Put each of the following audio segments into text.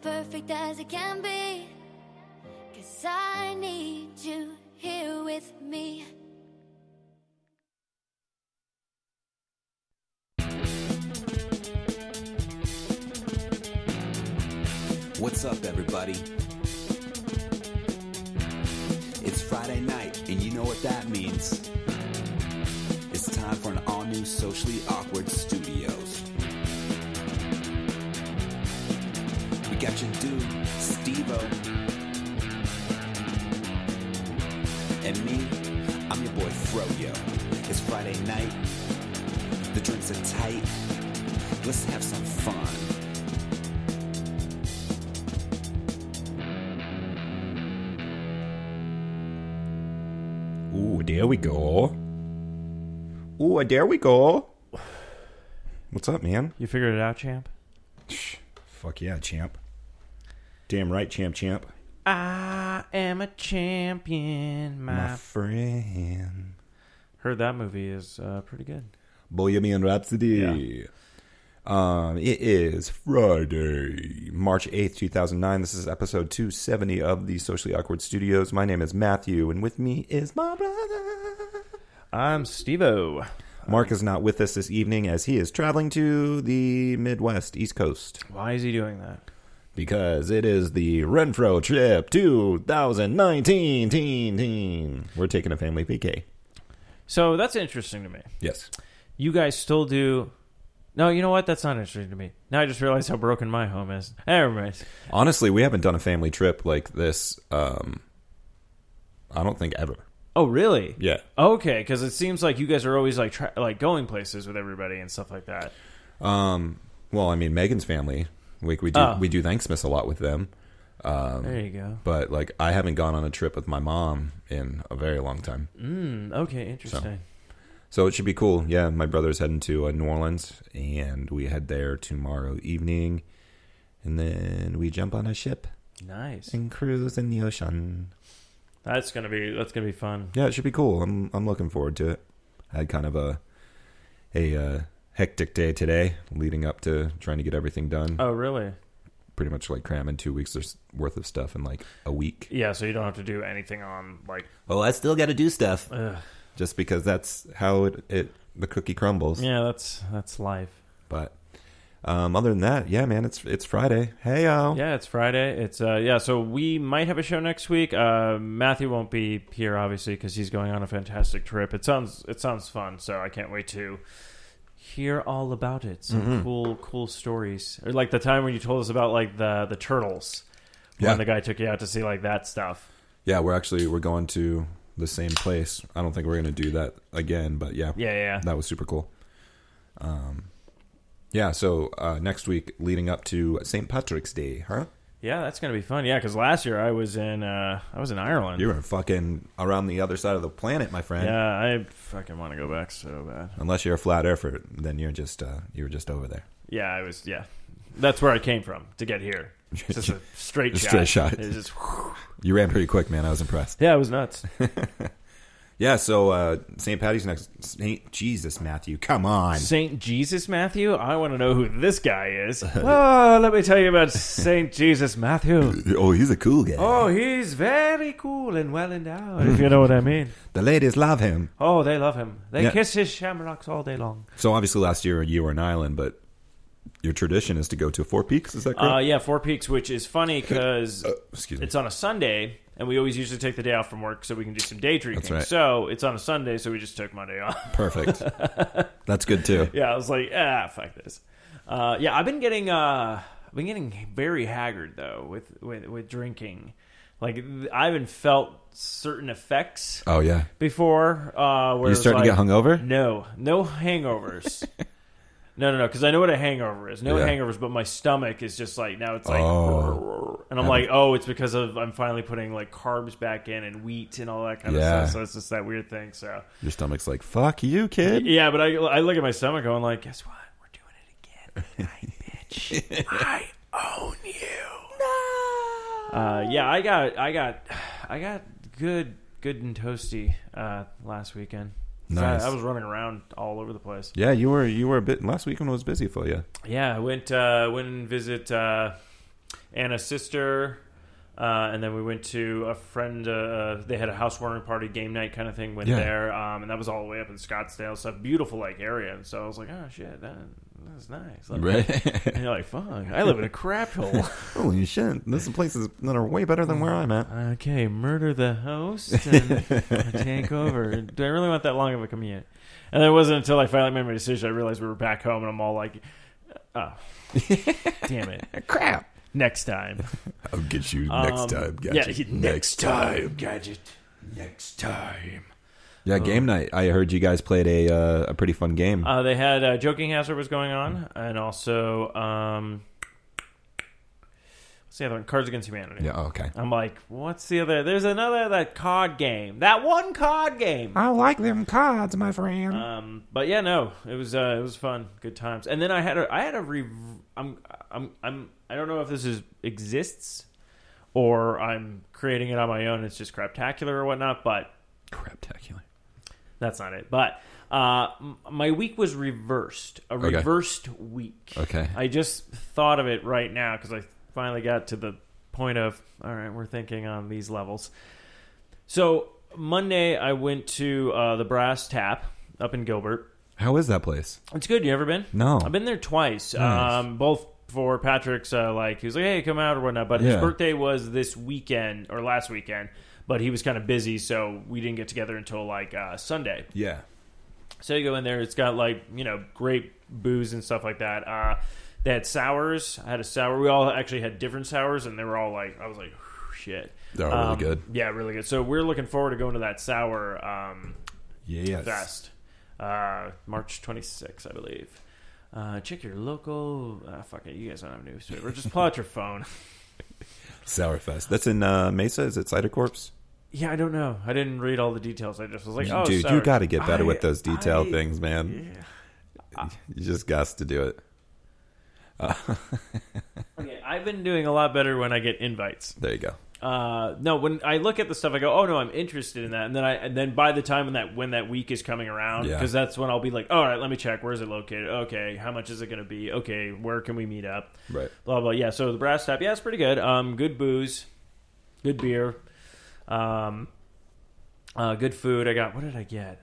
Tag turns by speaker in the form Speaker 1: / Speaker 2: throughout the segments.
Speaker 1: perfect as it can be. Cause I need you
Speaker 2: here with me.
Speaker 3: What's up, everybody? It's Friday night, and you know what that means. It's time for an all new Socially Awkward Studios. We got your dude, Steve And me, I'm your boy Froyo. It's Friday night, the drinks are tight. Let's have some fun.
Speaker 4: Ooh, there we go. Ooh, there we go. What's up, man?
Speaker 5: You figured it out, champ?
Speaker 4: Shh. Fuck yeah, champ. Damn right, champ, champ.
Speaker 5: I am a champion, my.
Speaker 4: My
Speaker 5: F-
Speaker 4: friend.
Speaker 5: Heard that movie is uh, pretty good.
Speaker 4: Bohemian Rhapsody. Um, it is Friday, March 8th, 2009. This is episode 270 of the Socially Awkward Studios. My name is Matthew, and with me is my brother.
Speaker 5: I'm Stevo.
Speaker 4: Mark is not with us this evening as he is traveling to the Midwest, East Coast.
Speaker 5: Why is he doing that?
Speaker 4: Because it is the Renfro trip 2019. Teen, teen. We're taking a family PK.
Speaker 5: So that's interesting to me.
Speaker 4: Yes.
Speaker 5: You guys still do. No, you know what? That's not interesting to me. Now I just realized how broken my home is. Never mind.
Speaker 4: Honestly, we haven't done a family trip like this. Um, I don't think ever.
Speaker 5: Oh, really?
Speaker 4: Yeah.
Speaker 5: Okay, because it seems like you guys are always like tra- like going places with everybody and stuff like that.
Speaker 4: Um, well, I mean, Megan's family. We, we do
Speaker 5: Oh.
Speaker 4: we do Thanksmas a lot with them,
Speaker 5: there you go.
Speaker 4: but like I haven't gone on a trip with my mom in a very long time.
Speaker 5: Mm, okay, interesting.
Speaker 4: So it should be cool. Yeah, my brother's heading to uh, New Orleans, and we head there tomorrow evening, and then we jump on a ship
Speaker 5: Nice.
Speaker 4: and cruise in the ocean.
Speaker 5: That's gonna be that's gonna be fun.
Speaker 4: Yeah, it should be cool. I'm I'm looking forward to it. I had kind of a a uh, hectic day today, leading up to trying to get everything done.
Speaker 5: Oh, really?
Speaker 4: Pretty much like cramming two weeks there's- worth of stuff in like a week.
Speaker 5: Yeah. So you don't have to do anything on like
Speaker 4: Oh, I still got to do stuff
Speaker 5: Ugh.
Speaker 4: just because that's how it, it the cookie crumbles.
Speaker 5: Yeah, that's that's life.
Speaker 4: But um, other than that, yeah, man, it's it's Friday. Hey, y'all.
Speaker 5: Yeah, it's Friday. It's uh yeah, so we might have a show next week. Uh Matthew won't be here obviously cuz he's going on a fantastic trip. It sounds it sounds fun, so I can't wait to hear all about it. Some
Speaker 4: Mm-hmm.
Speaker 5: cool cool stories. Or like the time when you told us about like the the turtles.
Speaker 4: Yeah.
Speaker 5: When the guy took you out to see like that stuff.
Speaker 4: Yeah, we're actually we're going to the same place. I don't think we're gonna do that again, but yeah,
Speaker 5: Yeah, yeah.
Speaker 4: that was super cool. Um, yeah. So uh, next week, leading up to St. Patrick's Day, huh?
Speaker 5: Yeah, that's going to be fun. Yeah, cuz last year I was in uh I was in Ireland.
Speaker 4: You were fucking around the other side of the planet, my friend.
Speaker 5: yeah, I fucking want to go back so bad.
Speaker 4: Unless you're a flat earther, then you're just uh, you were just over there.
Speaker 5: Yeah, I was. Yeah, that's where I came from to get here. It's just a straight
Speaker 4: A
Speaker 5: shot.
Speaker 4: straight shot.
Speaker 5: It's just-
Speaker 4: You ran pretty quick, man. I was impressed.
Speaker 5: yeah, it was nuts.
Speaker 4: Yeah. So uh, St. Patty's next. Saint Jesus, Matthew. Come on.
Speaker 5: Saint Jesus Matthew. I want to know who this guy is. oh, let me tell you about Saint Jesus Matthew.
Speaker 4: Oh, he's a cool guy.
Speaker 5: Oh, he's very cool and well endowed, if you know what I mean.
Speaker 4: The ladies love him.
Speaker 5: Oh, they love him. They
Speaker 4: Yeah.
Speaker 5: kiss his shamrocks all day long.
Speaker 4: So obviously, last year you were in Ireland, but your tradition is to go to Four Peaks. Is that correct?
Speaker 5: Uh, yeah, Four Peaks, which is funny because
Speaker 4: Excuse me.
Speaker 5: it's on a Sunday, and we always usually take the day off from work so we can do some day drinking.
Speaker 4: right.
Speaker 5: So it's on a Sunday, so we just took Monday off.
Speaker 4: Perfect. That's good too.
Speaker 5: yeah, I was like, ah, fuck this. Uh, yeah, I've been getting, uh, I've been getting very haggard though with with, with drinking. Like th- I haven't felt certain effects
Speaker 4: Oh yeah.
Speaker 5: before. Uh, where
Speaker 4: You
Speaker 5: it was
Speaker 4: starting to
Speaker 5: like,
Speaker 4: get hungover?
Speaker 5: No, no hangovers. no, no, no, because I know what a hangover is. No
Speaker 4: Yeah.
Speaker 5: hangovers, but my stomach is just like now it's like,
Speaker 4: Oh.
Speaker 5: and I'm like, oh, it's because of I'm finally putting like carbs back in and wheat and all that kind
Speaker 4: Yeah.
Speaker 5: of stuff. So it's just that weird thing. So
Speaker 4: Your stomach's like, "Fuck you, kid."
Speaker 5: yeah, but I, I look at my stomach going like, guess what? We're doing it again, I bitch. I own you. Uh, yeah, I got, I got, I got good, good and toasty uh, last weekend. 'Cause I-
Speaker 4: Nice.
Speaker 5: I, was running around all over the place.
Speaker 4: Yeah, you were you were a bit. Last weekend was busy for you.
Speaker 5: Yeah, I went, uh, went and visit uh, Anna's sister. Uh, and then we went to a friend. Uh, they had a housewarming party, game night kind of thing. Went
Speaker 3: Yeah.
Speaker 5: there, um, and that was all the way up in Scottsdale. So beautiful like area. And so I was like, oh shit, that, that's nice. Like,
Speaker 3: Right.
Speaker 5: And you're like, fuck, I live in a crap hole.
Speaker 3: Holy shit! This is places that are way better than where I'm at.
Speaker 5: okay, murder the host and take over. Do I really want that long of a commute? And it wasn't until I finally made my decision I realized we were back home, and I'm all like, oh, damn it,
Speaker 3: Crap.
Speaker 5: next time.
Speaker 3: I'll get you
Speaker 5: Um,
Speaker 3: next time. Gotcha.
Speaker 5: yeah, he- next
Speaker 3: time.
Speaker 5: Gadget.
Speaker 3: Next time. Yeah, game night. I heard you guys played a uh, a pretty fun game.
Speaker 5: Uh, they had uh, Joking Hazard was going on, and also um, what's the other one? Cards Against Humanity.
Speaker 3: yeah. oh, okay.
Speaker 5: I'm like, what's the other? There's another that COD game. That one COD game.
Speaker 3: I like them cards, my friend.
Speaker 5: Um, but yeah, no, it was uh, it was fun, good times. And then I had a I had a re- I'm I'm I'm I don't know if this is exists or I'm creating it on my own. It's just craptacular or whatnot, but
Speaker 3: Craptacular.
Speaker 5: that's not it. But uh, m- my week was reversed, a
Speaker 3: Okay.
Speaker 5: reversed week.
Speaker 3: Okay.
Speaker 5: I just thought of it right now because I finally got to the point of all right, we're thinking on these levels. So Monday, I went to uh, the Brass Tap up in Gilbert.
Speaker 3: How is that place?
Speaker 5: It's good. You ever been?
Speaker 3: No.
Speaker 5: I've been there twice.
Speaker 3: Nice.
Speaker 5: Um, both for Patrick's, uh, like he was like, "Hey, come out" or whatnot. But his
Speaker 3: Yeah.
Speaker 5: birthday was this weekend or last weekend, but he was kind of busy, so we didn't get together until like uh, Sunday.
Speaker 3: Yeah.
Speaker 5: So you go in there, it's got like, you know, great booze and stuff like that. Uh, they had sours. I had a sour. We all actually had different sours, and they were all like, I was like, shit. Um,
Speaker 3: They're all really good.
Speaker 5: Yeah, really good. So we're looking forward to going to that sour um,
Speaker 3: Yes.
Speaker 5: fest, uh, March 26th, I believe. Uh, check your local. Uh, fuck it, you guys don't have a newspaper. Just pull out your phone.
Speaker 3: Sourfest. That's in uh, Mesa. Is it Cider Corpse?
Speaker 5: yeah, I don't know. I didn't read all the details. I just was like, oh,
Speaker 3: Dude, you
Speaker 5: sours.
Speaker 3: got to get better
Speaker 5: I-
Speaker 3: with those detail
Speaker 5: I-
Speaker 3: things, man. You just got to do it.
Speaker 5: Okay, I've been doing a lot better when I get invites.
Speaker 3: There you go.
Speaker 5: uh, no, when I look at the stuff, I go, oh no, I'm interested in that, and then I and then by the time when that when that week is coming around,
Speaker 3: Yeah.
Speaker 5: because that's when I'll be like, all right, let me check, where's it located? Okay, how much is it going to be? Okay, where can we meet up?
Speaker 3: Right.
Speaker 5: Blah blah. Yeah, so the brass tap, yeah, it's pretty good. Um, good booze, good beer, um, uh, good food. I got what did I get?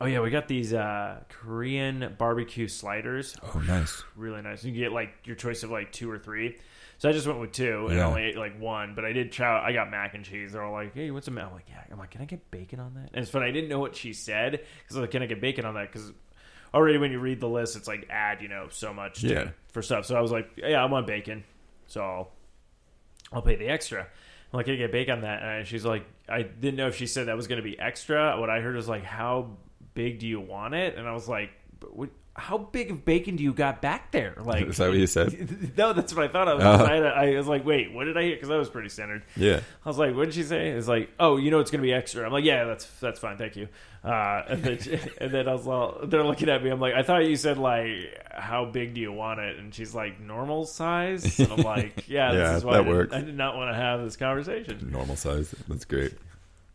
Speaker 5: Oh yeah, we got these uh, Korean barbecue sliders
Speaker 3: Oh, nice.
Speaker 5: really nice. You can get like your choice of like two or three. So I just went with two and
Speaker 3: Yeah.
Speaker 5: only ate like one, but I did chow. I got mac and cheese. They're all like, "Hey, what's a mac?" I'm like, "Yeah." I'm like, "Can I get bacon on that?" And it's funny. I didn't know what she said because like, "Can I get bacon on that?" Because already when you read the list, it's like add you know so much
Speaker 3: Yeah.
Speaker 5: to, for stuff. So I was like, "Yeah, I want bacon," so I'll, I'll pay the extra. I'm like, "Can I get bacon on that?" And she's like, "I didn't know if she said that was going to be extra." What I heard was like, "How big do you want it?" And I was like, but what, "How big of bacon do you got back there?" Like,
Speaker 3: Is that what you said?
Speaker 5: no, that's what I thought. I was,
Speaker 3: Oh.
Speaker 5: I, had a, I was like, wait, what did I hear? Because that was pretty standard.
Speaker 3: Yeah.
Speaker 5: I was like, what did she say? It's like, oh, you know, it's going to be extra. I'm like, yeah, that's that's fine, thank you. Uh, and, then, and then I was like, they're looking at me. I'm like, I thought you said like, how big do you want it? And she's like, normal size. And I'm like, yeah,
Speaker 3: Yeah,
Speaker 5: this is why
Speaker 3: that
Speaker 5: I, did,
Speaker 3: works.
Speaker 5: I did not want to have this conversation.
Speaker 3: Normal size. That's great.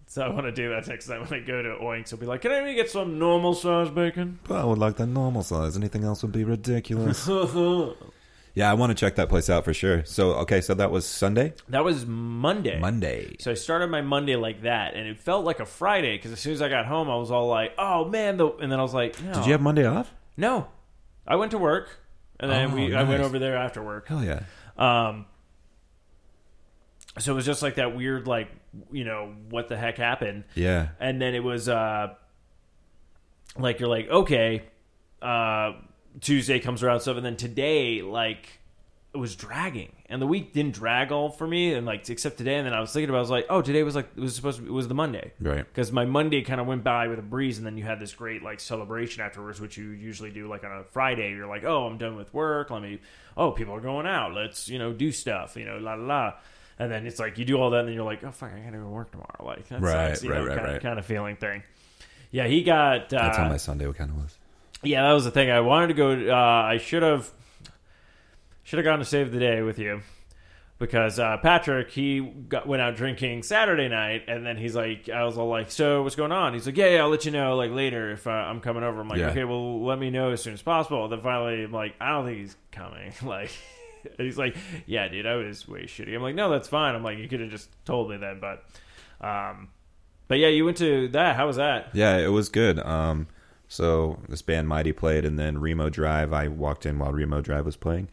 Speaker 5: So I want to do that next time when I go to Oinks. I'll be like, can I get some normal size bacon?
Speaker 3: Well, I would like the normal size. Anything else would be ridiculous. yeah, I want to check that place out for sure. So, okay, so that was Sunday?
Speaker 5: That was Monday.
Speaker 3: Monday.
Speaker 5: So I started my Monday like that, and it felt like a Friday because as soon as I got home, I was all like, "Oh man!" The, and then I was like, no.
Speaker 3: Did you have Monday off?
Speaker 5: no?" I went to work, and then
Speaker 3: Oh,
Speaker 5: we I went
Speaker 3: nice.
Speaker 5: over there after work.
Speaker 3: Hell yeah.
Speaker 5: Um, so it was just like that weird, like you know, what the heck happened?
Speaker 3: Yeah.
Speaker 5: and then it was uh like you're like okay uh tuesday comes around stuff and then today like it was dragging and the week didn't drag all for me and like except today and then i was thinking about it, i was like oh today was like it was supposed to be, it was the monday
Speaker 3: Right.
Speaker 5: because my monday kind of went by with a breeze and then you had this great like celebration afterwards which you usually do like on a friday you're like oh i'm done with work let me oh people are going out let's you know do stuff you know la la la and then it's like you do all that and then you're like oh fuck i gotta go work tomorrow like that
Speaker 3: Right,
Speaker 5: sucks, you
Speaker 3: right,
Speaker 5: know,
Speaker 3: right,
Speaker 5: kind,
Speaker 3: right.
Speaker 5: Of, kind of feeling thing yeah he got uh,
Speaker 3: That's how my Sunday kind of was.
Speaker 5: yeah that was the thing i wanted to go uh, i should have should have gone to save the day with you because uh, Patrick he got, went out drinking Saturday night, and then he's like, I was all like, "So what's going on?" He's like, "Yeah, yeah, I'll let you know like later if uh, I'm coming over." I'm like,
Speaker 3: Yeah.
Speaker 5: "Okay, well, let me know as soon as possible." Then finally, I'm like, "I don't think he's coming." Like, And he's like, "Yeah, dude, I was way shitty." I'm like, "No, that's fine." I'm like, "You could have just told me then." But, um, but yeah, you went to that. How was that?
Speaker 4: Yeah, it was good. Um, so this band Mighty played, and then Remo Drive. I walked in while Remo Drive was playing,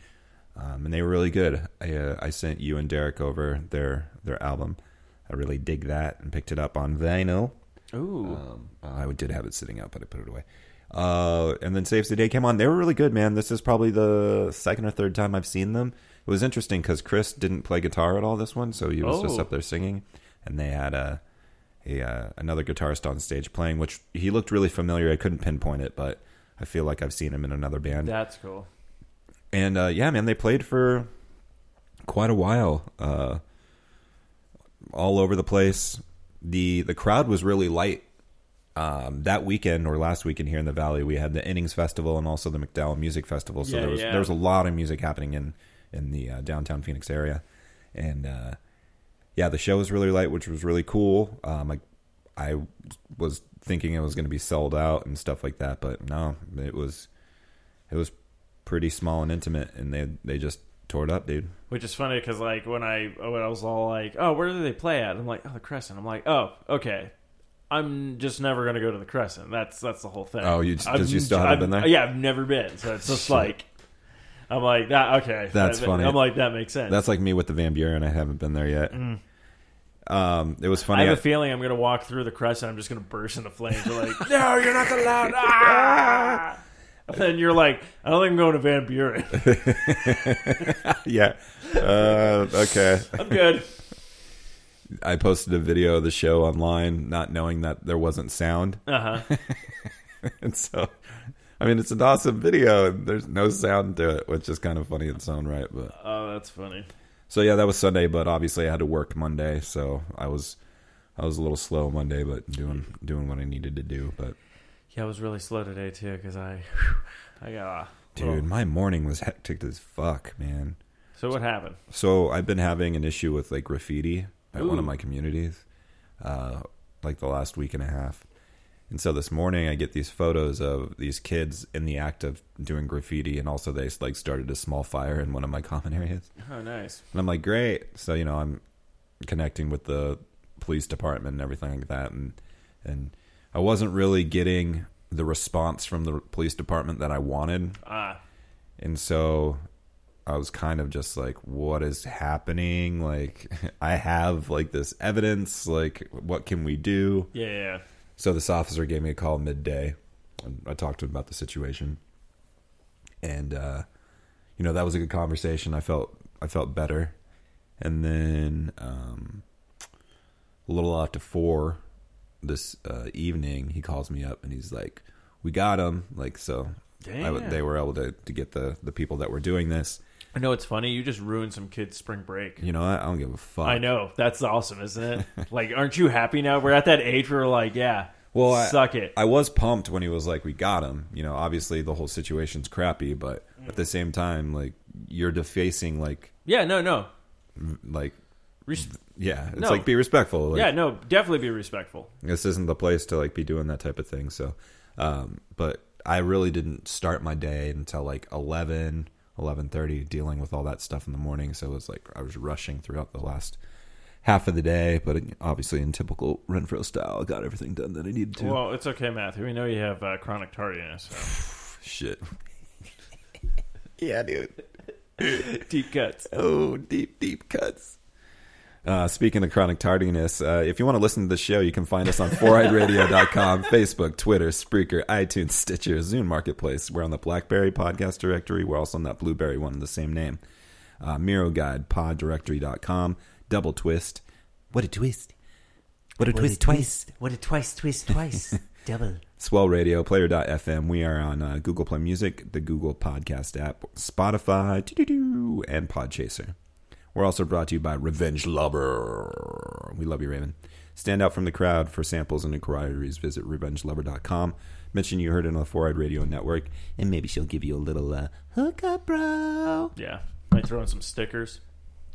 Speaker 4: um, and they were really good. I, uh, I sent you and Derek over their their album. I really dig that and picked it up on vinyl.
Speaker 5: Ooh,
Speaker 4: Um, I did have it sitting out, but I put it away. Uh, and then Saves the Day came on. They were really good, man. This is probably the second or third time I've seen them. It was interesting because Chris didn't play guitar at all this one, so he was just
Speaker 5: Oh.
Speaker 4: up there singing. And they had a, a uh, another guitarist on stage playing, which he looked really familiar. I couldn't pinpoint it, but I feel like I've seen him in another band.
Speaker 5: that's cool.
Speaker 4: And uh, yeah, man, they played for quite a while, uh, all over the place. the The crowd was really light um, that weekend or last weekend here in the valley. We had the Innings Festival and also the McDowell Music Festival, so
Speaker 5: Yeah,
Speaker 4: there was
Speaker 5: yeah.
Speaker 4: there was a lot of music happening in in the uh, downtown Phoenix area, and uh, yeah, the show was really light, which was really cool. Um, I, I was thinking it was going to be sold out and stuff like that, but no, it was it was pretty small and intimate, and they they just tore it up, dude.
Speaker 5: Which is funny because like when I when I was all like, "Oh, where do they play at?" I'm like, "Oh, the Crescent." I'm like, "Oh, okay." I'm just never gonna go to the Crescent. That's that's the whole thing.
Speaker 4: Oh, you- 'cause
Speaker 5: I've-
Speaker 4: you still haven't
Speaker 5: I've-
Speaker 4: been there?
Speaker 5: Yeah, I've never been. So it's just like. I'm like that. Okay,
Speaker 4: That's
Speaker 5: That-
Speaker 4: funny.
Speaker 5: I'm like that makes sense.
Speaker 4: That's like me with the Van Buren. I haven't been there yet. Um, it was
Speaker 5: Mm. I
Speaker 4: funny.
Speaker 5: have a feeling I'm gonna walk through the crescent. I'm just gonna burst into flames. You're like, no, you're not allowed. Ah! And then you're like, I don't think I'm going to Van Buren.
Speaker 4: yeah. Uh, okay.
Speaker 5: I'm good.
Speaker 4: I posted a video of the show online, not knowing that there wasn't sound,
Speaker 5: Uh huh.
Speaker 4: and so. I mean, it's an awesome video. and There's no sound to it, which is kind of funny in its own right. But
Speaker 5: Oh, that's funny.
Speaker 4: So yeah, that was Sunday, but obviously I had to work Monday, so I was I was a little slow Monday, but doing doing what I needed to do. But
Speaker 5: Yeah, I was really slow today too because I, I got. A
Speaker 4: dude,
Speaker 5: little-
Speaker 4: my morning was hectic as fuck, man.
Speaker 5: So what happened?
Speaker 4: So I've been having an issue with like graffiti at one of
Speaker 5: Ooh.
Speaker 4: my communities, uh, like the last week and a half. And so this morning I get these photos of these kids in the act of doing graffiti, and also they like started a small fire in one of my common areas.
Speaker 5: Oh, nice.
Speaker 4: And I'm like, great. So you know, I'm connecting with the police department and everything like that, and and I wasn't really getting the response from the police department that I wanted,
Speaker 5: Ah,
Speaker 4: and so I was kind of just like, what is happening? Like, I have like this evidence. Like, what can we do?
Speaker 5: yeah, yeah, yeah.
Speaker 4: So this officer gave me a call midday, and I talked to him about the situation. And uh, you know that was a good conversation. I felt I felt better. And then um, a little after four this uh, evening, he calls me up and he's like, "We got him!" Like so, I w
Speaker 5: Damn.
Speaker 4: they were able to, to get the the people that were doing this.
Speaker 5: I know it's funny. You just ruined some kid's spring break.
Speaker 4: You know, I, I don't give a fuck.
Speaker 5: I know that's awesome, isn't it? like, aren't you happy now? We're at that age where we're like, yeah,
Speaker 4: Well, I-
Speaker 5: suck it.
Speaker 4: I was pumped when he was like, "We got him." You know, obviously the whole situation's crappy, but at the same time, like you're defacing like
Speaker 5: yeah, no, no.
Speaker 4: like
Speaker 5: Res-
Speaker 4: yeah, it's
Speaker 5: No.
Speaker 4: like be respectful. Like,
Speaker 5: yeah, no. Definitely be respectful.
Speaker 4: this isn't the place to like be doing that type of thing. So, um, but I really didn't start my day until like 11, 11.30 dealing with all that stuff in the morning. So it was like I was rushing throughout the last half of the day, but obviously in typical Renfro style, I got everything done that I needed to.
Speaker 5: Well, it's okay, Matthew. We know you have uh, chronic tardiness. So.
Speaker 4: Shit. yeah, dude.
Speaker 5: Deep cuts.
Speaker 4: Oh, deep, deep cuts. Uh, speaking of chronic tardiness, uh, if you want to listen to the show, you can find us on 4eyedradio.com, Facebook, Twitter, Spreaker, iTunes, Stitcher, Zune Marketplace. We're on the Blackberry Podcast Directory. We're also on that Blueberry one, of the same name. Uh, Miro Guide, poddirectory.com, Double Twist. What a twist. What a twist twice.
Speaker 3: What a twice, twist, twice. Double.
Speaker 4: Swell Radio, Player.fm. We are on uh, Google Play Music, the Google Podcast app, Spotify, doo-doo-doo, and Podchaser. We're also brought to you by Revenge Lover. We love you, Raven. Stand out from the crowd for samples and inquiries. Visit revengelover.com. Mention you heard it on the Four Eyed Radio Network, and maybe she'll give you a little uh, hookup, bro.
Speaker 5: Yeah. Might throw in some stickers.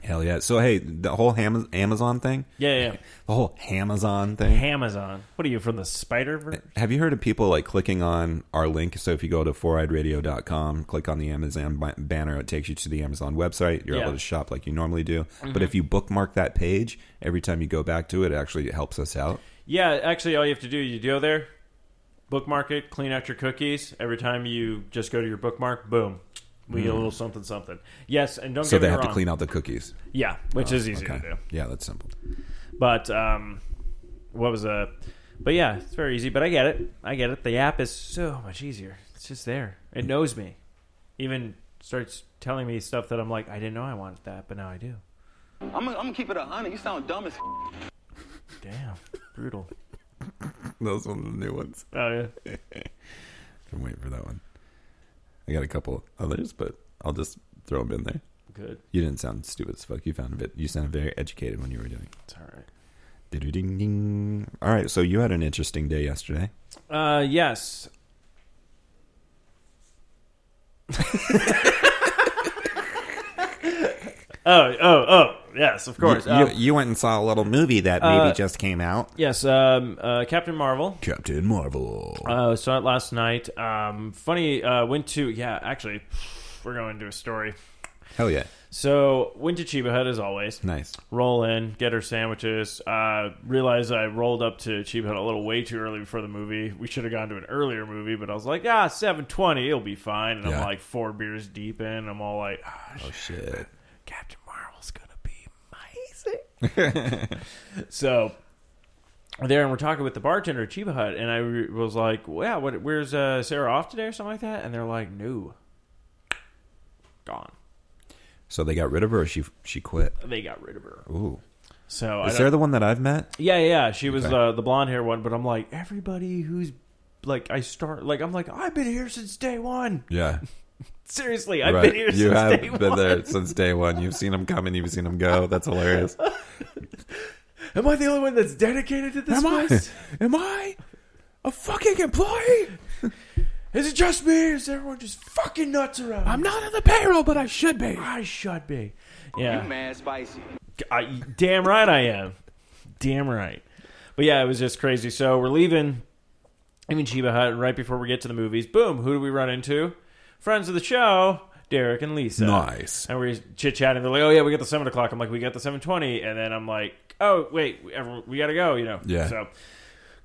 Speaker 4: Hell yeah! So hey, the whole Ham- Amazon thing,
Speaker 5: Yeah,
Speaker 4: the whole Amazon
Speaker 5: yeah.
Speaker 4: thing.
Speaker 5: Amazon. What are you from the Spider Verse?
Speaker 4: Have you heard of people like clicking on our link? So if you go to foureyedradio.com, click on the Amazon ba- banner, it takes you to the Amazon website. You're
Speaker 5: Yeah. Mm-hmm.
Speaker 4: able to shop like you normally do. But if you bookmark that page, every time you go back to it, it actually helps us out.
Speaker 5: Yeah, actually, all you have to do, you go there, bookmark it, clean out your cookies. Every time you just go to your bookmark, boom, we get a little something something. Yes, and don't
Speaker 4: Hmm. So
Speaker 5: get
Speaker 4: they
Speaker 5: me
Speaker 4: have
Speaker 5: wrong.
Speaker 4: to clean out the cookies.
Speaker 5: Yeah, which is easy
Speaker 4: Okay.
Speaker 5: to do.
Speaker 4: Yeah, that's simple.
Speaker 5: But um, what was a? But yeah, it's very easy. But I get it. I get it. The app is so much easier. It's just there. It knows me. Even starts telling me stuff that I'm like, I didn't know I wanted that, but now I do.
Speaker 6: I'm gonna, I'm gonna keep it a hundred. You sound dumb as.
Speaker 5: Damn, brutal.
Speaker 4: Those are the new ones.
Speaker 5: Oh yeah.
Speaker 4: I'm waiting for that one. I got a couple others, but I'll just throw them in there.
Speaker 5: Good.
Speaker 4: You didn't sound stupid as fuck. You found it. You sounded very educated when you were doing. it.
Speaker 5: It's all right.
Speaker 4: Ding ding. All right, so you had an interesting day yesterday.
Speaker 5: Uh, yes. oh, oh, oh, yes, of course.
Speaker 4: You,
Speaker 5: Um,
Speaker 4: you, you went and saw a little movie that maybe
Speaker 5: uh,
Speaker 4: just came out.
Speaker 5: yes, um, uh, Captain Marvel.
Speaker 4: Captain Marvel.
Speaker 5: Uh, saw it last night. Um, funny, uh, went to, yeah, actually, we're going to a story.
Speaker 4: Hell yeah.
Speaker 5: So, went to Chiba Hut as always.
Speaker 4: Nice.
Speaker 5: Roll in, get her sandwiches. Uh, realized I rolled up to Chiba Hut a little way too early before the movie. We should have gone to an earlier movie, but I was like, ah, 720, it'll be fine. And
Speaker 4: Yeah.
Speaker 5: I'm like four beers deep in. I'm all like, ah,
Speaker 4: Oh, shit.
Speaker 5: Captain Marvel's gonna be amazing. so we're there, and we're talking with the bartender at Chiba Hut, and I re- was like, well, "Yeah, what, where's uh, Sarah off today or something like that?" And they're like, "No, gone.
Speaker 4: So they got rid of her or she, she quit?
Speaker 5: They got rid of her."
Speaker 4: Ooh.
Speaker 5: So I
Speaker 4: Is
Speaker 5: don't-
Speaker 4: Sarah the one that I've met?
Speaker 5: yeah, yeah, yeah, she was
Speaker 4: Okay.
Speaker 5: uh, the blonde hair one, but I'm like, everybody who's like, I start like, I'm like, I've been here since day one.
Speaker 4: Yeah.
Speaker 5: Seriously, I've
Speaker 4: right.
Speaker 5: been here
Speaker 4: you
Speaker 5: since
Speaker 4: have
Speaker 5: day
Speaker 4: been
Speaker 5: one.
Speaker 4: there since day one. You've seen them come and you've seen them go. That's hilarious.
Speaker 5: Am I the only one that's dedicated to this place?
Speaker 4: Am I a fucking employee?
Speaker 5: Is it just me? Is everyone just fucking nuts around?
Speaker 4: I'm not on the payroll, but I should be.
Speaker 5: I should be. Yeah,
Speaker 6: You mad spicy.
Speaker 5: I, damn right I am. Damn right. But yeah, it was just crazy. So we're leaving even Chiba Hut and right before we get to the movies. Boom! Who do we run into? Friends of the show, Derek and Lisa.
Speaker 4: Nice.
Speaker 5: And we're chit chatting. They're like, "Oh yeah, we got the seven o'clock." I'm like, "We got the seven 20. And then I'm like, "Oh wait, we, everyone- we gotta go." You know.
Speaker 4: Yeah.
Speaker 5: So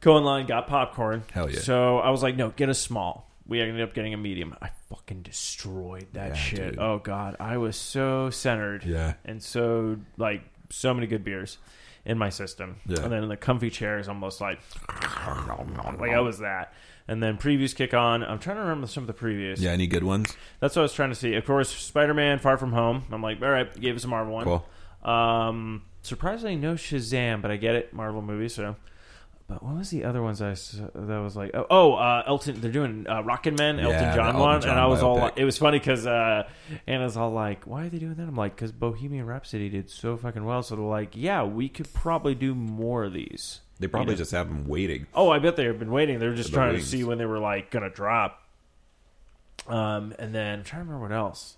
Speaker 5: go online, got popcorn.
Speaker 4: Hell yeah.
Speaker 5: So I was like, "No, get a small." We ended up getting a medium. I fucking destroyed that shit.
Speaker 4: dude.
Speaker 5: Oh god, I was so centered
Speaker 4: Yeah.
Speaker 5: and so like so many good beers in my system.
Speaker 4: Yeah.
Speaker 5: And then in the comfy chairs, almost like like I was that. And then previews kick on. I'm trying to remember some of the previews.
Speaker 4: Yeah, any good ones?
Speaker 5: That's what I was trying to see. Of course, Spider Man Far From Home. I'm like, all right, gave us a Marvel one.
Speaker 4: Cool.
Speaker 5: Um, surprisingly, no Shazam, but I get it, Marvel movie. So, but what was the other ones I s- that was like? Oh, oh uh, Elton, they're doing uh, Rocket Man, Elton
Speaker 4: Yeah, the
Speaker 5: John
Speaker 4: Elton
Speaker 5: one,
Speaker 4: John
Speaker 5: and I was all
Speaker 4: biopic.
Speaker 5: like, it was funny because uh, Anna's all like, why are they doing that? I'm like, because Bohemian Rhapsody did so fucking well, so they're like, yeah, we could probably do more of these.
Speaker 4: They probably
Speaker 5: You know?
Speaker 4: just have them waiting.
Speaker 5: Oh, I bet they've been waiting. They're just
Speaker 4: The
Speaker 5: trying
Speaker 4: wings.
Speaker 5: to see when they were like gonna drop. Um, and then I'm trying to remember what else.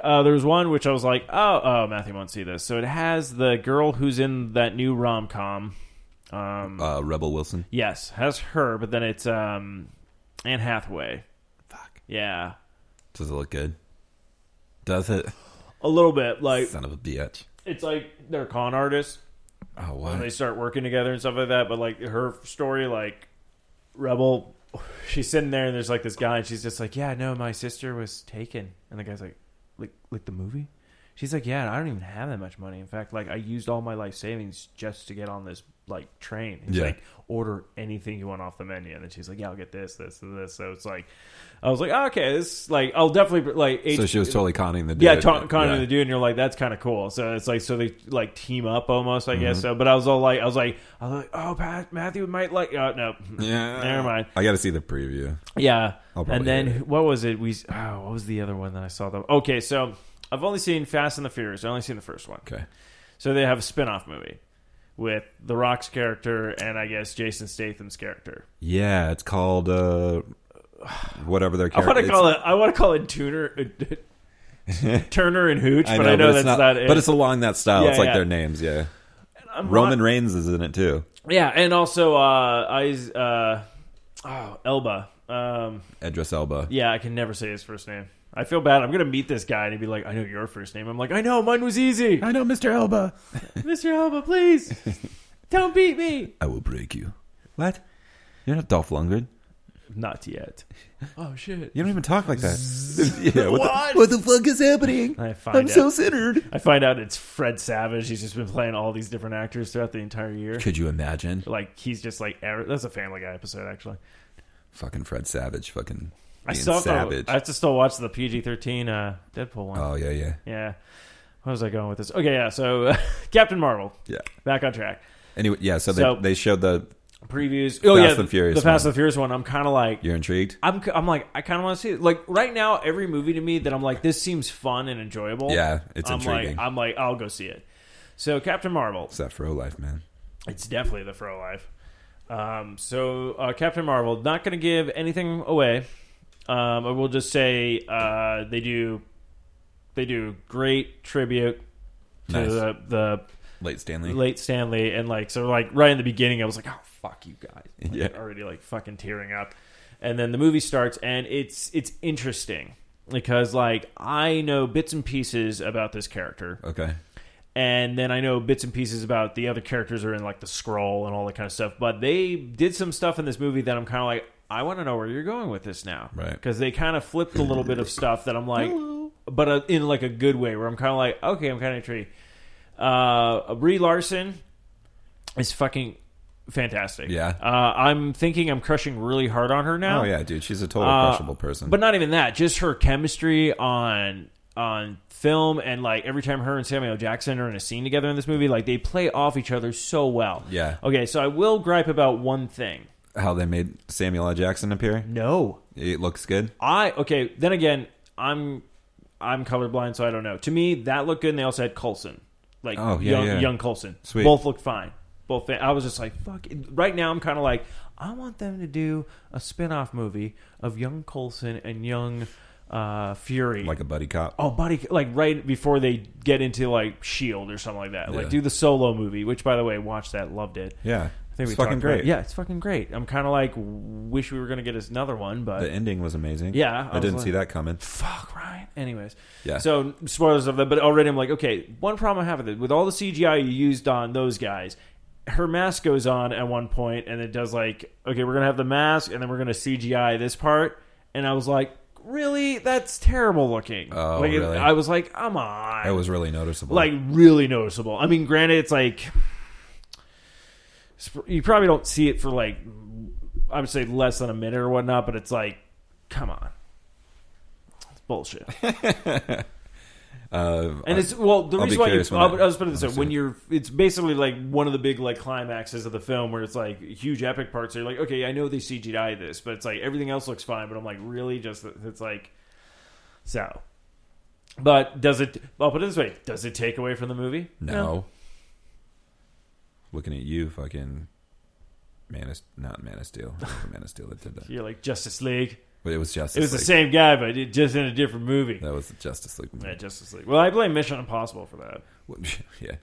Speaker 5: Uh, there was one which I was like, oh, oh, Matthew won't see this. So it has the girl who's in that new rom com. Um,
Speaker 4: Uh, Rebel Wilson.
Speaker 5: yes, has her, but then it's um, Anne Hathaway.
Speaker 4: Fuck.
Speaker 5: Yeah,
Speaker 4: Does it look good? Does it?
Speaker 5: a little bit. Like
Speaker 4: Son of a bitch.
Speaker 5: it's like they're con artists.
Speaker 4: Oh,
Speaker 5: and they
Speaker 4: what?
Speaker 5: start working together and stuff like that. But like her story, like Rebel, she's sitting there and there's like this guy and she's just like, yeah, no, my sister was taken, and the guy's like, like, like the movie. She's like, yeah, I don't even have that much money. In fact, like I used all my life savings just to get on this like train. He's
Speaker 4: Yeah.
Speaker 5: like, order anything you want off the menu, and then she's like, yeah, I'll get this, this, and this. So it's like, I was like, oh, okay, this like I'll definitely like.
Speaker 4: So she was totally conning the dude.
Speaker 5: Yeah, ta- kind
Speaker 4: Yeah.
Speaker 5: of the dude, and you're like, that's kind of cool. So it's like, so they like team up almost, I
Speaker 4: Mm-hmm.
Speaker 5: guess. So, but I was all like, I was like, I was like, oh, Pat, Matthew might like, uh, no,
Speaker 4: Yeah.
Speaker 5: Never mind.
Speaker 4: I got to see the preview.
Speaker 5: yeah.
Speaker 4: I'll probably
Speaker 5: And then
Speaker 4: hate
Speaker 5: what was it? We oh, what was the other one that I saw? Though, okay, so I've only seen Fast and the Furious. I only seen the first one.
Speaker 4: Okay.
Speaker 5: So they have a spin off movie with The Rock's character and I guess Jason Statham's character.
Speaker 4: Yeah, it's called uh, whatever their
Speaker 5: I
Speaker 4: character.
Speaker 5: want to call
Speaker 4: it's-
Speaker 5: it. I want to call it Tuner. Turner and Hooch, but I know that's
Speaker 4: not,
Speaker 5: not, it.
Speaker 4: But it's along that style.
Speaker 5: Yeah,
Speaker 4: it's like
Speaker 5: yeah.
Speaker 4: their names, yeah.
Speaker 5: I'm
Speaker 4: Roman
Speaker 5: not-
Speaker 4: Reigns is in it too.
Speaker 5: yeah, and also uh, I, uh, oh, Elba. Um,
Speaker 4: Edris Elba.
Speaker 5: yeah, I can never say his first name. I feel bad. I'm gonna meet this guy and he'd be like, "I know your first name." I'm like, "I know, mine was easy."
Speaker 4: I know Mr. Elba.
Speaker 5: Mr. Elba, please don't beat me.
Speaker 4: I will break you. What? You're not Dolph Lundgren.
Speaker 5: Not yet. Oh shit!
Speaker 4: You don't even talk like that. yeah, what,
Speaker 5: What?
Speaker 4: The, what the fuck is happening?
Speaker 5: I find
Speaker 4: I'm
Speaker 5: out.
Speaker 4: so centered.
Speaker 5: I find out it's Fred Savage. He's just been playing all these different actors throughout the entire year.
Speaker 4: Could you imagine?
Speaker 5: Like he's just like er- that's a Family Guy episode actually.
Speaker 4: Fucking Fred Savage. Fucking
Speaker 5: I
Speaker 4: being
Speaker 5: still have to-
Speaker 4: Savage.
Speaker 5: I have to still watch the PG thirteen uh, Deadpool one.
Speaker 4: oh yeah, yeah,
Speaker 5: Yeah. Where was I going with this? Okay, yeah. So Captain Marvel
Speaker 4: yeah.
Speaker 5: back on track.
Speaker 4: Anyway, yeah. So they,
Speaker 5: So-
Speaker 4: they showed the.
Speaker 5: Previews. Oh
Speaker 4: Fast
Speaker 5: yeah,
Speaker 4: and Furious
Speaker 5: The Fast
Speaker 4: one.
Speaker 5: and Furious one. I'm kind of like
Speaker 4: You're intrigued.
Speaker 5: I'm, I'm like I kind of want to see it. Like right now, every movie to me that I'm like this seems fun and enjoyable.
Speaker 4: Yeah, it's
Speaker 5: I'm
Speaker 4: intriguing.
Speaker 5: Like, I'm like I'll go see it. So Captain Marvel,
Speaker 4: It's that fro life, man.
Speaker 5: it's definitely the fro life. Um, so uh, Captain Marvel, not going to give anything away. Um, I will just say uh, they do they do great tribute to
Speaker 4: Nice.
Speaker 5: the, the
Speaker 4: Late Stanley.
Speaker 5: late Stanley, and like so, like right in the beginning, I was like, "Oh fuck you guys!" Like,
Speaker 4: Yeah.
Speaker 5: already like fucking tearing up. And then the movie starts, and it's it's interesting because like I know bits and pieces about this character,
Speaker 4: Okay.
Speaker 5: and then I know bits and pieces about the other characters are in like the scroll and all that kind of stuff. But they did some stuff in this movie that I'm kind of like, I want to know where you're going with this now,
Speaker 4: Right.
Speaker 5: Because they kind of flipped a little bit of stuff that I'm like, but uh, in like a good way, where I'm kind of like, okay, I'm kind of intrigued. Uh, Brie Larson is fucking fantastic.
Speaker 4: Yeah.
Speaker 5: uh, I'm thinking I'm crushing really hard on her now.
Speaker 4: Oh yeah, dude. She's a total
Speaker 5: Uh,
Speaker 4: crushable person.
Speaker 5: But not even that, just her chemistry on on film and like every time her and Samuel Jackson are in a scene together in this movie, like they play off each other so well.
Speaker 4: Yeah.
Speaker 5: Okay, so I will gripe about one thing.
Speaker 4: how they made Samuel L. Jackson appear.
Speaker 5: No.
Speaker 4: It looks good.
Speaker 5: I okay, then again, I'm I'm colorblind, so I don't know. To me, that looked good and they also had Colson. Like
Speaker 4: Oh, yeah,
Speaker 5: young
Speaker 4: yeah.
Speaker 5: young Colson.
Speaker 4: Sweet.
Speaker 5: Both looked fine. Both fa- I was just like, fuck it. right now I'm kinda like, I want them to do a spin off movie of young Colson and young uh, Fury.
Speaker 4: Like a buddy cop.
Speaker 5: Oh, buddy, like right before they get into like Shield E or something like that.
Speaker 4: Yeah.
Speaker 5: Like do the solo movie, which by the way, watch that, loved it.
Speaker 4: yeah.
Speaker 5: I think
Speaker 4: it's
Speaker 5: we
Speaker 4: fucking
Speaker 5: talked about it.
Speaker 4: great.
Speaker 5: Yeah, it's fucking great. I'm kind of like wish we were gonna get us another one, but
Speaker 4: The ending was amazing.
Speaker 5: Yeah, I
Speaker 4: I,
Speaker 5: was
Speaker 4: didn't
Speaker 5: like-
Speaker 4: see that coming.
Speaker 5: fuck Ryan. Anyways,
Speaker 4: Yeah.
Speaker 5: So spoilers of that, but already I'm like, okay, one problem I have with it with all the CGI you used on those guys. Her mask goes on at one point, and it does like, okay, we're gonna have the mask, and then we're gonna CGI this part, and I was like, really, that's terrible looking.
Speaker 4: Oh,
Speaker 5: like, it-
Speaker 4: really?
Speaker 5: I was like, come on,
Speaker 4: That was really noticeable.
Speaker 5: like really noticeable. I mean, granted, it's like sp- you probably don't see it for like I would say less than a minute or whatnot, but it's like, come on, it's bullshit.
Speaker 4: uh,
Speaker 5: And it's well, the
Speaker 4: I'll be
Speaker 5: reason why you,
Speaker 4: curious when
Speaker 5: I'll,
Speaker 4: I-
Speaker 5: I'll just put it this way: when you're, it's basically like one of the big like climaxes of the film where it's like huge epic parts. So you're like, okay, I know they CGI this, but it's like everything else looks fine. But I'm like, really, just it's like so. But does it? I'll put it this way: does it take away from the movie?
Speaker 4: no. Looking at you, fucking Man of not Man of Steel. It wasn't Man of Steel that did that.
Speaker 5: You're like Justice League.
Speaker 4: But it was Justice
Speaker 5: It was the
Speaker 4: League.
Speaker 5: same guy, but it just in a different movie.
Speaker 4: That was the Justice League
Speaker 5: Yeah,
Speaker 4: movie.
Speaker 5: Justice League. Well, I blame Mission Impossible for that.
Speaker 4: yeah.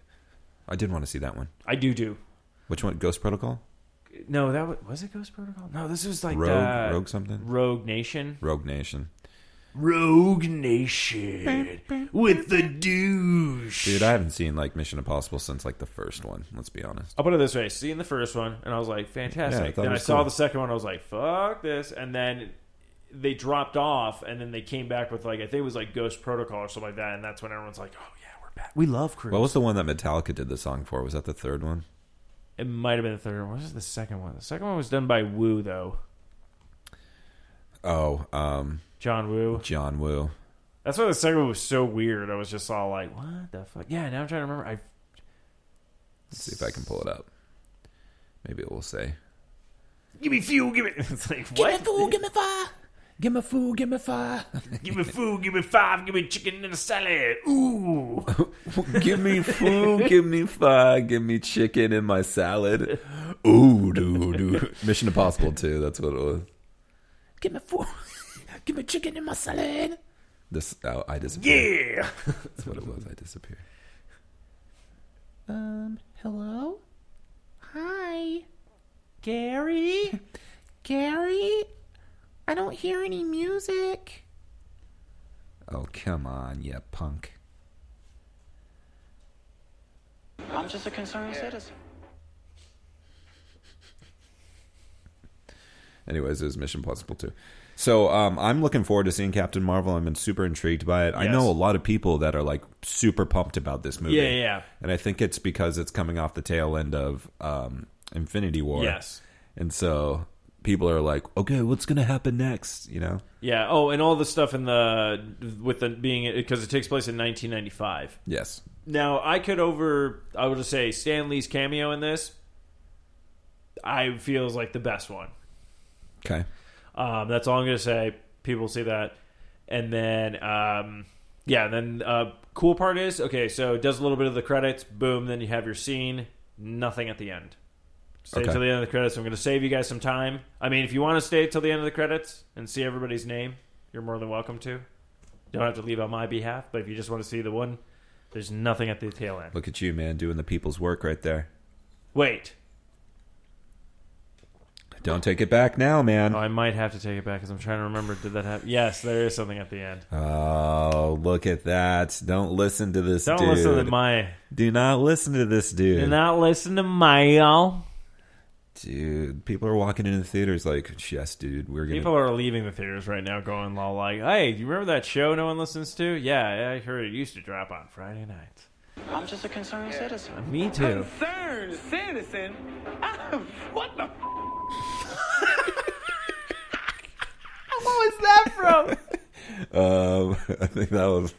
Speaker 4: I did want to see that one.
Speaker 5: I do do.
Speaker 4: Which one? Ghost Protocol?
Speaker 5: No, that was, was it Ghost Protocol. No, this was like
Speaker 4: Rogue
Speaker 5: uh,
Speaker 4: Rogue something?
Speaker 5: Rogue Nation.
Speaker 4: Rogue Nation.
Speaker 1: Rogue Nation with the douche.
Speaker 4: Dude, I haven't seen like Mission Impossible since like the first one, let's be honest.
Speaker 5: I'll put it this way: seeing the first one, and I was like,
Speaker 4: Yeah, I
Speaker 5: fantastic.
Speaker 4: thought it
Speaker 5: then I
Speaker 4: was
Speaker 5: saw
Speaker 4: cool.
Speaker 5: the second one, I was like, fuck this. And then they dropped off, and then they came back with like I think it was like Ghost Protocol or something like that, and that's when everyone's like, oh yeah, we're back.
Speaker 1: We love Cruise.
Speaker 4: What was the one that Metallica did the song for? Was that the third one?
Speaker 5: It might have been the third one. What was the second one? The second one was done by Woo though,
Speaker 4: Oh, um,
Speaker 5: John Woo.
Speaker 4: John Woo.
Speaker 5: That's why the second one was so weird. I was just all like, what the fuck? Yeah, now I'm trying to remember. I
Speaker 4: Let's see if I can pull it up. Maybe it will say.
Speaker 5: give me fuel, give me. It's like what?
Speaker 4: give me fire. Give me food, give me fire.
Speaker 5: give me food, give me five, give me chicken and a salad. Ooh.
Speaker 4: give me food, give me fire, give me chicken in my salad. Ooh, dude, dude. Mission Impossible 2, that's what it was. Give me food, give me chicken in my salad. This oh, I disappeared.
Speaker 1: Yeah.
Speaker 4: That's what it was. I disappeared. Um. Hello. Hi,
Speaker 5: Gary?
Speaker 4: Gary. I don't hear any music. Oh come on, you punk.
Speaker 6: I'm just a concerned citizen.
Speaker 4: Anyways, it was Mission Possible too. So um, I'm looking forward to seeing Captain Marvel. I'm super intrigued by it. I
Speaker 5: Yes.
Speaker 4: know a lot of people that are like super pumped about this movie.
Speaker 5: Yeah, yeah.
Speaker 4: And I think it's because it's coming off the tail end of um, Infinity War.
Speaker 5: Yes.
Speaker 4: And so people are like, okay, what's going to happen next? You know?
Speaker 5: Yeah. Oh, and all the stuff in the with the being because it takes place in 1995.
Speaker 4: Yes.
Speaker 5: Now, I could over I would just say Stan Lee's cameo in this I feels like the best one.
Speaker 4: Okay.
Speaker 5: Um, that's all I'm gonna say. People see that, and then um, yeah, then uh, cool part is okay. So it does a little bit of the credits, boom. Then you have your scene. Nothing at the end. Stay
Speaker 4: Okay.
Speaker 5: till the end of the credits. I'm gonna save you guys some time. I mean, if you want to stay till the end of the credits and see everybody's name, you're more than welcome to. Don't have to leave on my behalf, but if you just want to see the one, there's nothing at the tail end.
Speaker 4: Look at you, man, doing the people's work right there.
Speaker 5: Wait,
Speaker 4: Don't take it back now, man.
Speaker 5: oh, I might have to take it back because I'm trying to remember. Did that happen? Yes, there is something at the end.
Speaker 4: Oh, look at that. Don't listen to this
Speaker 5: Uh, Don't
Speaker 4: dude.
Speaker 5: listen to my.
Speaker 4: Do not listen to this dude.
Speaker 5: Do not listen to my y'all.
Speaker 4: Dude, people are walking into the theaters like, yes, dude, we're gonna.
Speaker 5: People are leaving the theaters right now, going all like, "Hey, do you remember that show no one listens to? Yeah, I heard it used to drop on Friday nights."
Speaker 6: I'm just a concerned citizen.
Speaker 5: Me too.
Speaker 6: Concerned citizen? what the?
Speaker 4: um, I think that was.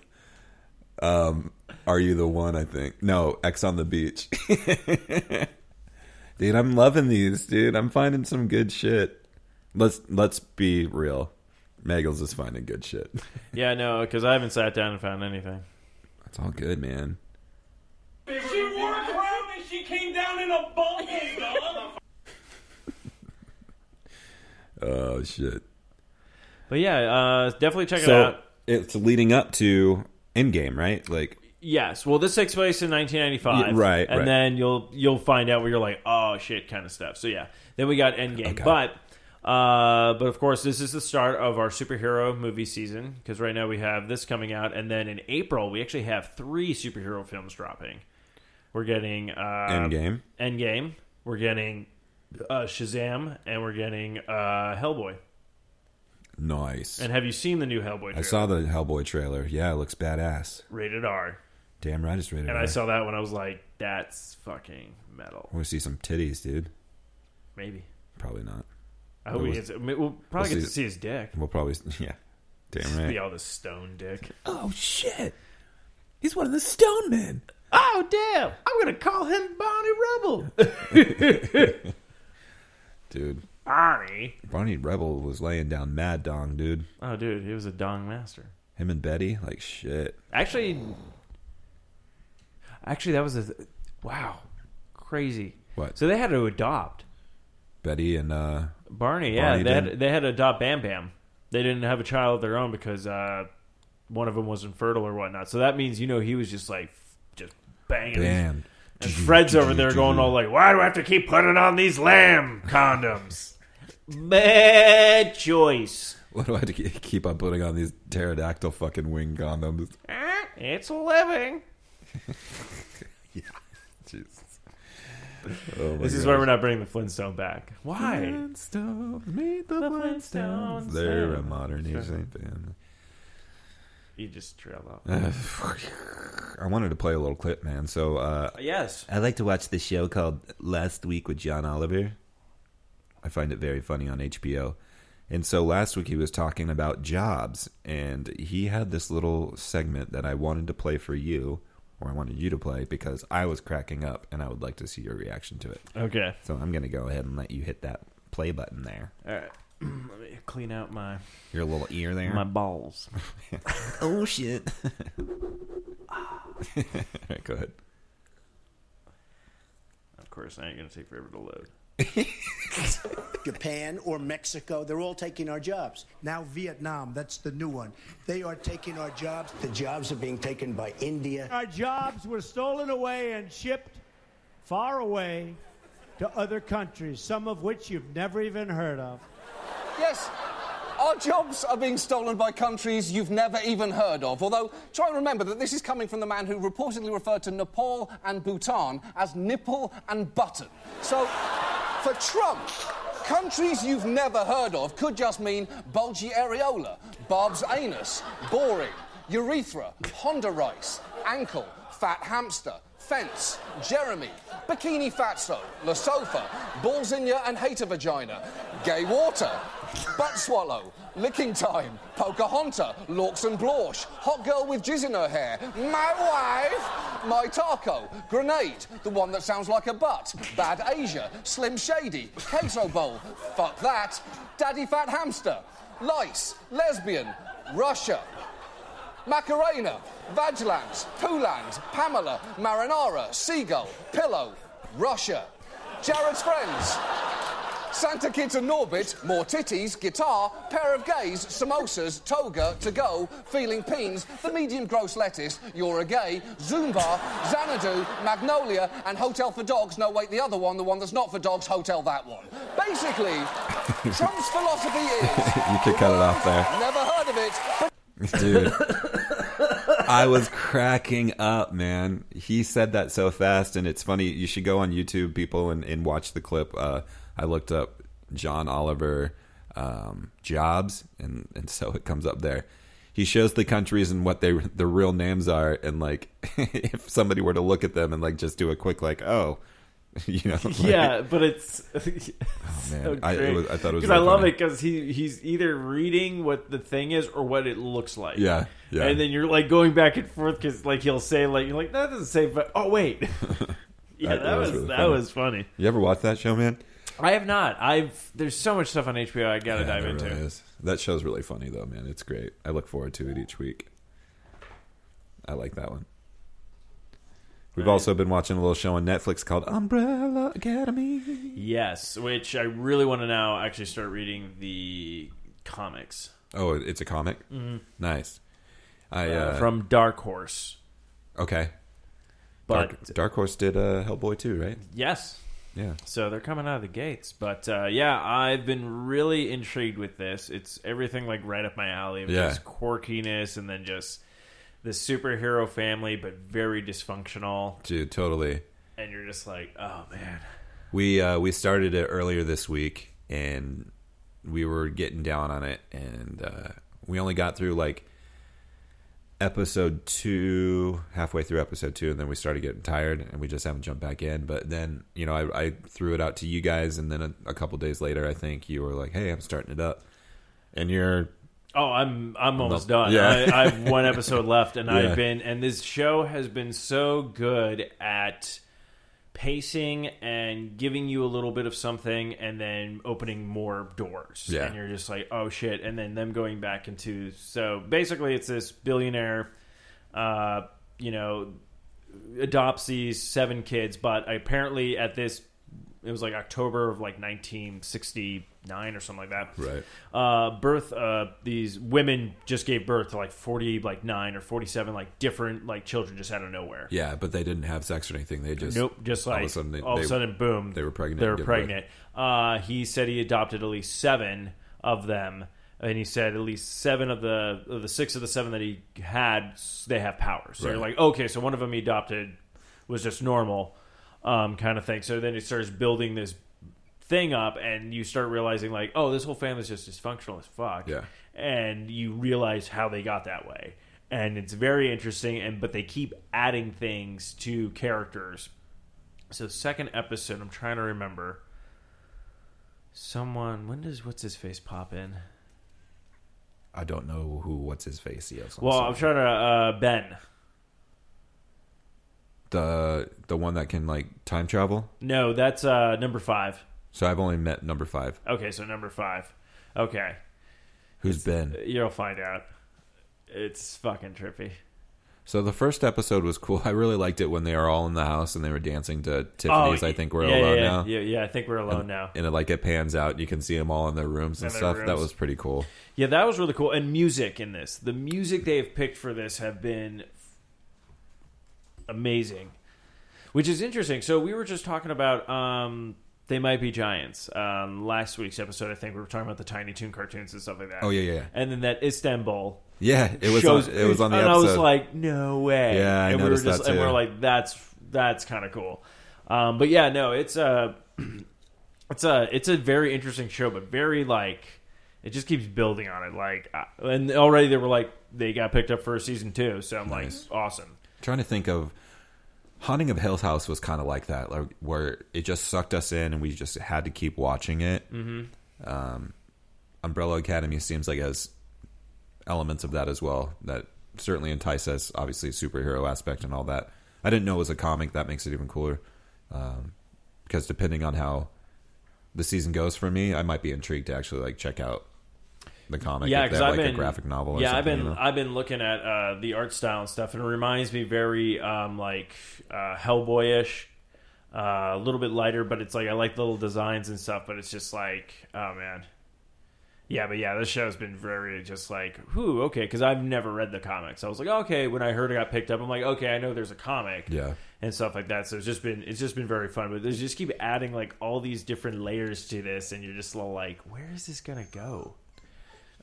Speaker 4: Um, are you the one? I think no. X on the beach. dude, I'm loving these, dude. I'm finding some good shit. Let's let's be real. Meggles is finding good shit.
Speaker 5: Yeah, no, because I haven't sat down and found anything.
Speaker 4: It's all good, man.
Speaker 7: She wore a crown and she came down in a ballroom, dog.
Speaker 4: Oh shit.
Speaker 5: But yeah, uh, definitely check it
Speaker 4: So
Speaker 5: out.
Speaker 4: it's leading up to Endgame, right? Like,
Speaker 5: Yes, well, this takes place in 1995,
Speaker 4: Y- right,
Speaker 5: And
Speaker 4: right.
Speaker 5: then you'll you'll find out where you're like, "Oh shit," kind of stuff. So yeah, then we got Endgame, but. Uh, but of course, this is the start of our superhero movie season because right now we have this coming out, and then in April we actually have three superhero films dropping. We're getting uh,
Speaker 4: Endgame.
Speaker 5: Endgame. We're getting uh, Shazam, and we're getting uh, Hellboy.
Speaker 4: Nice.
Speaker 5: And have you seen the new Hellboy? Trailer?
Speaker 4: I saw the Hellboy trailer. Yeah, it looks badass.
Speaker 5: rated R,
Speaker 4: Damn right, it's rated
Speaker 5: and
Speaker 4: R.
Speaker 5: I saw that when I was like, "That's fucking metal."
Speaker 4: I want to see some titties, dude.
Speaker 5: Maybe.
Speaker 4: Probably not.
Speaker 5: I hope we
Speaker 4: was-
Speaker 5: get to, we'll probably
Speaker 4: we'll
Speaker 5: get to
Speaker 4: see-
Speaker 5: see his dick.
Speaker 4: We'll probably, yeah. Damn
Speaker 5: Be
Speaker 4: right.
Speaker 5: all this stone dick.
Speaker 4: Oh shit! He's one of the stone men.
Speaker 5: Oh damn! I'm gonna call him Bonnie Rebel.
Speaker 4: Dude,
Speaker 5: Bonnie.
Speaker 4: Bonnie Rebel was laying down mad dong, dude.
Speaker 5: Oh dude, he was a dong master.
Speaker 4: Him and Betty, like shit.
Speaker 5: Actually, actually, that was a wow, crazy.
Speaker 4: What?
Speaker 5: So they had to adopt
Speaker 4: Betty and uh,
Speaker 5: Barney. Yeah,
Speaker 4: Barney
Speaker 5: they had,
Speaker 4: did.
Speaker 5: they had to adopt Bam Bam. They didn't have a child of their own because uh, one of them was infertile or whatnot. So that means you know he was just like f- just banging his
Speaker 4: Bam.
Speaker 5: And Fred's over there going all like, "Why do I have to keep putting on these lamb condoms?" Bad choice.
Speaker 4: What do I have to ke- keep on putting on these pterodactyl fucking wing condoms?
Speaker 5: Eh, It's a living.
Speaker 4: Jesus. Oh my
Speaker 5: This is why we're not bringing the Flintstone back. Why?
Speaker 4: Flintstones, meet the,
Speaker 5: Flintstones.
Speaker 4: They're a modern Asian band.
Speaker 5: You just trail off.
Speaker 4: I wanted to play a little clip, man. So uh,
Speaker 5: Yes.
Speaker 4: I like to watch the show called Last Week with John Oliver. I find it very funny on HBO. And so last week he was talking about jobs, and he had this little segment that I wanted to play for you, or I wanted you to play because I was cracking up, and I would like to see your reaction to it.
Speaker 5: Okay.
Speaker 4: So I'm gonna go ahead and let you hit that play button there.
Speaker 5: All right. Let me clean out my
Speaker 4: Your little ear there.
Speaker 5: my balls.
Speaker 4: oh shit! All right, go ahead.
Speaker 5: Of course, I ain't gonna take forever to load.
Speaker 8: Japan or Mexico. They're all taking our jobs. Now, Vietnam, that's the new one. They are taking our jobs. The jobs are being taken by India.
Speaker 9: Our jobs were stolen away and shipped far away to other countries, some of which you've never even heard of.
Speaker 10: Yes, our jobs are being stolen by countries you've never even heard of. Although, try and remember that this is coming from the man who reportedly referred to Nepal and Bhutan as nipple and button. So, for Trump, countries you've never heard of could just mean bulgy areola, Barb's anus, boring, urethra, Honda rice, ankle, fat hamster. Fence, Jeremy, Bikini Fatso, La Sofa, Balls in Ya and Hater Vagina, Gay Water, Butt swallow, licking time, Pocahontas, Lorks and Blorsch, hot girl with jizz in her hair, my wife, my taco, grenade, the one that sounds like a butt, bad Asia, slim shady, queso bowl, fuck that, daddy fat hamster, lice, lesbian, Russia, Macarena, Vagland, Pooland, Pamela, Marinara, Seagull, Pillow, Russia. Jared's friends. Santa Kids and Norbit, more titties, guitar, pair of gays, samosas, toga, to go, feeling peens, the medium gross lettuce, you're a gay, Zumba, Xanadu, Magnolia, and Hotel for Dogs. No, wait, the other one, the one that's not for dogs, Hotel that one. Basically, Trump's philosophy is
Speaker 4: You could cut it off there.
Speaker 10: never heard of it,
Speaker 4: Dude. I was cracking up, man. He said that so fast, and it's funny. You should go on YouTube, people, and, and watch the clip. Uh, I looked up John Oliver um, Jobs, and, and so it comes up there. He shows the countries and what they the real names are, and like if somebody were to look at them and like just do a quick like, oh, you know, like- oh,
Speaker 5: yeah, but it's so
Speaker 4: man. I- it
Speaker 5: Oh, great.
Speaker 4: was- I thought it was
Speaker 5: 'Cause
Speaker 4: really
Speaker 5: I love
Speaker 4: funny.
Speaker 5: it because he he's either reading what the thing is or what it looks like.
Speaker 4: Yeah, yeah.
Speaker 5: And then you're like going back and forth because like he'll say like you're like that doesn't say but oh wait. yeah, that,
Speaker 4: That- that was
Speaker 5: was,
Speaker 4: really
Speaker 5: that
Speaker 4: funny.
Speaker 5: was funny.
Speaker 4: You ever watch that show, man?
Speaker 5: I have not. I've there's so much stuff on HBO I gotta dive
Speaker 4: Yeah, it
Speaker 5: into.
Speaker 4: really is. That show's really funny though, man. It's great. I look forward to it each week. I like that one. We've also been watching a little show on Netflix called Umbrella Academy.
Speaker 5: Yes, which I really want to now actually start reading the comics
Speaker 4: Oh, it's a comic. Mm-hmm. Nice. I
Speaker 5: uh,
Speaker 4: uh,
Speaker 5: from Dark Horse.
Speaker 4: okay.
Speaker 5: But
Speaker 4: Dark, Dark Horse did uh, Hellboy too, right?
Speaker 5: yes,
Speaker 4: Yeah.
Speaker 5: So they're coming out of the gates. But uh, yeah, I've been really intrigued with this. It's everything like right up my alley of
Speaker 4: Yeah.
Speaker 5: just quirkiness and then just the superhero family, but very dysfunctional.
Speaker 4: Dude, totally.
Speaker 5: And you're just like, oh man.
Speaker 4: We uh, we started it earlier this week, and we were getting down on it, and uh, we only got through like episode two, halfway through episode two, and then we started getting tired, and we just haven't jumped back in. But then, you know, I, I threw it out to you guys, and then a, a couple days later, I think you were like, "Hey, I'm starting it up," and you're
Speaker 5: Oh, I'm I'm almost
Speaker 4: not-
Speaker 5: done.
Speaker 4: yeah.
Speaker 5: I, I have one episode left, and
Speaker 4: Yeah.
Speaker 5: I've been and this show has been so good at pacing and giving you a little bit of something, and then opening more doors.
Speaker 4: Yeah.
Speaker 5: and you're just like, oh shit, and then them going back into so basically, it's this billionaire, uh, you know, adopts these seven kids, but apparently at this, it was like October of like 1969 or something like that.
Speaker 4: Right.
Speaker 5: Uh, birth. Uh, these women just gave birth to like 40, like nine or 47, like different like children just out of nowhere.
Speaker 4: yeah, but they didn't have sex or anything. They just
Speaker 5: Nope, just like all of a sudden,
Speaker 4: they- they-
Speaker 5: boom,
Speaker 4: they were pregnant
Speaker 5: They
Speaker 4: and
Speaker 5: were
Speaker 4: gave
Speaker 5: pregnant. Uh, he said he adopted at least seven of them, and he said at least seven of the of the six of the seven that he had, s- they have powers. So you're
Speaker 4: Right.
Speaker 5: like, okay, so one of them he adopted was just normal, um, kind of thing. So then he starts building this thing up, and you start realizing like, oh, this whole family's just dysfunctional as fuck
Speaker 4: Yeah.
Speaker 5: and you realize how they got that way and it's very interesting and but they keep adding things to characters so second episode i'm trying to remember someone when does what's his face pop in
Speaker 4: I don't know who what's his face. Yes,
Speaker 5: well i'm trying to uh ben
Speaker 4: the the one that can like time travel.
Speaker 5: no that's uh number five
Speaker 4: So I've only met number five.
Speaker 5: okay so number five okay
Speaker 4: Who's Ben?
Speaker 5: you'll find out it's fucking trippy
Speaker 4: So the first episode was cool. I really liked it when they were all in the house and they were dancing to Tiffany's. I think we're
Speaker 5: Oh, yeah,
Speaker 4: alone
Speaker 5: yeah, yeah,
Speaker 4: now.
Speaker 5: Yeah, yeah, I think we're alone
Speaker 4: and,
Speaker 5: now.
Speaker 4: And it like it pans out. You can see them all in their rooms and
Speaker 5: In their
Speaker 4: stuff. That
Speaker 5: rooms.
Speaker 4: was pretty cool.
Speaker 5: Yeah, that was really cool. And music in this, the music they have picked for this have been f- amazing, which is interesting. So we were just talking about um, they might be giants um, last week's episode. I think we were talking about the Tiny Toon cartoons and stuff like that.
Speaker 4: Oh, yeah, yeah, yeah.
Speaker 5: And then that Istanbul.
Speaker 4: Yeah, it was
Speaker 5: shows-
Speaker 4: on- it was on the
Speaker 5: and I was
Speaker 4: episode.
Speaker 5: like, no way.
Speaker 4: Yeah, I
Speaker 5: and we were
Speaker 4: noticed
Speaker 5: just
Speaker 4: that
Speaker 5: and we
Speaker 4: too.
Speaker 5: were like, that's that's kind of cool. Um, but yeah, no, it's uh, it's a it's a very interesting show, but very like it just keeps building on it. Like, I- and already they were like they got picked up for a season two, so I'm
Speaker 4: Nice.
Speaker 5: like awesome.
Speaker 4: trying to think of Haunting of Hill House was kind of like that, like where it just sucked us in and we just had to keep watching it.
Speaker 5: Mhm.
Speaker 4: Um, Umbrella Academy seems like it has elements of that as well that certainly entice us. Obviously, superhero aspect and all that. I didn't know it was a comic. That makes it even cooler. Um, because depending on how the season goes for me, I might be intrigued to actually like check out the comic.
Speaker 5: yeah,
Speaker 4: if
Speaker 5: because
Speaker 4: they have,
Speaker 5: I've
Speaker 4: like
Speaker 5: been
Speaker 4: a graphic novel. Or
Speaker 5: yeah, I've
Speaker 4: something,
Speaker 5: been
Speaker 4: you know?
Speaker 5: I've been looking at uh, the art style and stuff, and it reminds me very um, like uh, Hellboyish, uh, a little bit lighter, but it's like I like the little designs and stuff, but it's just like oh man. Yeah, but yeah, this show's been very just like, whoo, okay, because I've never read the comics. I was like, okay, when I heard it got picked up, I'm like, okay, I know there's a comic,
Speaker 4: Yeah.
Speaker 5: and stuff like that. So it's just been it's just been very fun, but they just keep adding like all these different layers to this, and you're just a little like, where is this gonna go?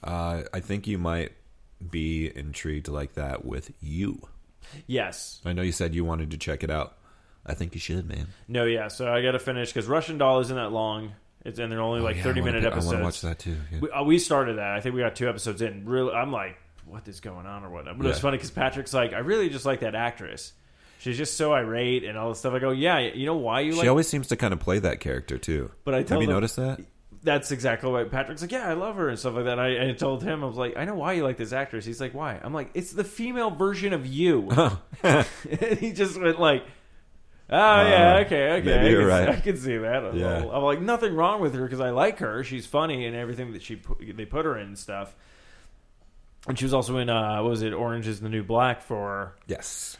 Speaker 4: Uh, I think you might be intrigued like that with you.
Speaker 5: Yes,
Speaker 4: I know you said you wanted to check it out. I think you should, man.
Speaker 5: No, yeah. So I got to finish because Russian Doll isn't that long. It's and they're only like
Speaker 4: Oh, yeah, I
Speaker 5: thirty
Speaker 4: wanna
Speaker 5: minute
Speaker 4: pick- I wanna
Speaker 5: episodes.
Speaker 4: watch that too, yeah.
Speaker 5: We, uh, we started that. I think we got two episodes in. Really, I'm like, what is going on or whatnot. But it's
Speaker 4: Yeah.
Speaker 5: funny because Patrick's like, I really just like that actress. She's just so irate and all this stuff. I go, yeah, you know why you
Speaker 4: She
Speaker 5: like.
Speaker 4: always seems to kind of play that character too.
Speaker 5: But I tell
Speaker 4: have you
Speaker 5: them-
Speaker 4: noticed that?
Speaker 5: That's exactly what Patrick's like. Yeah, I love her and stuff like that. I, I told him I was like, I know why you like this actress. He's like, why? I'm like, it's the female version of you. and he just went like, oh yeah, okay, okay,
Speaker 4: Uh, maybe
Speaker 5: I,
Speaker 4: you're
Speaker 5: can,
Speaker 4: right.
Speaker 5: I can see that. I'm,
Speaker 4: Yeah.
Speaker 5: I'm like, nothing wrong with her because I like her. She's funny and everything that she put, they put her in and stuff. And she was also in uh, what was it? Orange is the New Black for
Speaker 4: Yes.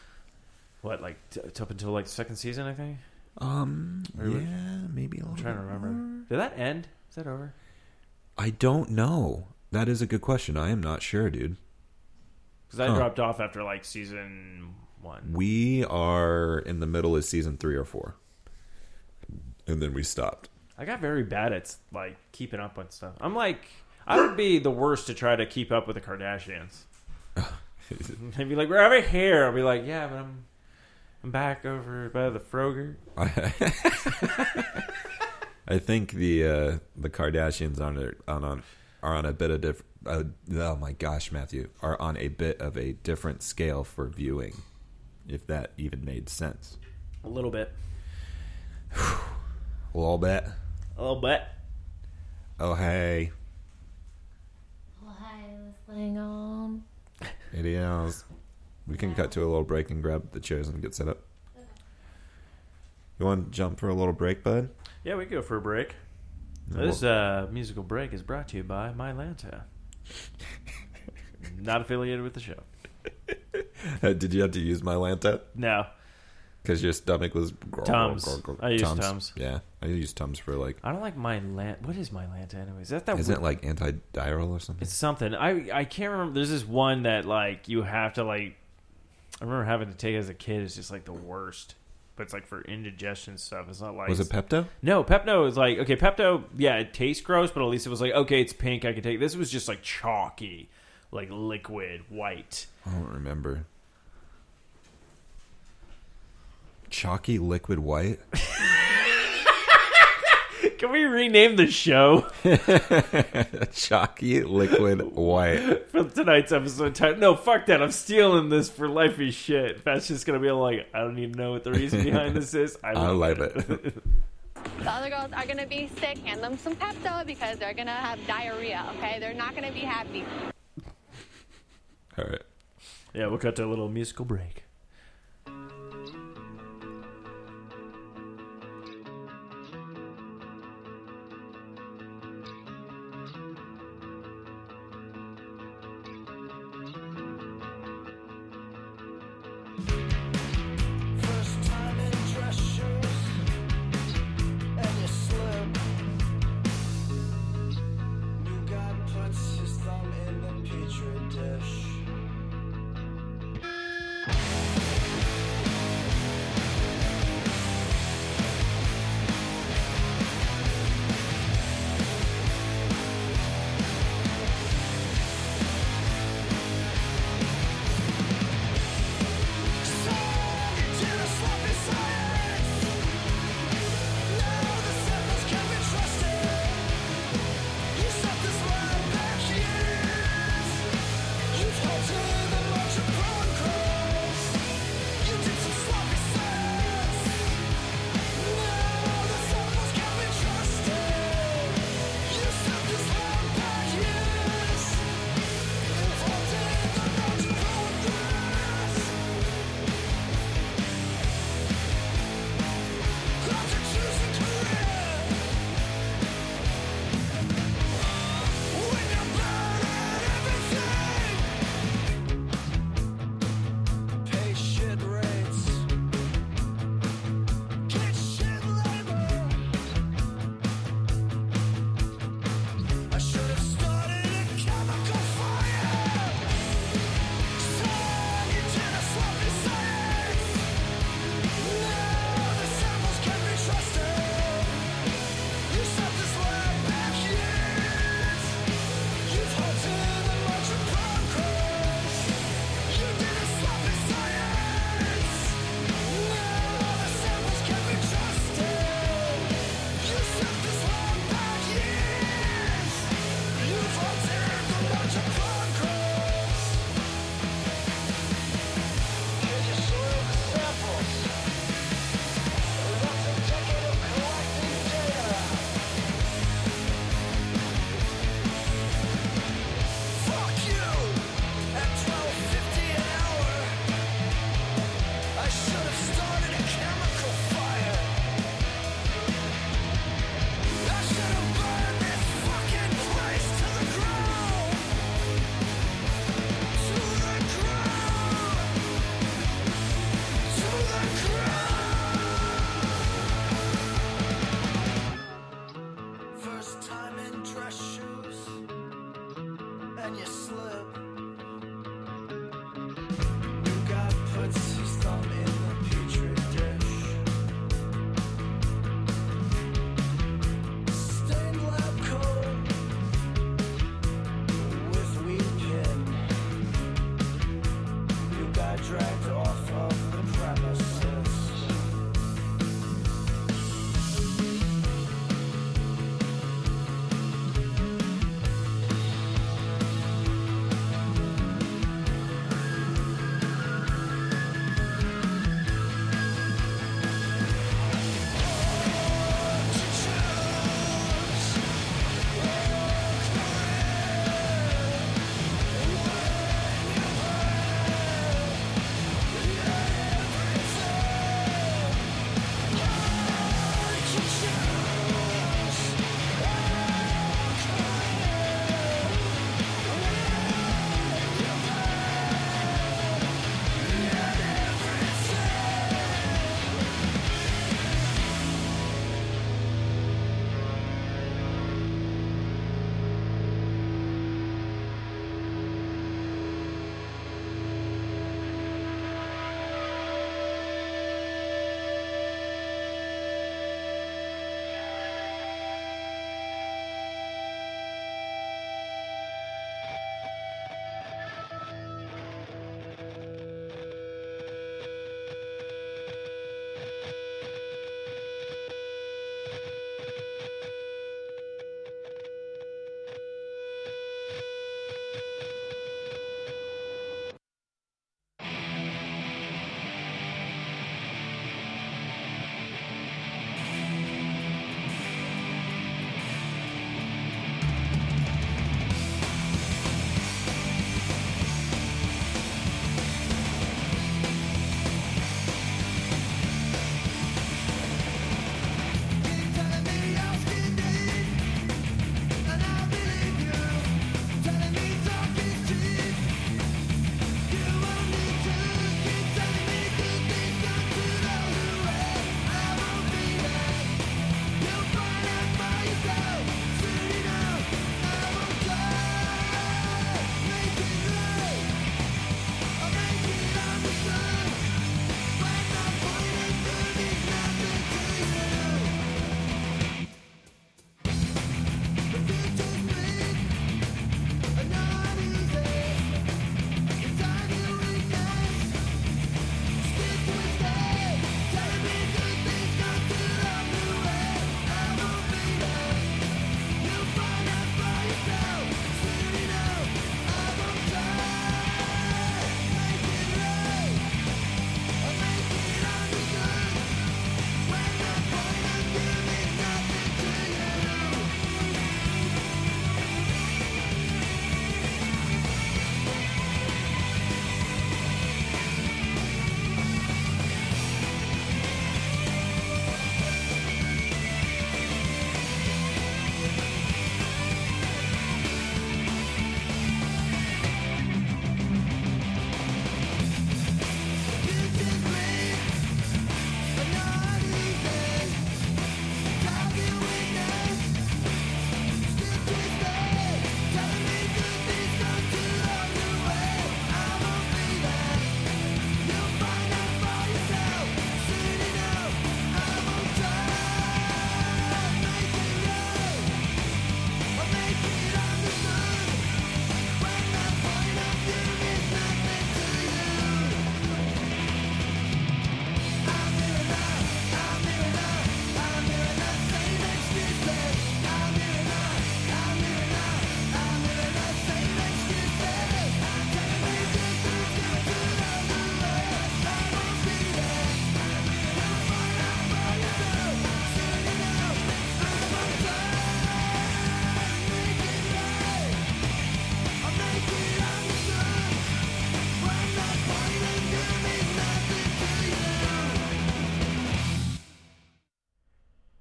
Speaker 5: what like t- up until like the second season, I think.
Speaker 4: Um. yeah, maybe. A
Speaker 5: I'm trying to remember. Did that end? Is that over?
Speaker 4: I don't know. That is a good question. I am not sure, dude.
Speaker 5: Because I
Speaker 4: Huh.
Speaker 5: dropped off after like season one.
Speaker 4: We are in the middle of season three or four, and then we stopped.
Speaker 5: I got very bad at like keeping up with stuff. I'm like, I would be the worst to try to keep up with the Kardashians. They'd be like, "We're over here." I'll be like, "Yeah, but I'm, I'm back over by the Froger."
Speaker 4: I think the uh, the Kardashians on a, on on are on a bit of diff- uh, oh my gosh, Matthew, are on a bit of a different scale for viewing, if that even made sense.
Speaker 5: A little bit,
Speaker 4: A little bit.
Speaker 5: a little bit.
Speaker 4: Oh hey,
Speaker 11: Why was going on?
Speaker 4: it is. We can cut to a little break and grab the chairs and get set up. You want to jump for a little break, bud?
Speaker 5: Yeah, we can go for a break.
Speaker 4: No,
Speaker 5: this uh, musical break is brought to you by Mylanta. Not affiliated with the show.
Speaker 4: Did you have to use my Lanta?
Speaker 5: No,
Speaker 4: Because your stomach was grr,
Speaker 5: Tums. I use Tums.
Speaker 4: Yeah, I use Tums for like
Speaker 5: I don't like Mylanta. What is Mylanta, anyways? Is that that
Speaker 4: Isn't it like antidiarrhal or something?
Speaker 5: It's something. I I can't remember. There's this one that like you have to like. I remember having to take it as a kid. It's just like the worst. But it's like for indigestion stuff. It's not like
Speaker 4: Was it Pepto?
Speaker 5: No, Pepto is like okay. Pepto, yeah, it tastes gross, but at least it was like okay, it's pink. I can take this. Was just like chalky, like liquid white.
Speaker 4: I don't remember. Chalky liquid white.
Speaker 5: Can we rename the show
Speaker 4: Chalky liquid white.
Speaker 5: for tonight's episode? Title? No, fuck that. I'm stealing this for lifey shit. That's just gonna be like I don't even know what the reason behind this is. I
Speaker 4: I
Speaker 5: love
Speaker 4: love it.
Speaker 11: The other girls are gonna be sick. Hand them some Pepto because they're gonna have diarrhea. Okay, they're not gonna be happy.
Speaker 4: All right.
Speaker 5: Yeah, we'll cut to a little musical break.
Speaker 12: you slip. New guy puts his thumb in the petri dish. Stained lab coat with weed pin. New guy dragged off of the premises.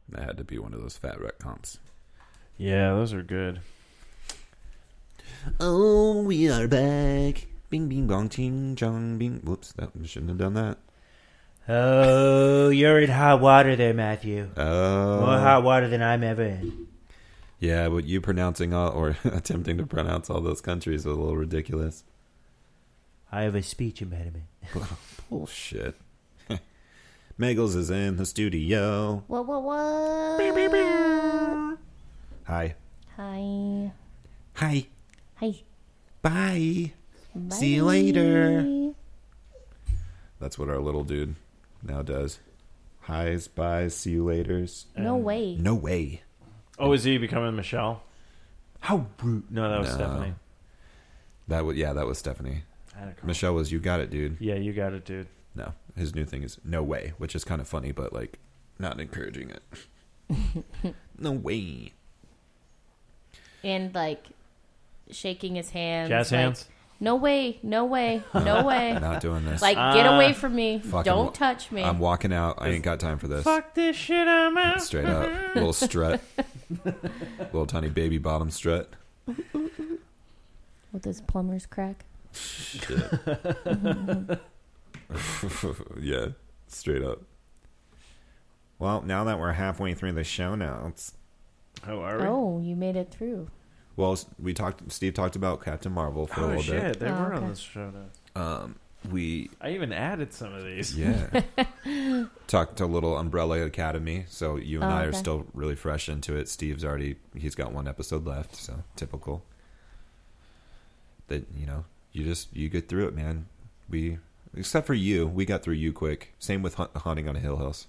Speaker 4: That had to be one of those fat wreck comps.
Speaker 5: Yeah, those are good.
Speaker 4: Oh, we are back. Bing, bing, bong, ching, chong, bing. Whoops, that shouldn't have done that.
Speaker 3: Oh, you're in hot water there, Matthew.
Speaker 4: Oh,
Speaker 5: Uh,
Speaker 3: More hot water than I'm ever in.
Speaker 4: Yeah, but you pronouncing all or attempting to pronounce all those countries was a little ridiculous.
Speaker 5: I have a speech impediment.
Speaker 4: Bullshit. Meggles is in the studio.
Speaker 13: Whoa, whoa, whoa.
Speaker 4: Hi.
Speaker 13: Hi.
Speaker 4: Hi.
Speaker 13: Hi.
Speaker 4: Bye. See you
Speaker 13: Bye.
Speaker 4: later. That's what our little dude now does. Hi's, byes, see you laters.
Speaker 13: No Um, way.
Speaker 4: No way.
Speaker 5: Oh, is he becoming Michelle?
Speaker 3: How brute.
Speaker 5: No, that was
Speaker 4: No.
Speaker 5: Stephanie.
Speaker 4: That was yeah, that was Stephanie.
Speaker 5: I had a call.
Speaker 4: Michelle was you got it, dude.
Speaker 5: Yeah, you got it, dude.
Speaker 4: No, his new thing is no way, which is kind of funny, but like not encouraging it. no way.
Speaker 13: And like shaking his hands.
Speaker 4: Jazz
Speaker 13: like,
Speaker 4: hands?
Speaker 13: No way. No way. No way.
Speaker 4: Not doing this.
Speaker 13: Like, get away from me.
Speaker 4: Fucking
Speaker 13: Don't
Speaker 4: wa-
Speaker 13: touch me.
Speaker 4: I'm walking out. I ain't got time for this.
Speaker 13: Fuck
Speaker 5: this shit. I'm out.
Speaker 4: Straight up, little strut, little tiny baby bottom strut.
Speaker 13: With his plumber's crack.
Speaker 4: yeah, straight up. Well, now that we're halfway through the show notes,
Speaker 5: how are
Speaker 13: Oh, you made it through.
Speaker 4: Well, s- we talked. Steve talked about Captain Marvel for a
Speaker 5: Oh
Speaker 4: little
Speaker 5: shit,
Speaker 4: bit.
Speaker 5: they
Speaker 13: Oh,
Speaker 5: were
Speaker 13: okay.
Speaker 5: on this show. notes.
Speaker 4: Um, we
Speaker 5: I even added some of these.
Speaker 4: Yeah. talked to little Umbrella Academy. So you and
Speaker 5: Oh,
Speaker 4: I are
Speaker 5: okay.
Speaker 4: still really fresh into it. Steve's already he's got one episode left, so typical. That you know, you just you get through it, man. We except for you, we got through you quick. Same with Hunt, Haunting on a Hill House.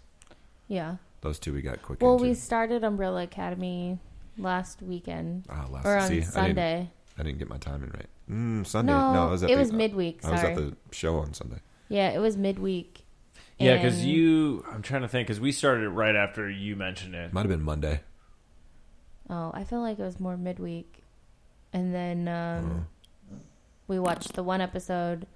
Speaker 13: Yeah.
Speaker 4: Those two we got quick.
Speaker 13: Well,
Speaker 4: into.
Speaker 13: we started Umbrella Academy last weekend.
Speaker 4: Ah, last
Speaker 13: or on
Speaker 4: see, I
Speaker 13: Sunday.
Speaker 4: didn't, I didn't get my timing right. Mm, Sunday.
Speaker 13: No,
Speaker 4: No, I was at
Speaker 13: it
Speaker 4: the,
Speaker 13: was midweek,
Speaker 4: I was at
Speaker 13: sorry.
Speaker 4: the show on Sunday.
Speaker 13: Yeah, it was midweek.
Speaker 5: Yeah, because
Speaker 13: And-
Speaker 5: you. I'm trying to think because we started it right after you mentioned it.
Speaker 4: Might have been Monday.
Speaker 13: Oh, I feel like it was more midweek. And then um,
Speaker 4: Oh.
Speaker 13: we watched the one episode,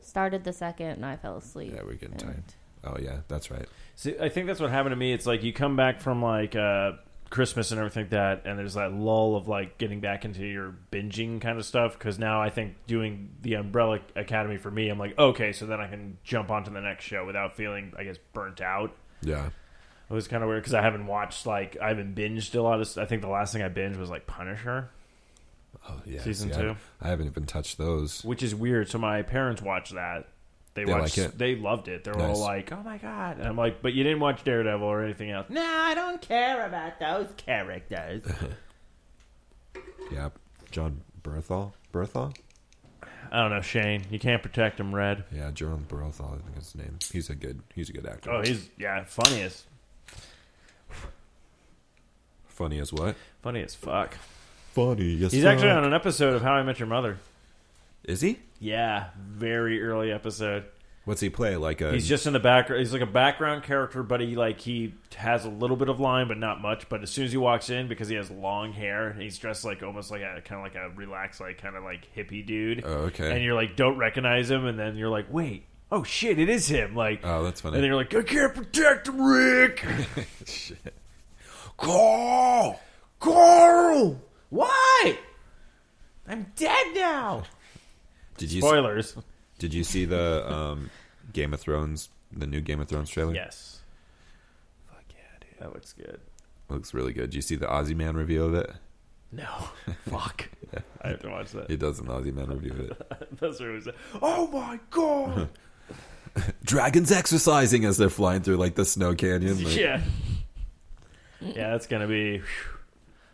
Speaker 13: started the second, and I fell asleep. Yeah,
Speaker 4: we're getting tired. Oh yeah, that's right.
Speaker 5: See, I think that's what happened to me. It's like you come back from like uh, Christmas and everything like that, and there's that lull of like getting back into your binging kind of stuff. Because now I think doing the Umbrella Academy for me, I'm like, okay, so then I can jump onto the next show without feeling, I guess, burnt out.
Speaker 4: Yeah.
Speaker 5: It was kind of weird because I haven't watched like I haven't binged a lot of. I think the last thing I binged was like Punisher.
Speaker 4: Oh yeah,
Speaker 5: season
Speaker 4: see, I-
Speaker 5: two,
Speaker 4: I haven't even touched those.
Speaker 5: which is weird. So my parents watched that. They,
Speaker 4: They
Speaker 5: watched.
Speaker 4: like it?
Speaker 5: They loved it. They were
Speaker 4: Nice.
Speaker 5: all like, "Oh my god!" And I'm like, "But you didn't watch Daredevil or anything else." No, I don't care about those characters.
Speaker 4: Yeah, John Berthal. Berthal.
Speaker 5: I don't know, Shane. You can't protect him, Red.
Speaker 4: Yeah, John Berthal. I think is his name. He's a good. He's a good actor.
Speaker 5: Oh, he's yeah, funny as
Speaker 4: funny as what?
Speaker 5: funny as fuck.
Speaker 4: Funny as
Speaker 5: he's actually on an episode of How I Met Your Mother.
Speaker 4: Is he?
Speaker 5: Yeah, very early episode.
Speaker 4: What's he play like? A
Speaker 5: He's just in the background. He's like a background character, but he like he has a little bit of line, but not much. But as soon as he walks in, because he has long hair, he's dressed like almost like a kind of like a relaxed, like kind of like hippie dude.
Speaker 4: Oh, okay.
Speaker 5: And you're like, don't recognize him, and then you're like, wait, oh shit, it is him. Like,
Speaker 4: Oh, that's funny.
Speaker 5: And then you're like, I can't protect him, Rick.
Speaker 4: shit.
Speaker 5: Carl, Carl, why? I'm dead now.
Speaker 4: Did you
Speaker 5: spoilers?
Speaker 4: did you see the um, Game of Thrones? The new Game of Thrones trailer.
Speaker 5: Yes. Fuck yeah, dude. That looks good.
Speaker 4: looks really good. Did you see the Aussie Man review of it?
Speaker 5: No. Fuck. I have to watch that.
Speaker 4: He does an Aussie Man review of it.
Speaker 5: That's what it was. Oh my god!
Speaker 4: Dragons exercising as they're flying through like the snow canyon. like-
Speaker 5: yeah, yeah. That's gonna be.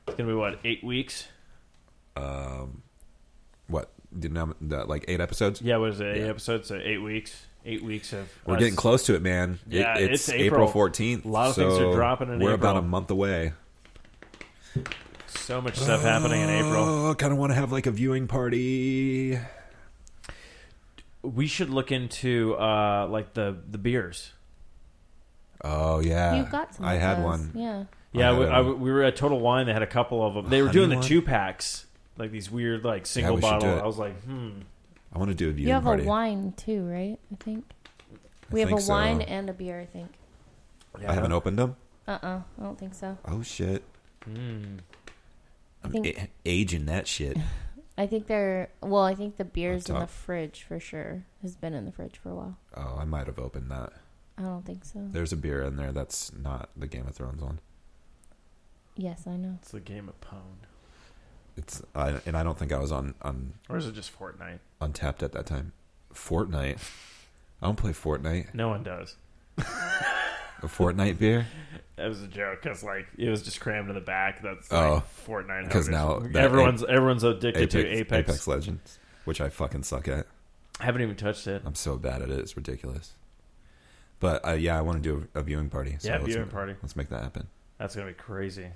Speaker 5: It's gonna be what eight weeks?
Speaker 4: Um, what? Did not, the, like eight episodes?
Speaker 5: Yeah, what is it? Eight
Speaker 4: Yeah.
Speaker 5: episodes? So eight weeks. Eight weeks of. uh,
Speaker 4: We're
Speaker 5: us-
Speaker 4: getting close to it, man. It-
Speaker 5: Yeah, it's,
Speaker 4: it's, April fourteenth.
Speaker 5: A lot of things are dropping in
Speaker 4: we're
Speaker 5: April.
Speaker 4: about a month away.
Speaker 5: so much stuff happening in April.
Speaker 4: Oh, kind of want to have like a viewing party.
Speaker 5: We should look into uh like the the beers.
Speaker 4: Oh yeah,
Speaker 13: You've got some
Speaker 4: I
Speaker 13: of
Speaker 4: had
Speaker 13: those,
Speaker 4: one.
Speaker 13: yeah.
Speaker 5: Yeah,
Speaker 4: I
Speaker 5: we,
Speaker 4: had
Speaker 5: I,
Speaker 4: one.
Speaker 5: we were at Total Wine. They had a couple of them. They were
Speaker 4: Honey
Speaker 5: doing the
Speaker 4: one?
Speaker 5: two packs, like these weird like single
Speaker 4: we should do
Speaker 5: bottle.
Speaker 4: it.
Speaker 5: I was like, hmm.
Speaker 4: I want to do a viewing
Speaker 13: You have
Speaker 4: party.
Speaker 13: a wine too, right? I think. we have
Speaker 4: think
Speaker 13: a wine
Speaker 4: so.
Speaker 13: and a beer, I think.
Speaker 4: I haven't opened them.
Speaker 13: Uh uh I don't think so.
Speaker 4: Oh shit,
Speaker 13: I
Speaker 4: I'm
Speaker 13: think,
Speaker 4: a- aging that shit.
Speaker 13: I think they're. Well, I think the beer's in the
Speaker 4: top.
Speaker 13: fridge for sure. Has been in the fridge for a while.
Speaker 4: Oh, I might have opened that.
Speaker 13: I don't think so.
Speaker 4: There's a beer in there that's not the Game of Thrones one.
Speaker 13: Yes, I know.
Speaker 5: It's the game of Pwn.
Speaker 4: It's I, and I don't think I was on on
Speaker 5: Or is it just Fortnite?
Speaker 4: untapped at that time. Fortnite. I don't play Fortnite.
Speaker 5: No one does.
Speaker 4: A Fortnite beer.
Speaker 5: It was a joke because like it was just crammed in the back. That's
Speaker 4: Oh,
Speaker 5: like, Fortnite.
Speaker 4: 'cause
Speaker 5: hookers.
Speaker 4: now that
Speaker 5: everyone's
Speaker 4: Ap-
Speaker 5: everyone's addicted to Apex.
Speaker 4: Apex Legends, which I fucking suck at.
Speaker 5: I haven't even touched it.
Speaker 4: I'm so bad at it; it's ridiculous. But uh, yeah, I want to do a, a viewing party. So
Speaker 5: Yeah,
Speaker 4: let's-
Speaker 5: viewing party.
Speaker 4: Let's make that happen.
Speaker 5: That's gonna be crazy.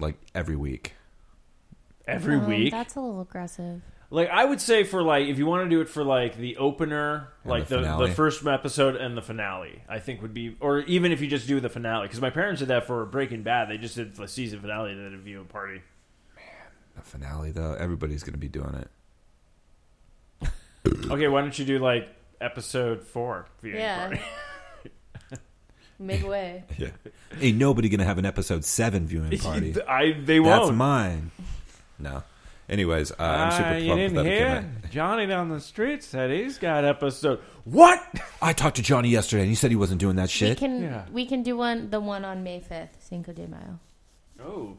Speaker 4: Like every week.
Speaker 5: Every
Speaker 13: Um,
Speaker 5: week,
Speaker 13: That's a little aggressive.
Speaker 5: like I would say for like if you want to do it for like the opener,
Speaker 4: And
Speaker 5: like
Speaker 4: the
Speaker 5: the the,
Speaker 4: finale.
Speaker 5: first episode and the finale, I think would be, or even if you just do the finale, because my parents did that for Breaking Bad. They just did the season finale, they did a viewing party.
Speaker 4: A finale, though. Everybody's going to be doing it.
Speaker 5: Okay, why don't you do like episode four viewing
Speaker 13: Yeah.
Speaker 5: party?
Speaker 13: Midway.
Speaker 4: Yeah. Ain't nobody going to have an episode seven viewing party.
Speaker 5: I they
Speaker 4: That's
Speaker 5: won't.
Speaker 4: mine. No. Anyways, uh, I'm super
Speaker 5: Ah,
Speaker 4: pumped
Speaker 5: you didn't
Speaker 4: that it came
Speaker 5: hear?
Speaker 4: out.
Speaker 5: Johnny down the street said he's got episode. What?
Speaker 4: I talked to Johnny yesterday, and he said he wasn't doing that
Speaker 13: We
Speaker 4: shit.
Speaker 13: can
Speaker 5: Yeah.
Speaker 13: we can do one the one on May fifth, Cinco de Mayo.
Speaker 5: Oh.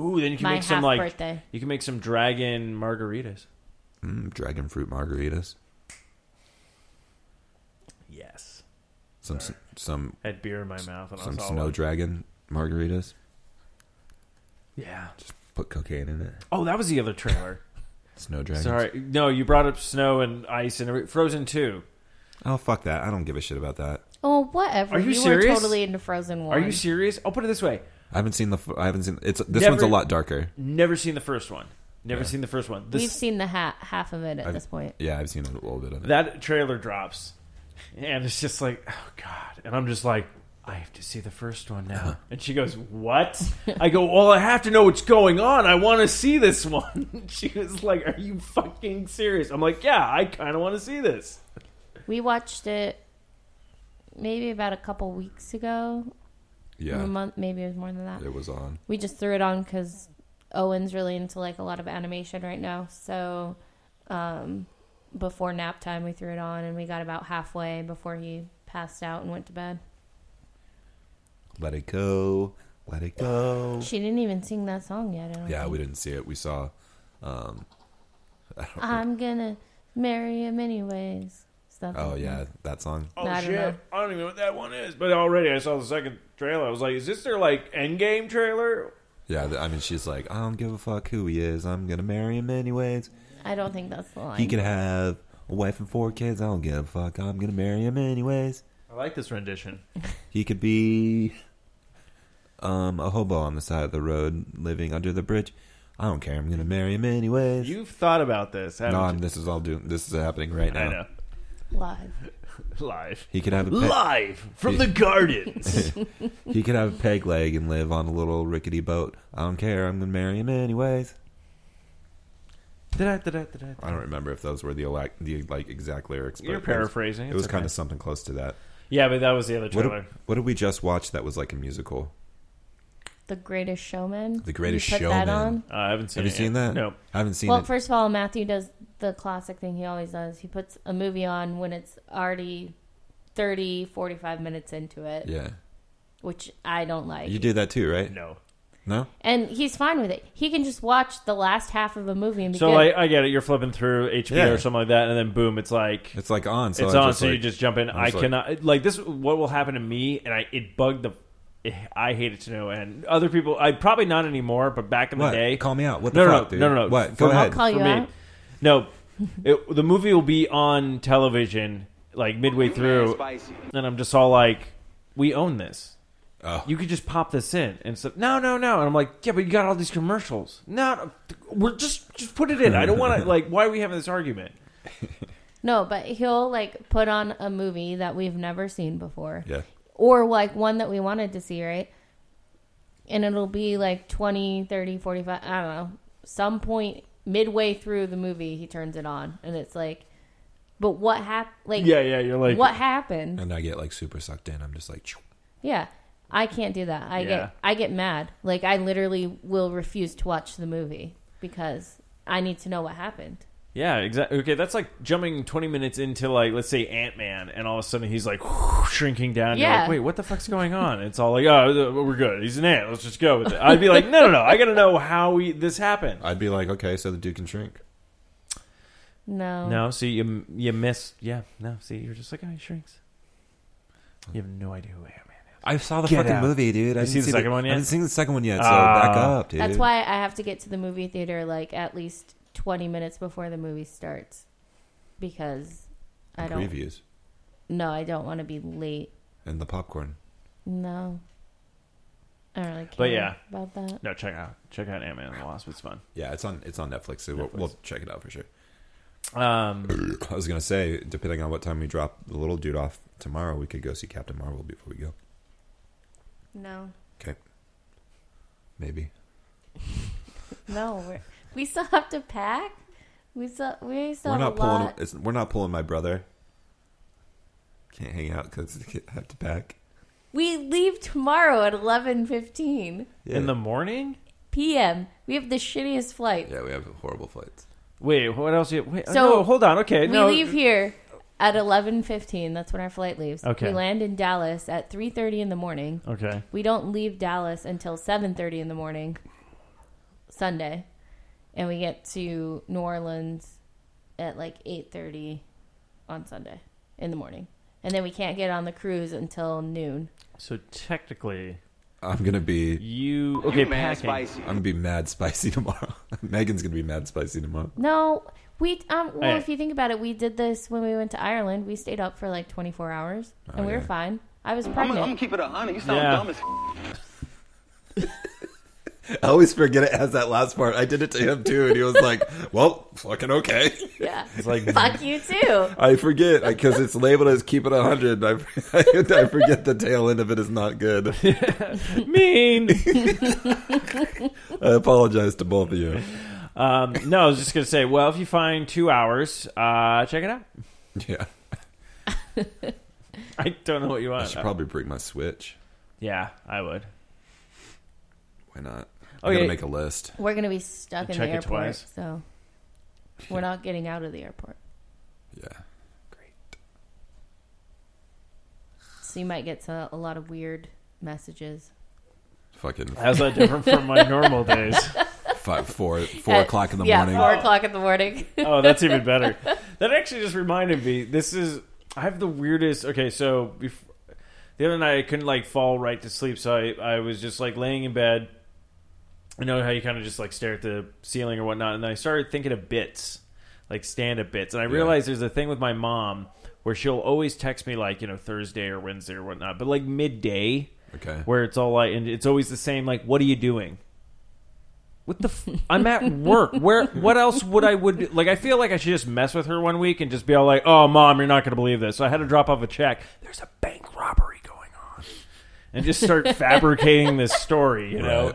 Speaker 5: Ooh, then you can
Speaker 13: My
Speaker 5: make some
Speaker 13: half
Speaker 5: like
Speaker 13: birthday.
Speaker 5: you can make some dragon margaritas.
Speaker 4: Mm, dragon fruit margaritas.
Speaker 5: Yes.
Speaker 4: Some some
Speaker 5: I had beer in my mouth and I
Speaker 4: some
Speaker 5: was all
Speaker 4: snow
Speaker 5: like-
Speaker 4: dragon margaritas.
Speaker 5: Yeah.
Speaker 4: Put cocaine in it.
Speaker 5: Oh, that was the other trailer.
Speaker 4: Snow dragons.
Speaker 5: Sorry, no, you brought up snow and ice and every- Frozen Two.
Speaker 4: Oh fuck that! I don't give a shit about that.
Speaker 13: Oh, whatever.
Speaker 5: Are you
Speaker 13: you were
Speaker 5: serious?
Speaker 13: totally into Frozen One.
Speaker 5: Are you serious? I'll put it this way:
Speaker 4: I haven't seen the. f- I haven't seen. It's this
Speaker 5: Never-
Speaker 4: one's a lot darker.
Speaker 5: never seen the first one, never
Speaker 4: Yeah.
Speaker 5: seen the first one.
Speaker 13: We've
Speaker 5: This,
Speaker 13: seen the ha- half of it at
Speaker 4: I've-
Speaker 13: this point.
Speaker 4: Yeah, I've seen a little bit of it.
Speaker 5: that trailer drops, and it's just like, oh god! And I'm just like, I have to see the first one now. And she goes, "What?" I go, "Well, I have to know what's going on. I want to see this one." she was like, "Are you fucking serious?" I'm like, "Yeah, I kind of want to see this."
Speaker 13: We watched it maybe about a couple weeks ago.
Speaker 4: Yeah.
Speaker 13: a month. Maybe it was more than that.
Speaker 4: It was on.
Speaker 13: We just threw it on because Owen's really into like a lot of animation right now. So um, before nap time, we threw it on, and we got about halfway before he passed out and went to bed.
Speaker 4: Let it go. Let it go.
Speaker 13: She didn't even sing that song yet. I don't
Speaker 4: Yeah,
Speaker 13: think.
Speaker 4: we didn't see it. We saw. Um, I don't
Speaker 13: I'm gonna marry him anyways. Stuff.
Speaker 4: Oh
Speaker 13: like
Speaker 4: yeah,
Speaker 13: that.
Speaker 4: that song.
Speaker 5: Oh
Speaker 13: I don't
Speaker 5: shit!
Speaker 13: know.
Speaker 5: I don't even know what that one is. But already I saw the second trailer. I was like, "Is this their like Endgame trailer?"
Speaker 4: Yeah, th- I mean, she's like, I don't give a fuck who he is. I'm gonna marry him anyways.
Speaker 13: I don't think that's the line.
Speaker 4: He could have a wife and four kids. I don't give a fuck. I'm gonna marry him anyways.
Speaker 5: I like this rendition.
Speaker 4: He could be um, a hobo on the side of the road, living under the bridge. I don't care. I'm gonna marry him anyways.
Speaker 5: You've thought about this, haven't
Speaker 4: no,
Speaker 5: you?
Speaker 4: I'm, this is all doing. This is happening right now.
Speaker 5: I know.
Speaker 13: Live.
Speaker 5: Live.
Speaker 4: He could have a pet-
Speaker 5: Live from
Speaker 4: He-
Speaker 5: the gardens.
Speaker 4: He could have a peg leg and live on a little rickety boat. I don't care. I'm gonna marry him anyways. I don't remember if those were the, elec- the like exact lyrics.
Speaker 5: You're
Speaker 4: it was-
Speaker 5: paraphrasing.
Speaker 4: It
Speaker 5: It's
Speaker 4: was kind
Speaker 5: okay.
Speaker 4: of something close to that.
Speaker 5: yeah, but that was the other
Speaker 4: What
Speaker 5: trailer.
Speaker 4: did, what did we just watch that was like a musical?
Speaker 13: The Greatest Showman.
Speaker 4: The Greatest
Speaker 13: you put
Speaker 4: Showman.
Speaker 13: That on?
Speaker 5: Uh, I haven't seen.
Speaker 4: Have you
Speaker 5: it
Speaker 4: seen
Speaker 5: yet.
Speaker 4: that?
Speaker 5: No.
Speaker 4: I haven't seen
Speaker 13: Well,
Speaker 4: it.
Speaker 13: first of all, Matthew does the classic thing he always does. He puts a movie on when it's already 30, 45 minutes into it,
Speaker 4: yeah,
Speaker 13: which I don't like.
Speaker 4: you do that too, right?
Speaker 5: No.
Speaker 4: No.
Speaker 13: And he's fine with it. He can just watch the last half of a movie and be
Speaker 5: So
Speaker 13: good.
Speaker 5: like, I get it. You're flipping through HBO
Speaker 4: Yeah.
Speaker 5: or something like that, and then boom, it's like
Speaker 4: It's like on. So
Speaker 5: it's
Speaker 4: I
Speaker 5: on.
Speaker 4: just,
Speaker 5: so you
Speaker 4: like-
Speaker 5: just jump in.
Speaker 4: I'm
Speaker 5: I
Speaker 4: just like-
Speaker 5: cannot like this. What will happen to me? And I it bugged the. I hate it to no end. Other people, I probably not anymore. But back in
Speaker 4: What?
Speaker 5: the day,
Speaker 4: Call me out. What the
Speaker 5: no, no,
Speaker 4: fuck,
Speaker 5: no,
Speaker 4: dude?
Speaker 5: no, no, no.
Speaker 4: What? Go
Speaker 5: For-
Speaker 4: ahead.
Speaker 13: Call
Speaker 5: for
Speaker 13: you
Speaker 5: me.
Speaker 13: out?
Speaker 5: No, it, the movie will be on television like midway through,
Speaker 6: spicy.
Speaker 5: and I'm just all like, "We own this.
Speaker 4: Oh.
Speaker 5: You could just pop this in." And so, no, no, no. And I'm like, "Yeah, but you got all these commercials. No, we're just just put it in. I don't want to like. Why are we having this argument?
Speaker 13: no, but he'll like put on a movie that we've never seen before.
Speaker 4: Yeah.
Speaker 13: Or like one that we wanted to see, right? And it'll be like 20, 30, 45, I don't know. Some point midway through the movie, he turns it on and it's like, but what happened? Like,
Speaker 5: Yeah, yeah. You're like,
Speaker 13: what happened?
Speaker 4: And I get like super sucked in. I'm just like, "Choo."
Speaker 13: Yeah. I can't do that. I
Speaker 5: Yeah.
Speaker 13: get I get mad. Like I literally will refuse to watch the movie because I need to know what happened.
Speaker 5: Yeah, exactly. Okay, that's like jumping 20 minutes into like let's say Ant-Man and all of a sudden he's like shrinking down. You're
Speaker 13: Yeah.
Speaker 5: like, "Wait, what the fuck's going on?" It's all like, "Oh, we're good. He's an ant. Let's just go with it." I'd be like, "No, no, no. I got to know how we this happened."
Speaker 4: I'd be like, okay, so the dude can shrink.
Speaker 13: No.
Speaker 5: No, see you you miss. Yeah. No, see you're just like, "Oh, he shrinks." You have no idea who Ant-Man is.
Speaker 4: I saw the
Speaker 5: Get
Speaker 4: fucking
Speaker 5: out.
Speaker 4: movie, dude. I
Speaker 5: You
Speaker 4: didn't
Speaker 5: see the second one
Speaker 4: I
Speaker 5: yet?
Speaker 4: haven't seen the second one yet, so
Speaker 5: Ah.
Speaker 4: back up, dude.
Speaker 13: That's why I have to get to the movie theater like at least 20 minutes before the movie starts because I
Speaker 4: And
Speaker 13: don't
Speaker 4: previews.
Speaker 13: No, I don't want to be late.
Speaker 4: And the popcorn.
Speaker 13: No. I don't really care
Speaker 5: But yeah.
Speaker 13: about that.
Speaker 5: No, check out check out Ant-Man and the Wasp. It's fun.
Speaker 4: Yeah, it's on it's on Netflix, so We'll, we'll check it out for sure.
Speaker 5: Um,
Speaker 4: I was gonna say, depending on what time we drop the little dude off tomorrow, we could go see Captain Marvel before we go.
Speaker 13: No.
Speaker 4: Okay, maybe.
Speaker 13: No, we're, we still have to pack. We still we still
Speaker 4: we're
Speaker 13: have
Speaker 4: not
Speaker 13: a lot.
Speaker 4: pulling. It's, we're not pulling my brother. Can't hang out because I have to pack.
Speaker 13: We leave tomorrow at 11:15
Speaker 5: In the morning?
Speaker 13: p.m. We have the shittiest flight.
Speaker 4: Yeah, we have horrible flights.
Speaker 5: Wait, what else? You, wait, uh,
Speaker 13: So,
Speaker 5: no, hold on. Okay,
Speaker 13: we
Speaker 5: no.
Speaker 13: leave here at 11:15. That's when our flight leaves.
Speaker 5: Okay.
Speaker 13: We land in Dallas at 3:30 in the morning.
Speaker 5: Okay.
Speaker 13: We don't leave Dallas until 7:30 in the morning Sunday. And we get to New Orleans at like 8:30 on Sunday in the morning. And then we can't get on the cruise until noon.
Speaker 5: So technically,
Speaker 4: I'm gonna be
Speaker 5: you. okay, You mad packing. spicy.
Speaker 4: I'm gonna be mad spicy tomorrow. Megan's gonna be mad spicy tomorrow.
Speaker 13: No, we um well
Speaker 4: Hey.
Speaker 13: if you think about it, we did this when we went to Ireland. We stayed up for like 24 hours
Speaker 5: Oh,
Speaker 13: and we were
Speaker 4: yeah.
Speaker 13: fine. I was
Speaker 6: I'm
Speaker 13: pregnant.
Speaker 6: gonna I'm gonna keep it a hundred. You sound
Speaker 4: Yeah.
Speaker 6: dumb as.
Speaker 4: I always forget it has that last part. I did it to him too, and he was like, "Well, fucking okay."
Speaker 13: Yeah.
Speaker 4: It's like
Speaker 13: Fuck you too.
Speaker 4: I forget because it's labeled as "Keep It 100." I, I forget the tail end of it is not good.
Speaker 5: mean.
Speaker 4: I apologize to both of you.
Speaker 5: Um, no, I was just gonna say. Well, if you find two hours, uh, check it out.
Speaker 4: Yeah,
Speaker 5: I don't know what you want.
Speaker 4: I should probably bring my Switch.
Speaker 5: Yeah, I would.
Speaker 4: Why not?
Speaker 5: Oh,
Speaker 4: I gotta
Speaker 5: yeah.
Speaker 4: make a list.
Speaker 13: We're gonna be stuck in
Speaker 5: Check
Speaker 13: the
Speaker 5: it
Speaker 13: airport,
Speaker 5: twice.
Speaker 13: so we're not getting out of the airport.
Speaker 4: Yeah, great.
Speaker 13: So you might get to a lot of weird messages.
Speaker 4: Fucking.
Speaker 5: How's that different from my normal days?
Speaker 4: Five, four, four
Speaker 13: At-
Speaker 4: o'clock in the
Speaker 13: yeah,
Speaker 4: morning.
Speaker 13: four o'clock in the morning.
Speaker 5: oh, that's even better. That actually just reminded me. This is I have the weirdest. Okay, so bef- the other night I couldn't like fall right to sleep, so I I was just like laying in bed. I know how you kind of just like stare at the ceiling or whatnot, and then I started thinking of bits, like stand up bits, and I realized there's a thing with my mom where she'll always text me like you know Thursday or Wednesday or whatnot, but like midday.
Speaker 4: Okay.
Speaker 5: Where it's all like, and it's always the same. Like, what are you doing? What the? F- I'm at work. Where? What else would I would like? I feel like I should just mess with her one week and just be all like, "Oh, mom, you're not going to believe this." So I had to drop off a check. There's a bank robbery going on, and just start fabricating this story. You know,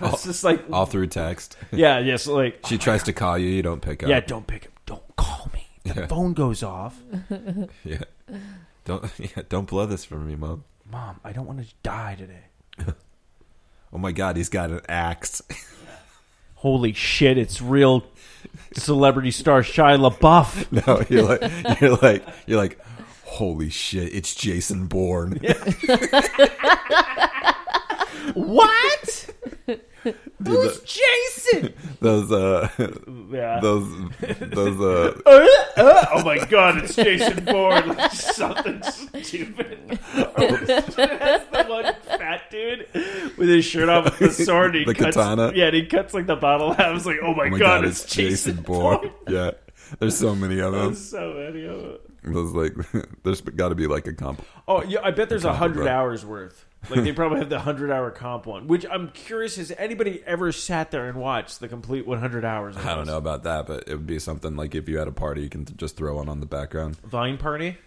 Speaker 4: Right.
Speaker 5: it's just like
Speaker 4: all through text.
Speaker 5: Yeah, yes, like
Speaker 4: she tries to call you, you don't pick up.
Speaker 5: yeah, don't pick up, don't call me. The
Speaker 4: Yeah.
Speaker 5: phone goes off.
Speaker 4: Yeah. Don't yeah, don't blow this for me, mom.
Speaker 5: Mom, I don't want to die today.
Speaker 4: Oh my god, he's got an axe.
Speaker 5: Holy shit! It's real celebrity star Shia LaBeouf.
Speaker 4: no, you're like you're like you're like holy shit, it's Jason Bourne.
Speaker 5: what?
Speaker 4: Who's
Speaker 5: Jason?
Speaker 4: those uh
Speaker 5: Yeah.
Speaker 4: those those uh
Speaker 5: oh my god, it's Jason Bourne. Something stupid. That's the one fat dude with his shirt off with the sword. and He
Speaker 4: The
Speaker 5: cuts,
Speaker 4: katana.
Speaker 5: Yeah, and he cuts like the bottle out. I was like, oh my,
Speaker 4: oh
Speaker 5: god, it's, Jason,
Speaker 4: Bourne. yeah. There's so many of them.
Speaker 5: There's so many of them.
Speaker 4: There's like there's got to be like a comp.
Speaker 5: Oh, yeah, I bet there's a
Speaker 4: Comp,
Speaker 5: hundred
Speaker 4: bro.
Speaker 5: hours worth. Like they probably have the hundred hour comp one, which I'm curious has anybody ever sat there and watched the complete 100 hours? Of
Speaker 4: I don't
Speaker 5: this?
Speaker 4: know about that, but it would be something like if you had a party, you can just throw one on the background.
Speaker 5: Vine party.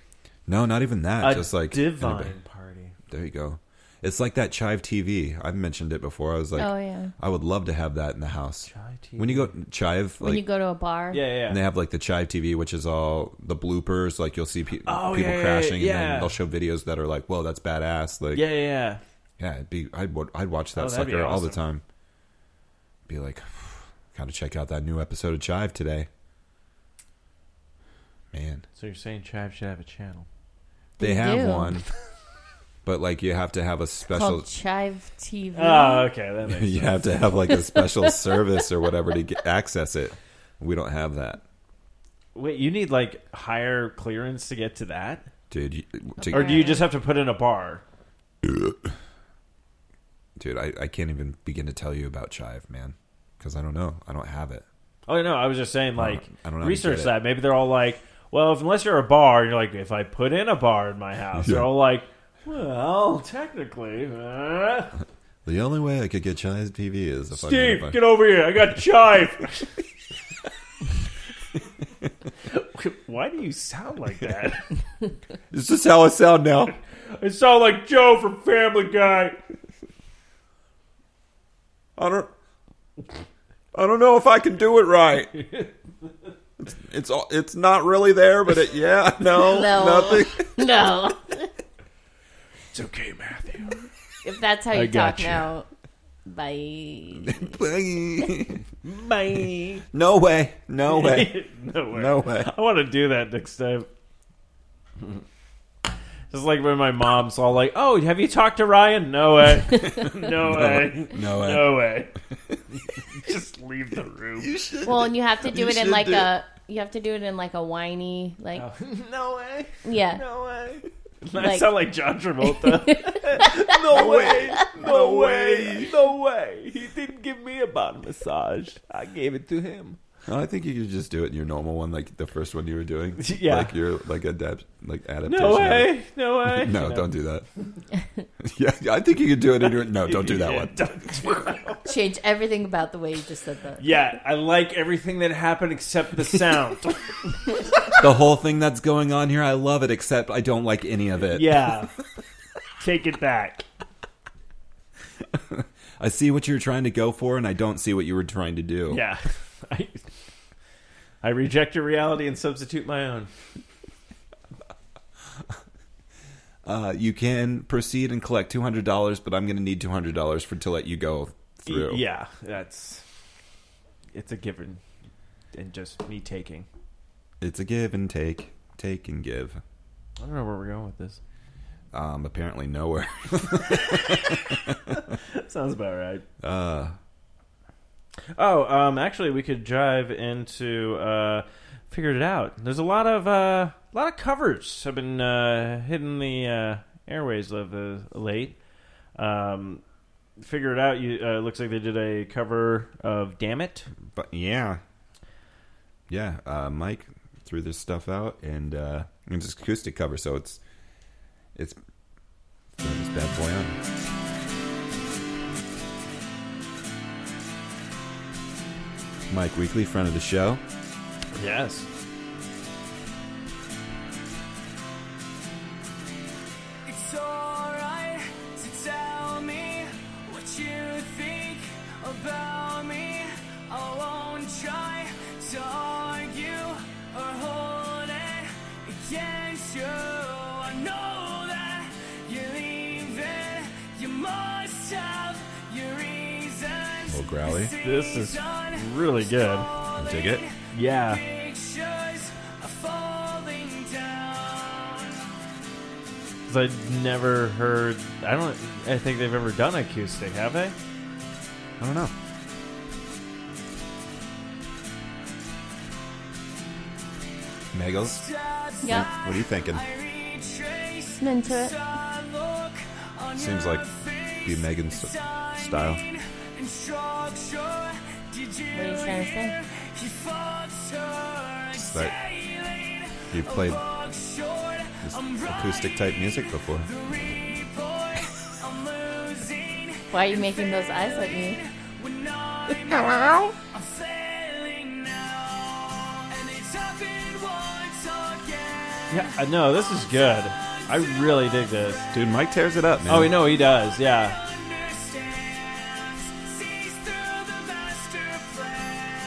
Speaker 4: No, not even that.
Speaker 5: A
Speaker 4: just like
Speaker 5: divine
Speaker 4: party. There you go. It's like that Chive TV. I've mentioned it before. I was like,
Speaker 13: Oh, yeah.
Speaker 4: I would love to have that in the house. When you go Chive, like
Speaker 13: when you go to a bar.
Speaker 4: and they have like the Chive TV, which is all the bloopers. Like you'll see pe-
Speaker 5: Oh,
Speaker 4: people
Speaker 5: yeah, yeah,
Speaker 4: crashing,
Speaker 5: yeah,
Speaker 4: and
Speaker 5: yeah.
Speaker 4: then they'll show videos that are like, "Whoa, that's badass!" Like,
Speaker 5: Yeah, yeah, yeah.
Speaker 4: yeah. It'd be, I'd wa- I'd watch that
Speaker 5: Oh, that'd be
Speaker 4: sucker all the
Speaker 5: awesome.
Speaker 4: time. Be like, Got to check out that new episode of Chive today. Man,
Speaker 5: So you're saying Chive should have a channel?
Speaker 4: they,
Speaker 5: They
Speaker 4: have
Speaker 5: do.
Speaker 4: one, but like you have to have a special.
Speaker 13: called Chive TV.
Speaker 5: Oh, okay, that makes
Speaker 4: you
Speaker 5: sense.
Speaker 4: have to have like a special service or whatever to get, access it. We don't have that,
Speaker 5: Wait, you need like higher clearance to get to that,
Speaker 4: dude. You, to-
Speaker 5: or do you just have to put in a bar?
Speaker 4: dude? I, I can't even begin to tell you about Chive, man, because I don't know. I don't have it.
Speaker 5: Oh no, I was just saying
Speaker 4: I don't-
Speaker 5: like
Speaker 4: I don't know how to
Speaker 5: research
Speaker 4: get it.
Speaker 5: that. Maybe they're all like, well, if, unless you're a bar, you're like, if I put in a bar in my house,
Speaker 4: Yeah.
Speaker 5: they're all like, well, technically, uh,
Speaker 4: The only way I could get Chive TV is if I made
Speaker 5: Steve,
Speaker 4: a bu-
Speaker 5: get over here. I got chive. Why do you sound like that?
Speaker 4: It's just how I sound now.
Speaker 5: I sound like Joe from Family Guy.
Speaker 4: I don't. I don't know if I can do it right. It's it's, all- it's not really there, but it, yeah, no,
Speaker 13: No.
Speaker 4: nothing.
Speaker 13: No.
Speaker 5: It's okay, Matthew.
Speaker 13: If that's how you
Speaker 4: I
Speaker 13: talk
Speaker 4: gotcha.
Speaker 13: now, bye.
Speaker 4: Bye.
Speaker 5: Bye.
Speaker 4: No way. No way.
Speaker 5: no way.
Speaker 4: No way.
Speaker 5: I want to do that next time. Just like when my mom's all like, "Oh, have you talked to Ryan?" No way. no,
Speaker 4: No-
Speaker 5: way.
Speaker 4: no way.
Speaker 5: No way. Just leave the room.
Speaker 13: Well, and you have to do
Speaker 5: You
Speaker 13: it in
Speaker 5: should
Speaker 13: like
Speaker 5: do-
Speaker 13: a you have to do it in like a whiny like
Speaker 5: no way.
Speaker 13: yeah.
Speaker 5: No way. I
Speaker 13: Like-
Speaker 5: sound like John Travolta. no way. No way. No way. He didn't give me a bottom massage. I gave it to him.
Speaker 4: No, I think you could just do it in your normal one, like the first one you were doing.
Speaker 5: Yeah.
Speaker 4: like your like adapt like adaptation.
Speaker 5: No
Speaker 4: of it.
Speaker 5: way. No way.
Speaker 4: No,
Speaker 5: You know.
Speaker 4: don't do that. yeah, I think you could do it in your. No, don't do that
Speaker 5: Yeah,
Speaker 4: one.
Speaker 5: don't do that.
Speaker 13: Change everything about the way you just said that.
Speaker 5: Yeah, I like everything that happened except the sound.
Speaker 4: The whole thing that's going on here, I love it, except I don't like any of it.
Speaker 5: yeah. Take it back.
Speaker 4: I see what you're trying to go for, and I don't see what you were trying to do.
Speaker 5: Yeah. I, I reject your reality and substitute my own.
Speaker 4: Uh, you can proceed and collect two hundred dollars, but I'm going to need two hundred dollars for to let you go through.
Speaker 5: Yeah, that's it's a given, and just me taking.
Speaker 4: it's a give and take, take and give.
Speaker 5: I don't know where we're going with this.
Speaker 4: Um, apparently nowhere.
Speaker 5: Sounds about right.
Speaker 4: Uh,
Speaker 5: Oh, um, actually, we could drive into uh, figured it out. There's a lot of uh, a lot of covers have been uh, hitting the uh, airways of uh, late. Um, figure it out. You uh, looks like they did a cover of "Damn It."
Speaker 4: but yeah, yeah. Uh, Mike threw this stuff out, and uh, it's acoustic cover, so it's it's throwing this bad boy on. Mike Weekly, friend of the show.
Speaker 5: Yes.
Speaker 12: It's alright to tell me what you think about me. I won't try to argue or hold it against you. I know that you're leaving. You must have your reasons.
Speaker 4: Little growly.
Speaker 5: This is really good.
Speaker 4: Dig it.
Speaker 5: Yeah.
Speaker 12: Pictures are falling down.
Speaker 5: 'Cause I'd never heard. I don't. I think they've ever done acoustic, have they?
Speaker 4: I don't know. Meggles?
Speaker 13: Yeah.
Speaker 4: What are you thinking?
Speaker 13: Listen into it.
Speaker 4: Seems like be Megan's style.
Speaker 13: What are you trying to say?
Speaker 4: It's like you played this acoustic type music before.
Speaker 13: Why are you making those eyes at me?
Speaker 12: I'm failing now, and it's happened once again.
Speaker 5: Yeah. I- Uh, No, this is good. I really dig this.
Speaker 4: Dude, Mike tears it up, man.
Speaker 5: Oh, no, he does. Yeah.
Speaker 12: Understands, sees through the master plan,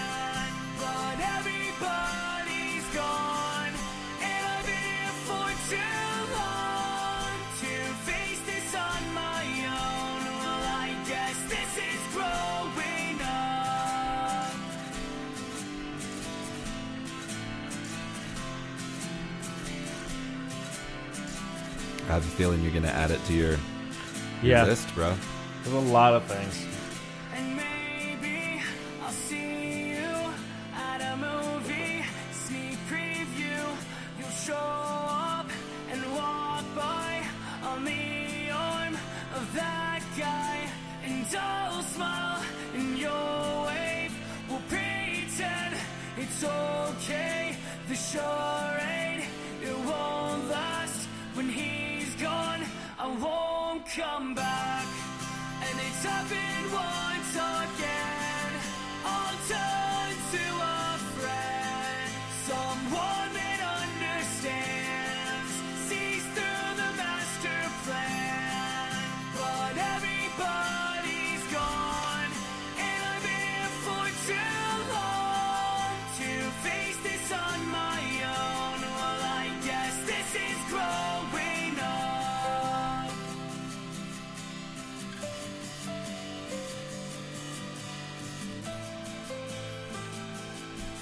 Speaker 12: but everybody's gone, and I've been here for too long to face this on my own. Well, I guess this is growing up.
Speaker 4: I have a feeling you're gonna add it to your, your
Speaker 5: Yeah.
Speaker 4: list, bro.
Speaker 5: There's a lot of things.
Speaker 12: And maybe I'll see you at a movie sneak preview. You'll show up and walk by on the arm of that guy, and I'll smile in your wave. We'll pretend it's okay. The charade it won't last when he's gone. I won't come back. And it's happened once again. I'll turn to a friend, someone that understands, sees through the master plan. But everybody's gone, and I've been here for too long to face this on my own. Well, I guess this is growing up.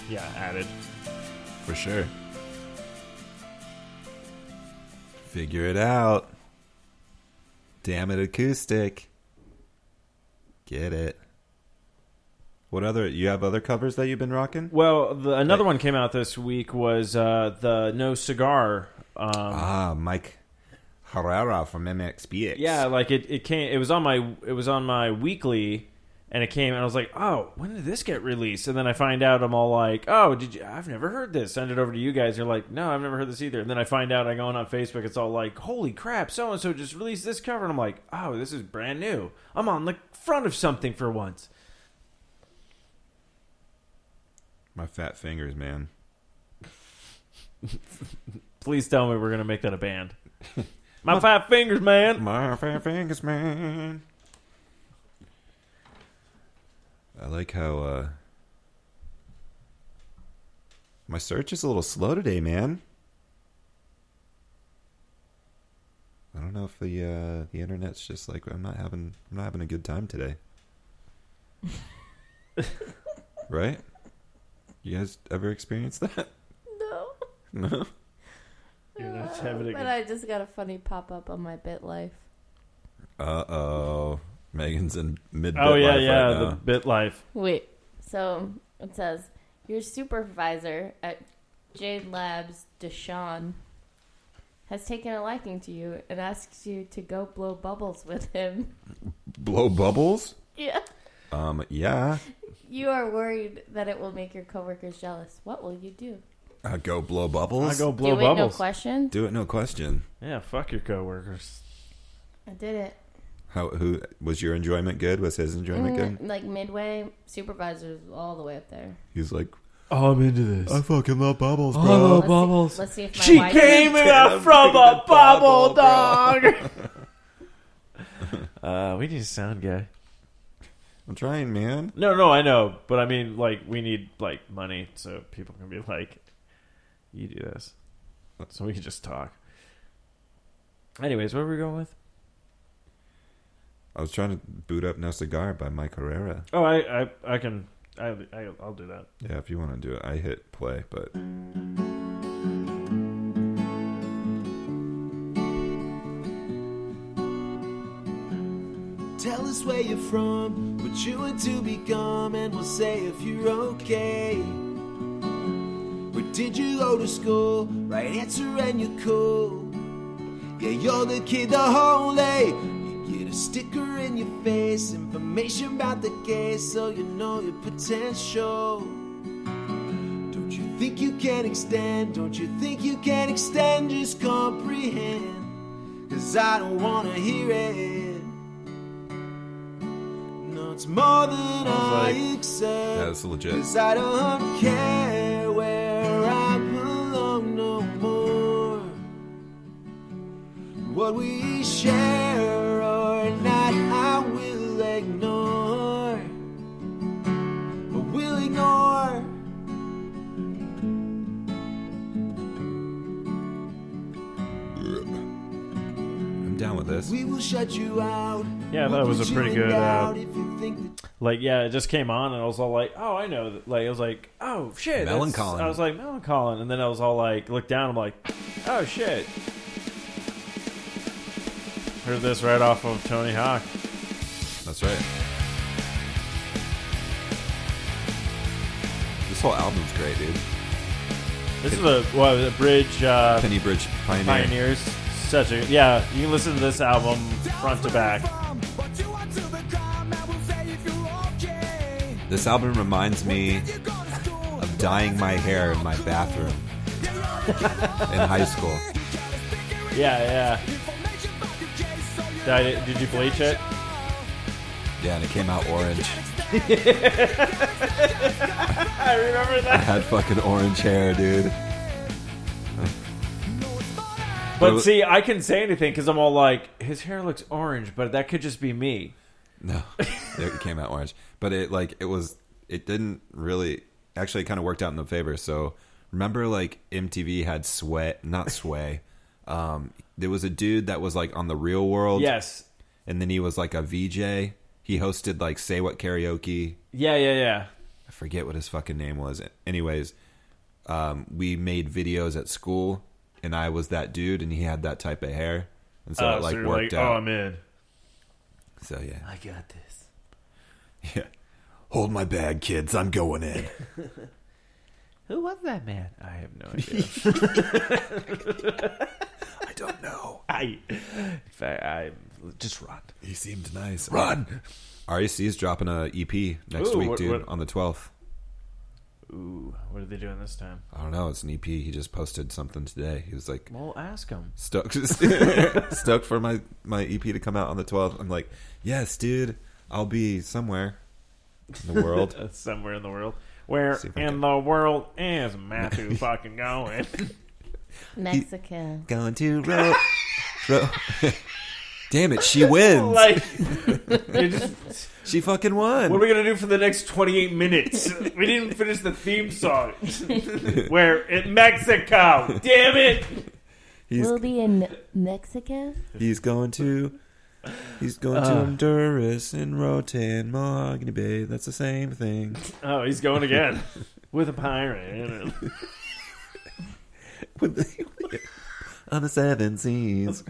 Speaker 5: Yeah, added.
Speaker 4: For sure. Figure it out. Damn it, acoustic. Get it. What other? You have other covers that you've been rocking?
Speaker 5: Well, the, another one came out this week was uh, the No Cigar. Um,
Speaker 4: ah, Mike Herrera from MXPX.
Speaker 5: Yeah, like it, it came. It was on my it was on my weekly, and it came, and I was like, oh, when did this get released? And then I find out I'm all like, oh, did you? I've never heard this. Send it over to you guys. You're like, no, I've never heard this either. And then I find out I go on on Facebook. It's all like, holy crap, so and so just released this cover, and I'm like, oh, this is brand new. I'm on the front of something for once.
Speaker 4: My fat fingers, man.
Speaker 5: Please tell me we're gonna make that a band. My fat fingers, man.
Speaker 4: My fat fingers, man. I like how uh my search is a little slow today, man. I don't know if the uh the internet's just like I'm not having I'm not having a good time today. right? You guys ever experienced that?
Speaker 13: No.
Speaker 4: No.
Speaker 5: You're not
Speaker 13: But I just got a funny pop up on my bit life.
Speaker 4: Uh oh. Megan's in mid
Speaker 5: Oh yeah,
Speaker 4: life
Speaker 5: yeah,
Speaker 4: right now.
Speaker 5: the bit life.
Speaker 13: Wait. So it says your supervisor at Jade Labs, Deshawn, has taken a liking to you and asks you to go blow bubbles with him.
Speaker 4: blow bubbles?
Speaker 13: Yeah.
Speaker 4: Um yeah.
Speaker 13: You are worried that it will make your coworkers jealous. What will you do?
Speaker 4: I go blow bubbles.
Speaker 5: I go blow
Speaker 13: Do it, no bubbles. question?
Speaker 4: Do it no question.
Speaker 5: Yeah, fuck your coworkers.
Speaker 13: I did it.
Speaker 4: How who was your enjoyment good? Was his enjoyment
Speaker 13: Mm,
Speaker 4: good?
Speaker 13: like midway, supervisors all the way up there.
Speaker 4: He's like,
Speaker 5: oh, I'm into this.
Speaker 4: I fucking love bubbles, bro.
Speaker 13: Let's see- let's see if my wife-
Speaker 5: uh, we need a sound guy.
Speaker 4: I'm trying, man.
Speaker 5: No, no, I know, but I mean, like, we need like money so people can be like, "You do this," so we can just talk. Anyways, what were we going with?
Speaker 4: I was trying to boot up No Cigar by Mike Herrera.
Speaker 5: Oh, I, I, I can, I, I, I'll do that.
Speaker 4: Yeah, if you want to do it, I hit play, but
Speaker 12: Tell us where you're from, what you want to become, and we'll say if you're okay. Where did you go to school? Right answer, and you're cool. Yeah, you're the kid the whole day. You get a sticker in your face, information about the case, so you know your potential. Don't you think you can extend? Don't you think you can extend? Just comprehend. Cause I don't wanna hear it. No, it's more than I,
Speaker 4: Sounds like-
Speaker 12: accept.
Speaker 4: that was legit.
Speaker 12: Cause I don't care where I belong no more. What we share or not, I will ignore. I will ignore.
Speaker 4: I'm down with this.
Speaker 12: We will shut you out.
Speaker 5: Yeah,
Speaker 12: We'll
Speaker 5: that was
Speaker 12: put
Speaker 5: a
Speaker 12: you
Speaker 5: pretty
Speaker 12: in
Speaker 5: good. Uh,
Speaker 12: doubt if you think that
Speaker 5: like, yeah, it just came on, and I was all like, "Oh, I know." that- Like, I was like, "Oh shit, that's-
Speaker 4: Melancholin.
Speaker 5: I was like, "Melancholy," and then I was all like, "Look down." I'm like, "Oh shit." Heard this right off of Tony Hawk.
Speaker 4: That's right. This whole album's great, dude.
Speaker 5: This is a what a bridge. Uh,
Speaker 4: Penny Bridge Pioneer.
Speaker 5: Pioneers. Such a yeah. You can listen to this album front to back.
Speaker 4: This album reminds me of dyeing my hair in my bathroom in high school.
Speaker 5: Yeah, yeah. Dyed it- Did, you bleach it?
Speaker 4: Yeah, and it came out orange.
Speaker 5: I remember
Speaker 4: I
Speaker 5: that.
Speaker 4: had fucking orange hair, dude.
Speaker 5: But see, I can say anything because I'm all like, his hair looks orange, but that could just be me.
Speaker 4: No, it came out orange, but it like it was it didn't really actually kind of worked out in the favor. So remember, like MTV had sway, not sway. um, there was a dude that was like on the Real World,
Speaker 5: Yes.
Speaker 4: and then he was like a VJ. He hosted like Say What Karaoke.
Speaker 5: Yeah, yeah, yeah.
Speaker 4: I forget what his fucking name was. Anyways, um, we made videos at school, and I was that dude, and he had that type of hair, and so
Speaker 5: Oh,
Speaker 4: it like
Speaker 5: you're
Speaker 4: worked
Speaker 5: Oh,
Speaker 4: out.
Speaker 5: I'm in.
Speaker 4: so yeah,
Speaker 5: I got this.
Speaker 4: yeah. Hold my bag, kids. I'm going in.
Speaker 5: Who was that man? I have no idea.
Speaker 4: I don't know.
Speaker 5: I, in fact, I just run.
Speaker 4: He seemed nice. REC's dropping a EP next
Speaker 5: Ooh,
Speaker 4: week,
Speaker 5: what-
Speaker 4: dude,
Speaker 5: what-
Speaker 4: on the 12th.
Speaker 5: Ooh, what are they doing this time?
Speaker 4: I don't know. It's an EP. He just posted something today. He was like,
Speaker 5: Well, ask him.
Speaker 4: stoked, stoked for my my EP to come out on the 12th." I'm like, "Yes, dude. I'll be somewhere in the world."
Speaker 5: Uh, somewhere in the world. Where
Speaker 4: See if I
Speaker 5: in the world is Matthew fucking going?
Speaker 13: Mexico.
Speaker 4: Going to Ro. Ro- Damn it, she wins.
Speaker 5: Like, it just-
Speaker 4: she fucking won.
Speaker 5: What are we gonna do for the next 28 minutes? we didn't finish the theme song. We're in Mexico. Damn it!
Speaker 4: He's-
Speaker 13: we'll be in Mexico.
Speaker 4: He's going to. He's going to
Speaker 5: Uh.
Speaker 4: Honduras and Rotan, Mahogany Bay. That's the same thing.
Speaker 5: Oh, he's going again with a pirate.
Speaker 4: On the seven seas.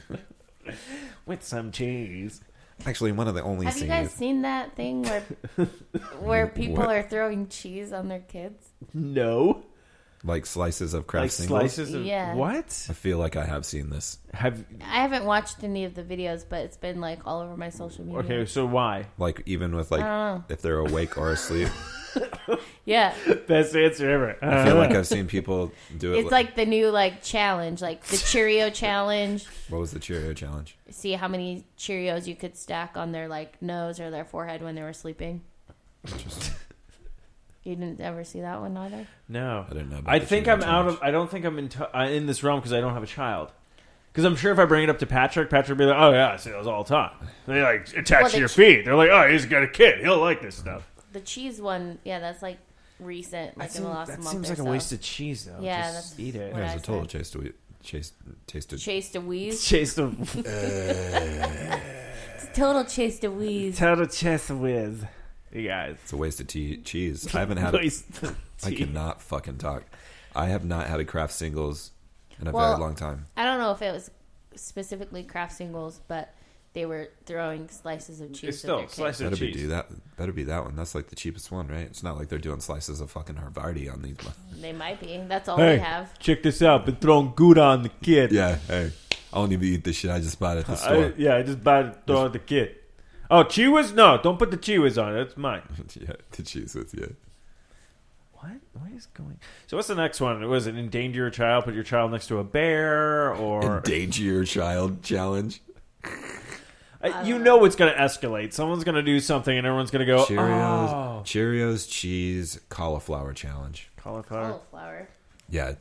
Speaker 5: with some cheese.
Speaker 4: Actually, one of the only
Speaker 13: Have
Speaker 4: seas.
Speaker 13: you guys seen that thing where where people
Speaker 4: What?
Speaker 13: are throwing cheese on their kids?
Speaker 5: No.
Speaker 4: like slices of craft
Speaker 5: Like
Speaker 4: singles?
Speaker 5: slices of
Speaker 13: Yeah.
Speaker 5: what?
Speaker 4: I feel like I have seen this.
Speaker 5: Have
Speaker 13: I haven't watched any of the videos, but it's been like all over my social media.
Speaker 5: okay. So why?
Speaker 4: like even with
Speaker 13: I
Speaker 4: like
Speaker 13: don't
Speaker 4: if they're awake or asleep.
Speaker 13: Yeah.
Speaker 5: Best answer ever. Uh,
Speaker 4: I feel like I've seen people do it.
Speaker 13: It's like the new like challenge, like the Cheerio challenge.
Speaker 4: what was the Cheerio challenge?
Speaker 13: See how many Cheerios you could stack on their like nose or their forehead when they were sleeping. You didn't ever see that one either.
Speaker 5: No,
Speaker 4: I don't know. about
Speaker 5: I
Speaker 4: the
Speaker 5: think
Speaker 4: Cheerio
Speaker 5: I'm out of. I don't think I'm in t- uh, in this realm because I don't have a child. Because I'm sure if I bring it up to Patrick, Patrick would be like, "Oh yeah, I see those all the time." They like attach
Speaker 13: Well,
Speaker 5: to
Speaker 13: they
Speaker 5: your
Speaker 13: ch-
Speaker 5: feet. They're like, "Oh, he's got a kid. He'll like this stuff."
Speaker 13: The cheese one, yeah, that's like recent, like in
Speaker 5: seems-
Speaker 13: the last
Speaker 5: that
Speaker 13: month.
Speaker 5: seems
Speaker 13: or
Speaker 5: like a
Speaker 13: so.
Speaker 5: waste of cheese, though.
Speaker 13: Yeah,
Speaker 5: Just
Speaker 13: that's
Speaker 5: eat it.
Speaker 13: what
Speaker 4: There's
Speaker 13: I
Speaker 4: a total chase to chase tasted.
Speaker 13: Chase de wheeze.
Speaker 5: Chase the
Speaker 13: Total chase de wheeze.
Speaker 5: total chest whiz. You guys,
Speaker 4: It's a waste of tea- cheese. I haven't had. A,
Speaker 5: Waste of
Speaker 4: I
Speaker 5: cheese.
Speaker 4: cannot fucking talk. I have not had a craft singles in a very long time.
Speaker 13: I don't know if it was specifically craft singles, but they were throwing slices of cheese.
Speaker 5: still
Speaker 13: at their kids.
Speaker 5: slice of
Speaker 4: Better be
Speaker 5: cheese.
Speaker 4: do that. Better be that one. That's like the cheapest one, right? It's not like they're doing slices of fucking Harvardi on these. mu-
Speaker 13: They might be. That's all they Oh, have.
Speaker 5: check this out. Been throwing Gouda on the kid.
Speaker 4: Yeah. Hey, I don't even eat this shit. I just bought it at the store.
Speaker 5: I, yeah, I just buy it, throw out the kid. Oh, Chiwas? No, don't put the Chiwas on. it. That's mine.
Speaker 4: yeah, the cheese with you.
Speaker 5: What? What is going? So what's the next one? Was it endanger your child? Put your child next to a bear, or
Speaker 4: Endanger your child challenge.
Speaker 5: Uh, you know it's going to escalate. Someone's going to do something, and everyone's going to go
Speaker 4: Cheerios,
Speaker 5: Oh,
Speaker 4: Cheerios cheese cauliflower challenge.
Speaker 5: cauliflower.
Speaker 13: Cauliflower.
Speaker 4: Yeah.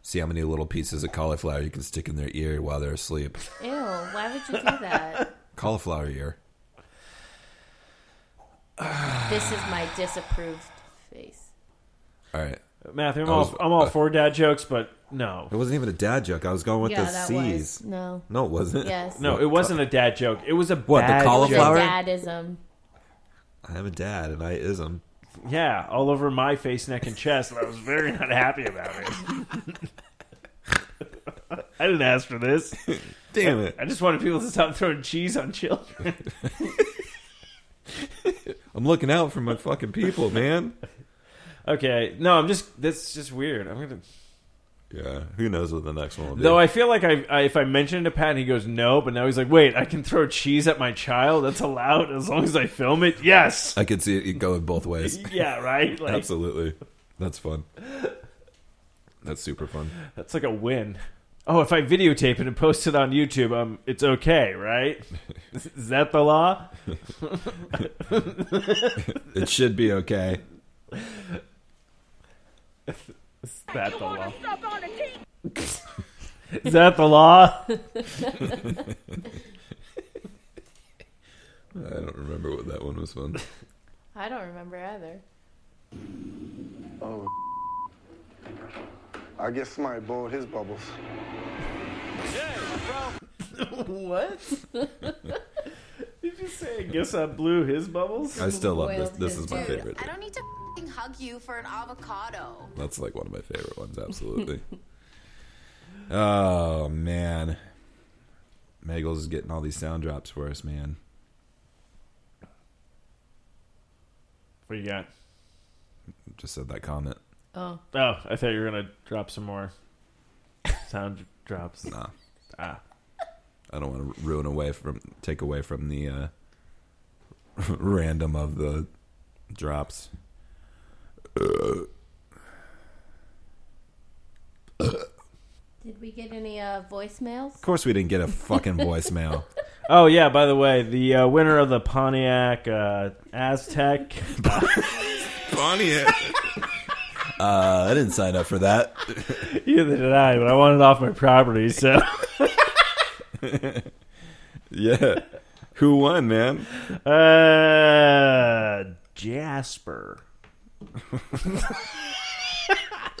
Speaker 4: See how many little pieces of cauliflower you can stick in their ear while they're asleep.
Speaker 13: Ew, why would you do that?
Speaker 4: Cauliflower ear.
Speaker 13: this is my disapproved face.
Speaker 4: All right.
Speaker 5: Matthew, I'm
Speaker 4: I was-
Speaker 5: all, I'm all
Speaker 4: uh,
Speaker 5: for dad jokes, but no,
Speaker 4: It wasn't even a dad joke. I was going with
Speaker 13: Yeah,
Speaker 4: the
Speaker 13: that
Speaker 4: C's.
Speaker 13: was. No.
Speaker 4: No, it wasn't.
Speaker 13: Yes.
Speaker 5: no, it wasn't a dad joke. It was a
Speaker 4: What, the
Speaker 5: bad
Speaker 4: cauliflower?
Speaker 5: joke.
Speaker 13: Dadism.
Speaker 4: I'm a dad and I ism.
Speaker 5: Yeah, all over my face, neck, and chest, and I was very not happy about it. I didn't ask for this.
Speaker 4: Damn it.
Speaker 5: I just wanted people to stop throwing cheese on children.
Speaker 4: I'm looking out for my fucking people, man.
Speaker 5: okay, no, I'm just that's just weird. I'm gonna.
Speaker 4: Yeah, who knows what the next one will be?
Speaker 5: Though I feel like I, I if I mention it to Pat, he goes no, but now he's like, wait, I can throw cheese at my child. That's allowed as long as I film it. Yes.
Speaker 4: I could see it going both ways.
Speaker 5: Yeah, right? Like-
Speaker 4: Absolutely. That's fun. That's super fun.
Speaker 5: That's like a win. Oh, if I videotape it and post it on YouTube, um, it's okay, right? Is that the law?
Speaker 4: It should be okay.
Speaker 5: Is that the law? Is that the law?
Speaker 4: I don't remember what that one was from.
Speaker 13: I don't remember either.
Speaker 14: Oh, I guess somebody boiled his bubbles.
Speaker 5: what? Did you say? I guess I blew his bubbles.
Speaker 4: I still love this. This is my favorite.
Speaker 15: I don't need to f***ing hug you for an avocado.
Speaker 4: That's like one of my favorite ones, absolutely. oh man. Magels is getting all these sound drops for us, man.
Speaker 5: What you got?
Speaker 4: Just said that comment.
Speaker 13: Oh.
Speaker 5: Oh, I thought you were gonna drop some more sound drops.
Speaker 4: Nah.
Speaker 5: Ah.
Speaker 4: I don't want to ruin away from take away from the uh, random of the drops.
Speaker 13: Did we get any uh, voicemails?
Speaker 4: Of course, we didn't get a fucking voicemail.
Speaker 5: Oh yeah. By the way, the uh, winner of the Pontiac uh, Aztec.
Speaker 4: Pontiac. Uh, I didn't sign up for that.
Speaker 5: Neither did I, but I wanted it off my property. So
Speaker 4: yeah, who won, man?
Speaker 5: Uh, Jasper.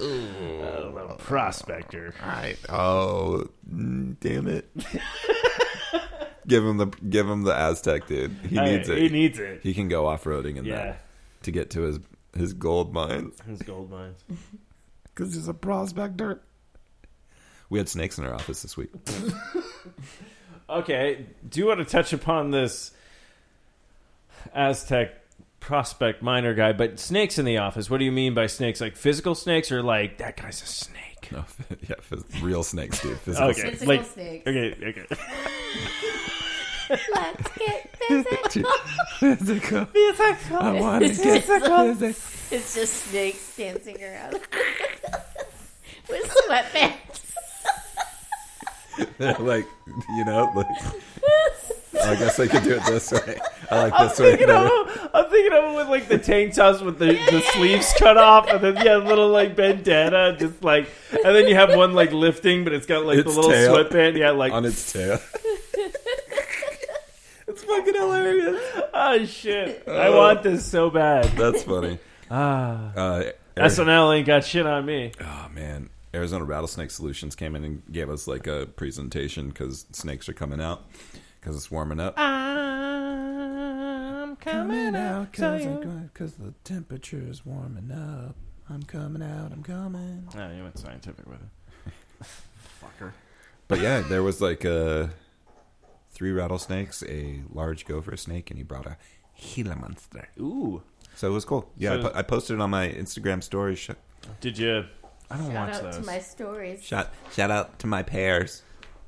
Speaker 5: Oh, the prospector.
Speaker 4: I, oh, mm, damn it! give him the give him the Aztec, dude. He
Speaker 5: Hey,
Speaker 4: needs it.
Speaker 5: he needs it.
Speaker 4: He can go off roading in
Speaker 5: Yeah.
Speaker 4: that to get to his his gold mine
Speaker 5: His gold mines.
Speaker 4: because he's a prospector. We had snakes in our office this week.
Speaker 5: Okay, do you want to touch upon this Aztec prospect miner guy? But snakes in the office. What do you mean by snakes? Like physical snakes, or like that guy's a snake?
Speaker 4: No, yeah, phys- real snakes, dude. Physical
Speaker 5: okay,
Speaker 4: snakes.
Speaker 5: like,
Speaker 13: snakes.
Speaker 5: Okay, okay.
Speaker 13: Let's get physical.
Speaker 4: Physical.
Speaker 13: Physical.
Speaker 4: I wanna
Speaker 13: It's
Speaker 4: get
Speaker 13: just-
Speaker 4: physical.
Speaker 13: It's just snakes dancing around with sweatpants.
Speaker 4: like you know, like I guess I could do it this way. I like
Speaker 5: I'm
Speaker 4: this way.
Speaker 5: thinking, of,
Speaker 4: better.
Speaker 5: him- I'm thinking of him with like the tank tops with the, the sleeves cut off, and then yeah, little like bandana, just like, and then you have one like lifting, but it's got like the
Speaker 4: Its
Speaker 5: little
Speaker 4: tail.
Speaker 5: sweatband, yeah, like
Speaker 4: on its tail.
Speaker 5: it's fucking hilarious. Oh shit, I
Speaker 4: Oh.
Speaker 5: want this so bad.
Speaker 4: That's funny.
Speaker 5: Ah.
Speaker 4: Uh, Eric-
Speaker 5: SNL ain't got shit on me.
Speaker 4: Oh man, Arizona Rattlesnake Solutions came in and gave us like a presentation because snakes are coming out because it's warming up.
Speaker 12: I'm coming out
Speaker 4: cause
Speaker 12: you.
Speaker 4: I'm going- 'cause the temperature is warming up. I'm coming out. I'm coming.
Speaker 5: No, Oh, you went scientific with it. Fucker.
Speaker 4: But yeah, there was like uh, three rattlesnakes, a large gopher snake, and he brought a Gila monster.
Speaker 5: Ooh.
Speaker 4: So it was cool. Yeah, I,
Speaker 5: So-
Speaker 4: po- I posted it on my Instagram story. Sh-
Speaker 5: Did you? I don't
Speaker 13: Shout
Speaker 5: watch
Speaker 13: out
Speaker 5: those.
Speaker 13: to my stories.
Speaker 4: shout shout out to my pears.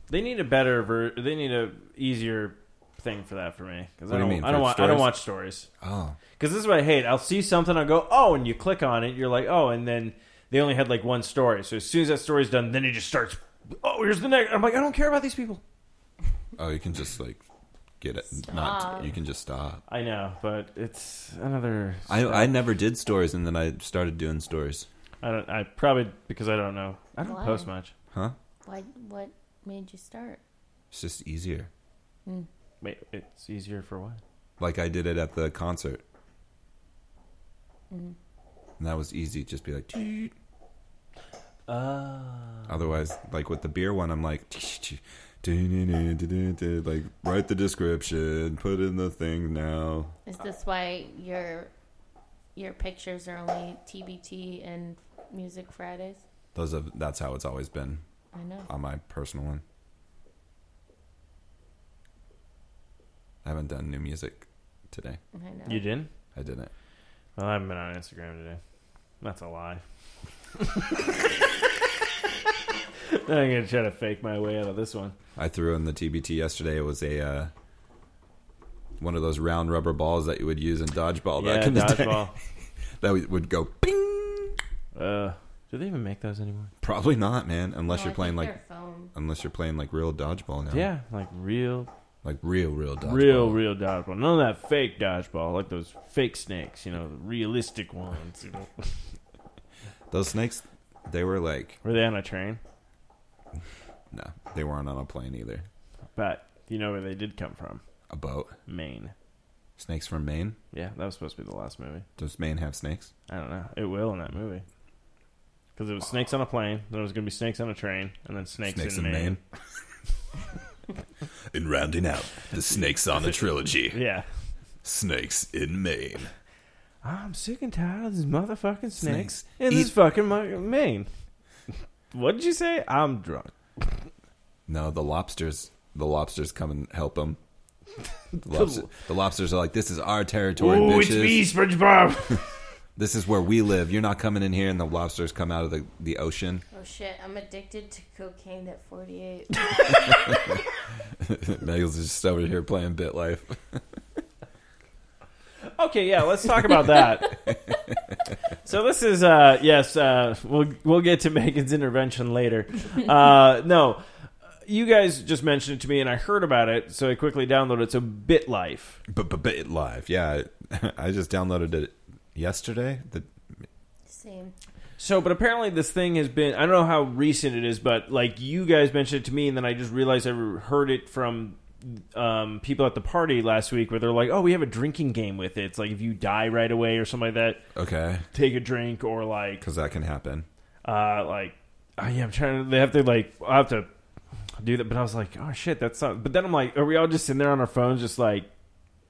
Speaker 5: They need a better ver- they need a easier thing for that for me because
Speaker 4: What
Speaker 5: I
Speaker 4: do you
Speaker 5: don't
Speaker 4: mean,
Speaker 5: I don't
Speaker 4: for
Speaker 5: wa- I don't
Speaker 4: stories?
Speaker 5: watch stories.
Speaker 4: Oh.
Speaker 5: because this is what I hate. I'll see something, I'll go oh, and you click on it, you're like oh, and then they only had like one story. So as soon as that story's done, then it just starts. Oh, here's the next. I'm like I don't care about these people.
Speaker 4: Oh, you can just like get it. Not
Speaker 5: Stop.
Speaker 4: you can just stop.
Speaker 5: I know, but it's another.
Speaker 4: I I never did stories, and then I started doing stories.
Speaker 5: I don't. I probably because I don't know. I don't
Speaker 13: Why?
Speaker 5: post much.
Speaker 4: Huh?
Speaker 13: Why? What made you start?
Speaker 4: It's just easier.
Speaker 13: Hmm.
Speaker 5: Wait, it's easier for what?
Speaker 4: Like I did it at the concert,
Speaker 13: Mhm.
Speaker 4: and that was easy. Just be like. "Tweet."
Speaker 5: Uh,
Speaker 4: Otherwise, like with the beer one, I'm like, like write the description, put in the thing now.
Speaker 13: Is this why your your pictures are only TBT and Music Fridays?
Speaker 4: Those have that's how it's always been.
Speaker 13: I know.
Speaker 4: On my personal one. I haven't done new music today.
Speaker 13: I know.
Speaker 5: You didn't?
Speaker 4: I didn't.
Speaker 5: Well, I haven't been on Instagram today. That's a lie. I'm gonna try to fake my way out of this one.
Speaker 4: I threw in the TBT yesterday. It was a uh, one of those round rubber balls that you would use in dodgeball
Speaker 5: Yeah,
Speaker 4: back in the
Speaker 5: dodgeball.
Speaker 4: day. that would would go ping.
Speaker 5: Uh, do they even make those anymore?
Speaker 4: Probably not, man. Unless
Speaker 5: No,
Speaker 4: you're
Speaker 5: I
Speaker 4: playing
Speaker 5: think
Speaker 4: like
Speaker 5: they're foam.
Speaker 4: unless you're playing like real dodgeball now.
Speaker 5: Yeah, like real,
Speaker 4: like real, real dodgeball.
Speaker 5: Real, real dodgeball. None of that fake dodgeball, like those fake snakes. You know, the realistic ones. You know.
Speaker 4: Those snakes, they were like
Speaker 5: Were they on a train?
Speaker 4: no, they weren't on a plane either.
Speaker 5: But you know where they did come from?
Speaker 4: A boat.
Speaker 5: Maine.
Speaker 4: Snakes from Maine.
Speaker 5: Yeah, that was supposed to be the last movie.
Speaker 4: Does Maine have snakes?
Speaker 5: I don't know. It will in that movie. Because it was snakes on a plane, then it was going to be snakes on a train, and then snakes,
Speaker 4: Snakes
Speaker 5: in,
Speaker 4: in
Speaker 5: Maine.
Speaker 4: And rounding out the snakes on the trilogy.
Speaker 5: Yeah.
Speaker 4: Snakes in Maine.
Speaker 5: I'm sick and tired of these motherfucking snakes,
Speaker 4: Snakes.
Speaker 5: in this fucking mu- Maine. what did you say? I'm drunk.
Speaker 4: No, the lobsters. The lobsters come and help them. The,
Speaker 5: The-
Speaker 4: lobster, the lobsters are like, "This is our territory,
Speaker 5: Ooh,
Speaker 4: bitches.
Speaker 5: it's me, SpongeBob."
Speaker 4: this is where we live. You're not coming in here." And the lobsters come out of the the ocean.
Speaker 13: Oh shit! I'm addicted to cocaine at 48.
Speaker 4: Megal's just over here playing bit life.
Speaker 5: Okay, yeah, let's talk about that. so this is uh yes, uh we'll we'll get to Megan's intervention later. Uh no. You guys just mentioned it to me and I heard about it, so I quickly downloaded it. So BitLife.
Speaker 4: But bit life, yeah. I just downloaded it yesterday. The
Speaker 13: Same.
Speaker 5: So, but apparently this thing has been, I don't know how recent it is, but like you guys mentioned it to me, and then I just realized I heard it from um, people at the party last week where they're like, oh, we have a drinking game with it. It's like if you die right away or something like that,
Speaker 4: okay,
Speaker 5: take a drink or like,
Speaker 4: because that can happen.
Speaker 5: uh, like, oh, yeah, I'm trying to, they have to like, I have to do that. But I was like, oh shit, that's not, but then I'm like, are we all just sitting there on our phones just like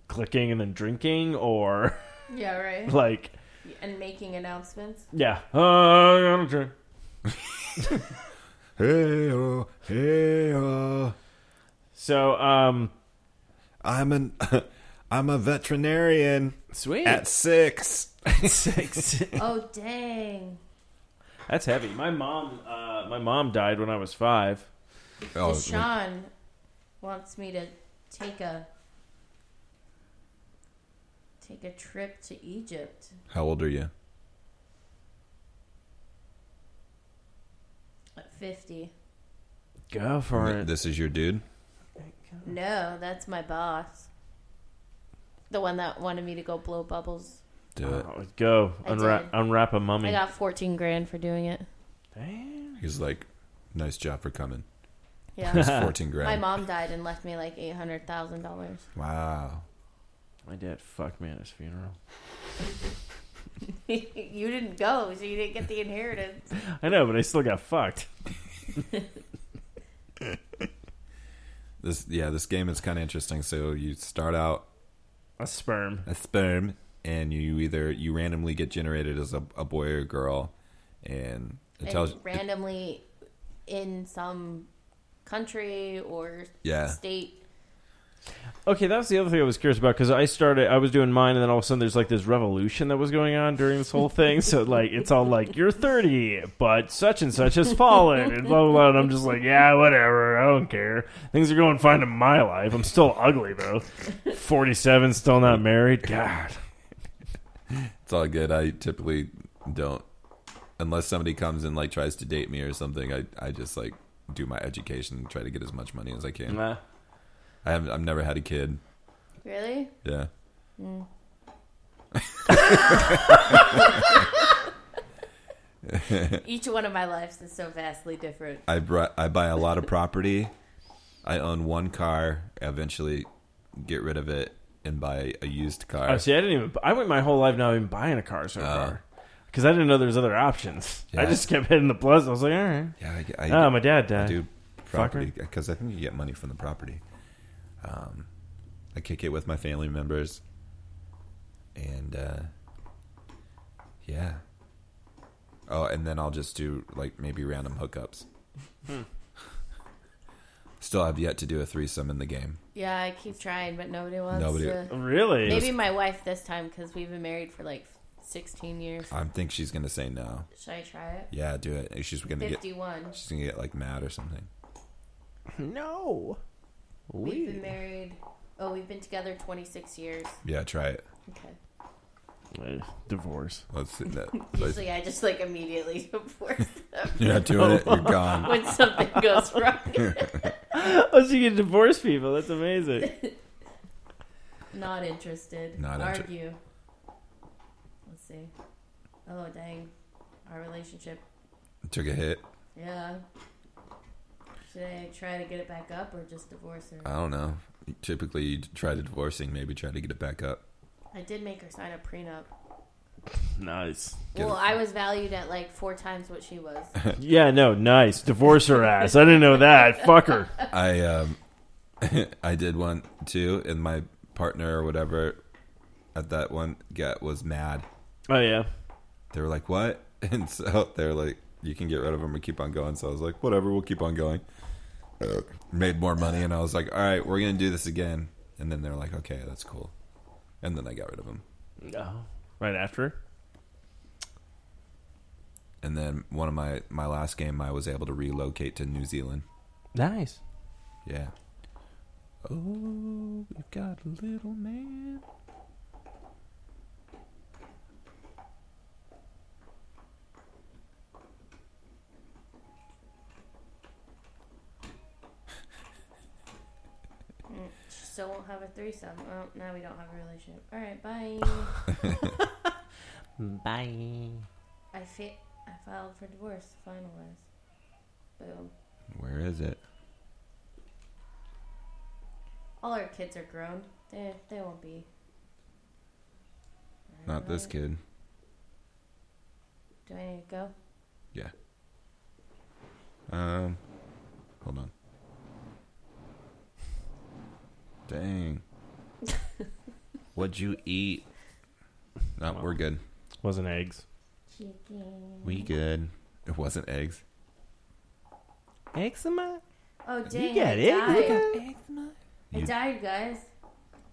Speaker 5: clicking and then drinking or
Speaker 13: Yeah, right.
Speaker 5: like,
Speaker 13: and making announcements.
Speaker 5: yeah, uh, I don't drink.
Speaker 4: Hey, oh, hey, oh.
Speaker 5: So, um,
Speaker 4: I'm an I'm a veterinarian.
Speaker 5: Sweet.
Speaker 4: At six.
Speaker 5: six.
Speaker 13: Oh dang!
Speaker 5: That's heavy. My mom, uh, my mom died when I was five.
Speaker 13: Oh, Sean wants me to take a take a trip to Egypt.
Speaker 4: How old are you?
Speaker 13: At 50.
Speaker 5: Go for it.
Speaker 4: This is your dude.
Speaker 13: No, that's my boss. The one that wanted me to go blow bubbles.
Speaker 5: Uh,
Speaker 4: Do it.
Speaker 5: Oh, Go
Speaker 13: I
Speaker 5: unwrap,
Speaker 13: did.
Speaker 5: unwrap a
Speaker 13: I
Speaker 5: mummy.
Speaker 13: got 14 grand for doing it.
Speaker 4: He's like, nice job for coming.
Speaker 13: Yeah.
Speaker 4: It's 14 grand.
Speaker 13: My mom died and left me like $800,000.
Speaker 4: Wow.
Speaker 5: My dad fucked me at his funeral.
Speaker 13: you didn't go, so you didn't get the inheritance.
Speaker 5: I know, but I still got fucked.
Speaker 4: This yeah, this game is kind of interesting. So you start out
Speaker 5: a sperm,
Speaker 4: a sperm, and you either you randomly get generated as a, a boy or a girl, and it
Speaker 13: And
Speaker 4: tells
Speaker 13: randomly in some country or
Speaker 4: Yeah.
Speaker 13: state.
Speaker 5: Okay, that was the other thing I was curious about because I started, I was doing mine, and then all of a sudden there's like this revolution that was going on during this whole thing. so like, it's all like you're 30, but such and such has fallen, and blah blah. blah. And I'm just like, yeah, whatever, I don't care. Things are going fine in my life. I'm still ugly though. 47, still not married. God.
Speaker 4: it's all good. I typically don't unless somebody comes and like tries to date me or something. I I just like do my education, and try to get as much money as I can.
Speaker 5: Nah.
Speaker 4: I haven't. I've never had a kid.
Speaker 13: Really?
Speaker 4: Yeah.
Speaker 13: Mm. Each one of my lives is so vastly different.
Speaker 4: I brought, I buy a lot of property. I own one car. Eventually, get rid of it and buy a used car.
Speaker 5: Oh, see, I didn't even. I went my whole life not even buying a car so far because I didn't know there was other options. I
Speaker 4: Yeah.
Speaker 5: just kept hitting the plus. I was like, all right.
Speaker 4: Yeah, I, I,
Speaker 5: Ah, my dad died.
Speaker 4: I do
Speaker 5: Fucker.
Speaker 4: property because I think you get money from the property. Um, I kick it with my family members, and uh, yeah. Oh, and then I'll just do like maybe random hookups. Still have yet to do a threesome in the game.
Speaker 13: Yeah, I keep trying, but nobody wants
Speaker 4: Nobody-
Speaker 13: to.
Speaker 4: Really?
Speaker 13: Maybe my wife this time because we've been married for like 16 years.
Speaker 4: I think she's gonna say no.
Speaker 13: Should I try it?
Speaker 4: Yeah, do it. She's gonna
Speaker 13: Fifty-one.
Speaker 4: get. She's gonna get like mad or something.
Speaker 13: No. We've
Speaker 4: Weird.
Speaker 13: been married. Oh, we've been together 26 years.
Speaker 4: Yeah, try it.
Speaker 13: Okay.
Speaker 5: Uh, divorce.
Speaker 4: Let's see that.
Speaker 13: Usually, I just like immediately divorce them.
Speaker 4: You're not doing it, you're gone.
Speaker 13: when something goes wrong.
Speaker 5: oh, so you can divorce people. That's amazing.
Speaker 13: Not interested.
Speaker 5: Not inter-
Speaker 13: argue. Let's see. Oh dang, our relationship.
Speaker 4: Took a hit.
Speaker 13: Yeah. Should I try to get it back up or just divorce her?
Speaker 4: I don't know. Typically, you try to divorcing. Maybe try to get it back up.
Speaker 13: I did make her sign a prenup.
Speaker 5: Nice.
Speaker 13: well, I was valued at like four times what she was.
Speaker 5: yeah, no, nice. Divorce her ass. I didn't know that. Fuck her.
Speaker 4: I um, I did one too, and my partner or whatever at that one got was mad.
Speaker 5: Oh yeah.
Speaker 4: They were like, "What?" And so they're like, "You can get rid of them or keep on going." So I was like, "Whatever, we'll keep on going." Uh, made more money, and I was like, "All right, we're gonna do this again." And then they're like, "Okay, that's cool." And then I got rid of them.
Speaker 5: No. Right after?
Speaker 4: And then one of my my last game, I was able to relocate to New Zealand.
Speaker 5: Nice.
Speaker 4: Yeah. Oh, we've got a little man.
Speaker 13: Mm, She still won't have a threesome. Well, now we don't have a relationship. All right, bye.
Speaker 5: Bye.
Speaker 13: I fit. I filed for divorce. Finalized. Boom.
Speaker 4: Where is it?
Speaker 13: All our kids are grown. They they won't be.
Speaker 4: Not this kid.
Speaker 13: Do I need to go?
Speaker 4: Yeah. Um, hold on. Dang. What'd you eat? No, we're good.
Speaker 5: Wasn't eggs.
Speaker 13: Chicken.
Speaker 4: We good. It wasn't eggs.
Speaker 5: Eczema.
Speaker 13: Oh dang!
Speaker 5: got
Speaker 13: I
Speaker 5: eczema?
Speaker 13: died. I
Speaker 4: You-
Speaker 13: died, guys,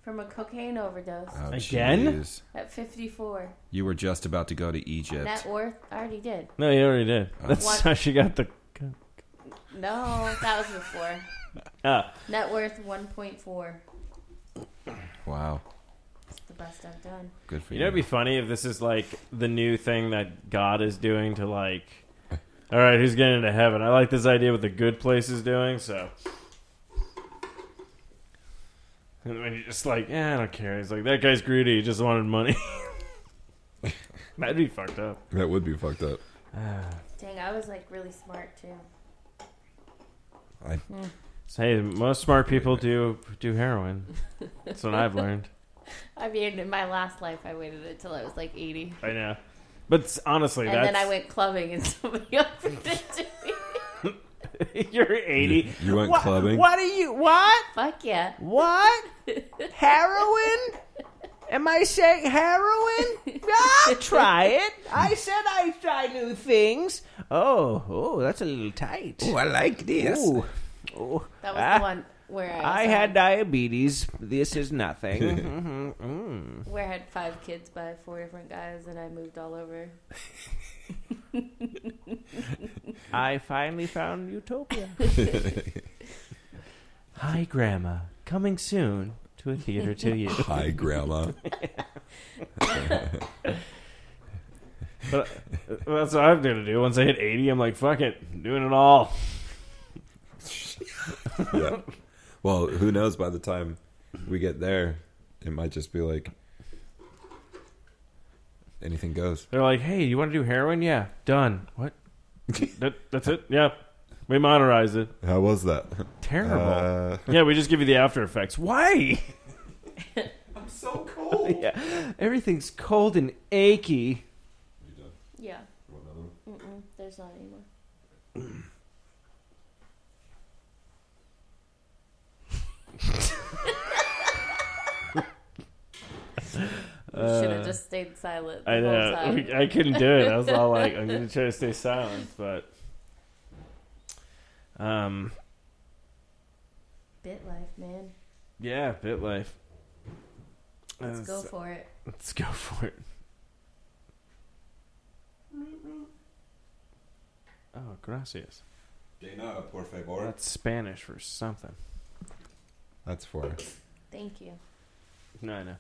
Speaker 13: from a cocaine overdose.
Speaker 4: Oh,
Speaker 5: Again?
Speaker 4: jeez.
Speaker 13: At 54.
Speaker 4: You were just about to go to Egypt.
Speaker 13: Net worth? I already did.
Speaker 5: No, you already did. That's
Speaker 13: What?
Speaker 5: how she got the.
Speaker 13: No, that was before.
Speaker 5: Ah.
Speaker 13: Net worth 1.4.
Speaker 4: Wow.
Speaker 13: It's the best I've done.
Speaker 4: Good for
Speaker 5: You know, it'd be funny if this is like the new thing that God is doing to like. All right, who's getting into heaven? I like this idea what the good place is doing. So, and when you're just like, yeah, I don't care. It's like that guy's greedy. He just wanted money. That'd be fucked up.
Speaker 4: That would be fucked up.
Speaker 13: Dang, I was like really smart too.
Speaker 4: I.
Speaker 5: So, hey, most smart people do do heroin. That's what I've learned.
Speaker 13: I mean, in my last life, I waited until I was like 80.
Speaker 5: I know, but s- honestly,
Speaker 13: and
Speaker 5: that's
Speaker 13: then I went clubbing and somebody offered it to me.
Speaker 5: you're eighty.
Speaker 4: You went
Speaker 5: Wha-
Speaker 4: clubbing?
Speaker 5: What are you? What?
Speaker 13: Fuck yeah.
Speaker 5: What?
Speaker 12: Heroin? Am I saying heroin? I'll try it. I said I try new things.
Speaker 5: Oh, oh, that's a little tight.
Speaker 12: Oh, I like this.
Speaker 5: oh.
Speaker 13: That was
Speaker 12: Ah,
Speaker 13: the one where I,
Speaker 12: I
Speaker 13: also
Speaker 12: had diabetes. This is nothing. Mhm, mm.
Speaker 13: where I had five kids by four different guys, and I moved all over.
Speaker 12: I finally found utopia.
Speaker 5: Hi, Grandma. Coming soon to a theater to you.
Speaker 4: Hi, Grandma.
Speaker 5: but uh, that's what I'm gonna do. Once I hit 80, I'm like, fuck it, I'm doing it all.
Speaker 4: yeah. Well, who knows? By the time we get there, it might just be like anything goes.
Speaker 5: They're like, hey, you want to do heroin? Yeah, done. What? that, that's it. Yeah, we monetize it.
Speaker 4: How was that?
Speaker 5: Terrible.
Speaker 4: Uh,
Speaker 5: yeah, we just give you the after effects. Why?
Speaker 12: I'm so cold.
Speaker 5: yeah, everything's cold and achy.
Speaker 13: Yeah. Mm-mm, there's not anymore. you should have
Speaker 5: Uh,
Speaker 13: just stayed silent. the
Speaker 5: I
Speaker 13: whole
Speaker 5: know.
Speaker 13: time.
Speaker 5: I couldn't do it. I was all like, I'm gonna try to stay silent, but um,
Speaker 13: man.
Speaker 5: Yeah, bit life.
Speaker 13: Let's go
Speaker 5: That's-
Speaker 13: for it.
Speaker 5: Let's go for it. Oh, gracias.
Speaker 4: De nada, por favor.
Speaker 5: That's Spanish for something.
Speaker 4: That's for.
Speaker 13: Thank you.
Speaker 5: No, I know.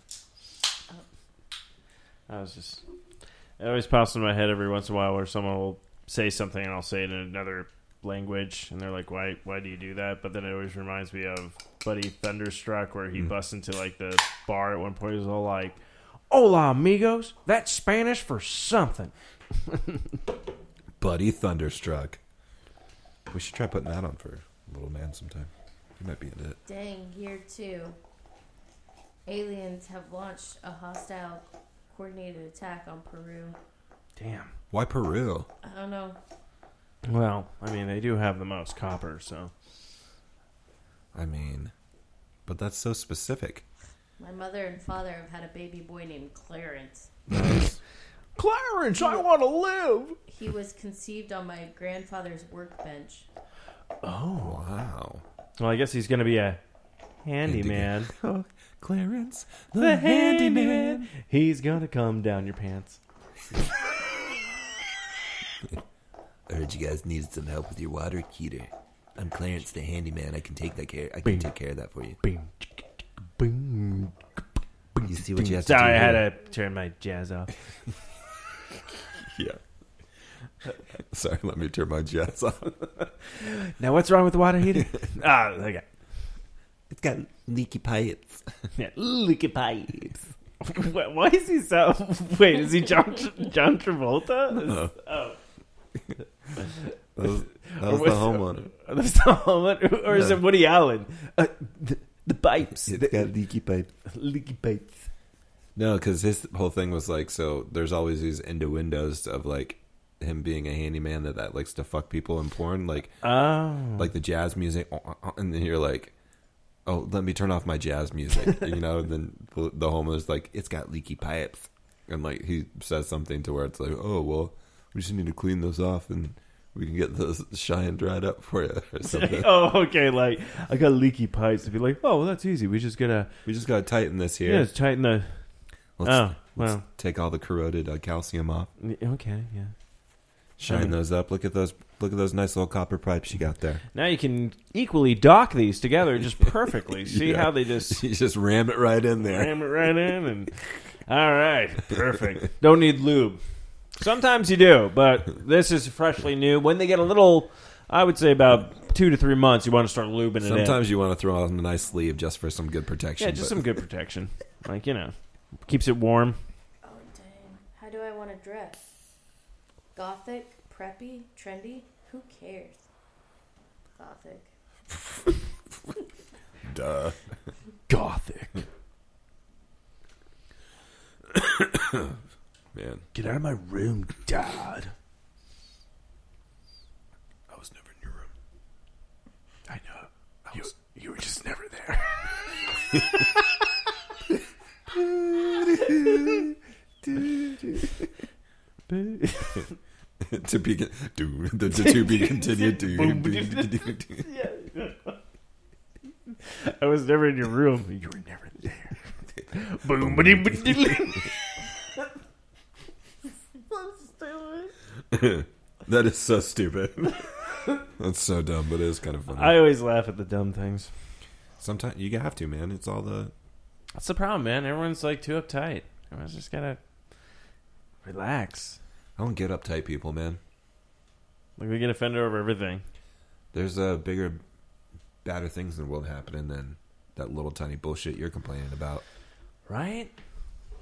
Speaker 5: I was just. It always pops in my head every once in a while where someone will say something and I'll say it in another language and they're like, why Why do you do that? But then it always reminds me of Buddy Thunderstruck where he busts into like the bar at one point. He's all like, Hola, amigos. That's Spanish for something.
Speaker 4: Buddy Thunderstruck. We should try putting that on for Little Man sometime. He might be into it.
Speaker 13: Dang, year two. Aliens have launched a hostile coordinated attack on Peru.
Speaker 5: Damn.
Speaker 4: Why Peru?
Speaker 13: I don't know.
Speaker 5: Well, I mean, they do have the most copper, so.
Speaker 4: I mean, but that's so specific.
Speaker 13: My mother and father have had a baby boy named Clarence.
Speaker 5: Clarence, I want to live.
Speaker 13: He was conceived on my grandfather's workbench.
Speaker 5: Oh,
Speaker 4: wow.
Speaker 5: Well, I guess he's going to be a handyman.
Speaker 4: Clarence,
Speaker 5: Oh, the, handyman. He's going to come down your pants.
Speaker 16: I heard you guys needed some help with your water heater. I'm Clarence the handyman. I can take that care. I can take care of that for you. You see what you have to
Speaker 5: Sorry,
Speaker 16: do.
Speaker 5: I had
Speaker 16: here?
Speaker 5: to turn my jazz off.
Speaker 4: Yeah. Sorry, let me turn my jazz on.
Speaker 5: now, what's wrong with the water heater? ah, okay.
Speaker 16: It's got leaky pipes.
Speaker 5: Yeah, leaky pipes. Wait, why is he so? Wait, is he John John Travolta? Is-
Speaker 4: No.
Speaker 5: Oh.
Speaker 4: That was- that
Speaker 5: Or
Speaker 4: was the homeowner.
Speaker 5: That's the homeowner, or is
Speaker 4: Yeah.
Speaker 5: it Woody Allen? Uh, the, the pipes.
Speaker 4: It's got leaky pipe.
Speaker 5: Leaky pipes.
Speaker 4: No, because his whole thing was like, so there's always these innuendos of like him being a handyman that that likes to fuck people in porn, like
Speaker 5: Oh.
Speaker 4: like the jazz music, uh, uh, uh, and then you're like, oh, let me turn off my jazz music, you know. And then the, the homeowner's like, it's got leaky pipes, and like he says something to where it's like, oh well, we just need to clean those off, and we can get those shy and dried up for you or something.
Speaker 5: oh, okay. Like I got leaky pipes. To be like, oh, well, that's easy. We just gotta.
Speaker 4: We just gotta tighten this here.
Speaker 5: Yeah, just tighten the.
Speaker 4: Let's,
Speaker 5: oh,
Speaker 4: let's
Speaker 5: well.
Speaker 4: take all the corroded uh, calcium off.
Speaker 5: Okay, yeah.
Speaker 4: Shine
Speaker 5: I mean-
Speaker 4: those up. Look at those. Look at those nice little copper pipes you got there.
Speaker 5: Now you can equally dock these together just perfectly. See
Speaker 4: Yeah.
Speaker 5: how they just
Speaker 4: you just ram it right in there.
Speaker 5: ram it right in, and all right, perfect. Don't need lube. Sometimes you do, but this is freshly new. When they get a little, I would say about two to three months, you want to start lubing it. in.
Speaker 4: Sometimes you want to throw on a nice sleeve just for some good protection.
Speaker 5: yeah, just
Speaker 4: but-
Speaker 5: some good protection, like you know, keeps it warm.
Speaker 13: How do I want to dress? Gothic, preppy, trendy? Who cares? Gothic.
Speaker 4: Duh.
Speaker 5: Gothic.
Speaker 4: Man.
Speaker 1: Get out of my room, Dad. I was never in your room. I know. you, you were just never there.
Speaker 4: to be con- do the, the to be continued. Do,
Speaker 5: I was never in your room. You were never there. Boom. ba-dee, ba-dee.
Speaker 4: that is so stupid. That's so dumb, but it is kind of funny.
Speaker 5: I always laugh at the dumb things.
Speaker 4: Sometimes you have to, man. It's all the
Speaker 5: That's the problem, man. Everyone's like too uptight. Everyone's just gotta relax.
Speaker 4: I don't get uptight people, man.
Speaker 5: Like we get offended over everything.
Speaker 4: There's uh, bigger, badder things in the world happening than that little tiny bullshit you're complaining about.
Speaker 5: Right?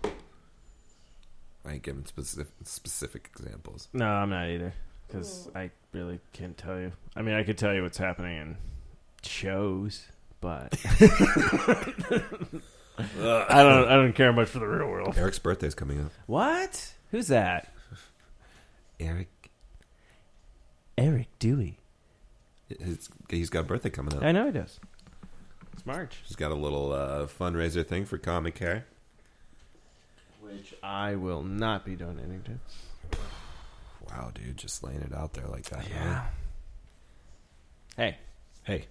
Speaker 4: I ain't giving specific specific examples.
Speaker 5: No, I'm not either. Because I really can't tell you. I mean, I could tell you what's happening in shows, but I don't. I don't care much for the real world.
Speaker 4: Eric's birthday's coming up.
Speaker 5: What? Who's that?
Speaker 4: Eric.
Speaker 5: Eric Dewey.
Speaker 4: His, he's got a birthday coming up.
Speaker 5: I know he does. It's March.
Speaker 4: He's got a little uh, fundraiser thing for Comic Care.
Speaker 5: Which I will not be donating to.
Speaker 4: Wow, dude, just laying it out there like that.
Speaker 5: Yeah. Hey.
Speaker 4: Hey.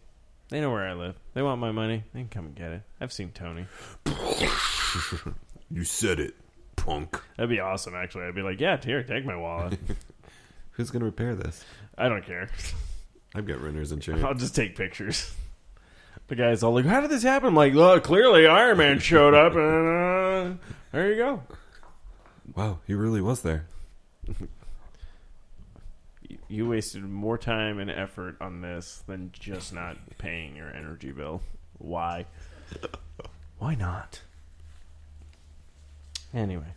Speaker 5: They know where I live. They want my money. They can come and get it. I've seen Tony.
Speaker 4: you said it, punk.
Speaker 5: That'd be awesome, actually. I'd be like, yeah, here, take my wallet.
Speaker 4: Who's gonna repair this?
Speaker 5: I don't care.
Speaker 4: I've got renter's insurance.
Speaker 5: I'll just take pictures. The guy's all like, how did this happen? I'm like, look, clearly Iron Man showed up, and uh, there you go.
Speaker 4: Wow, he really was there.
Speaker 5: You wasted more time and effort on this than just not paying your energy bill. Why? Why not? Anyway.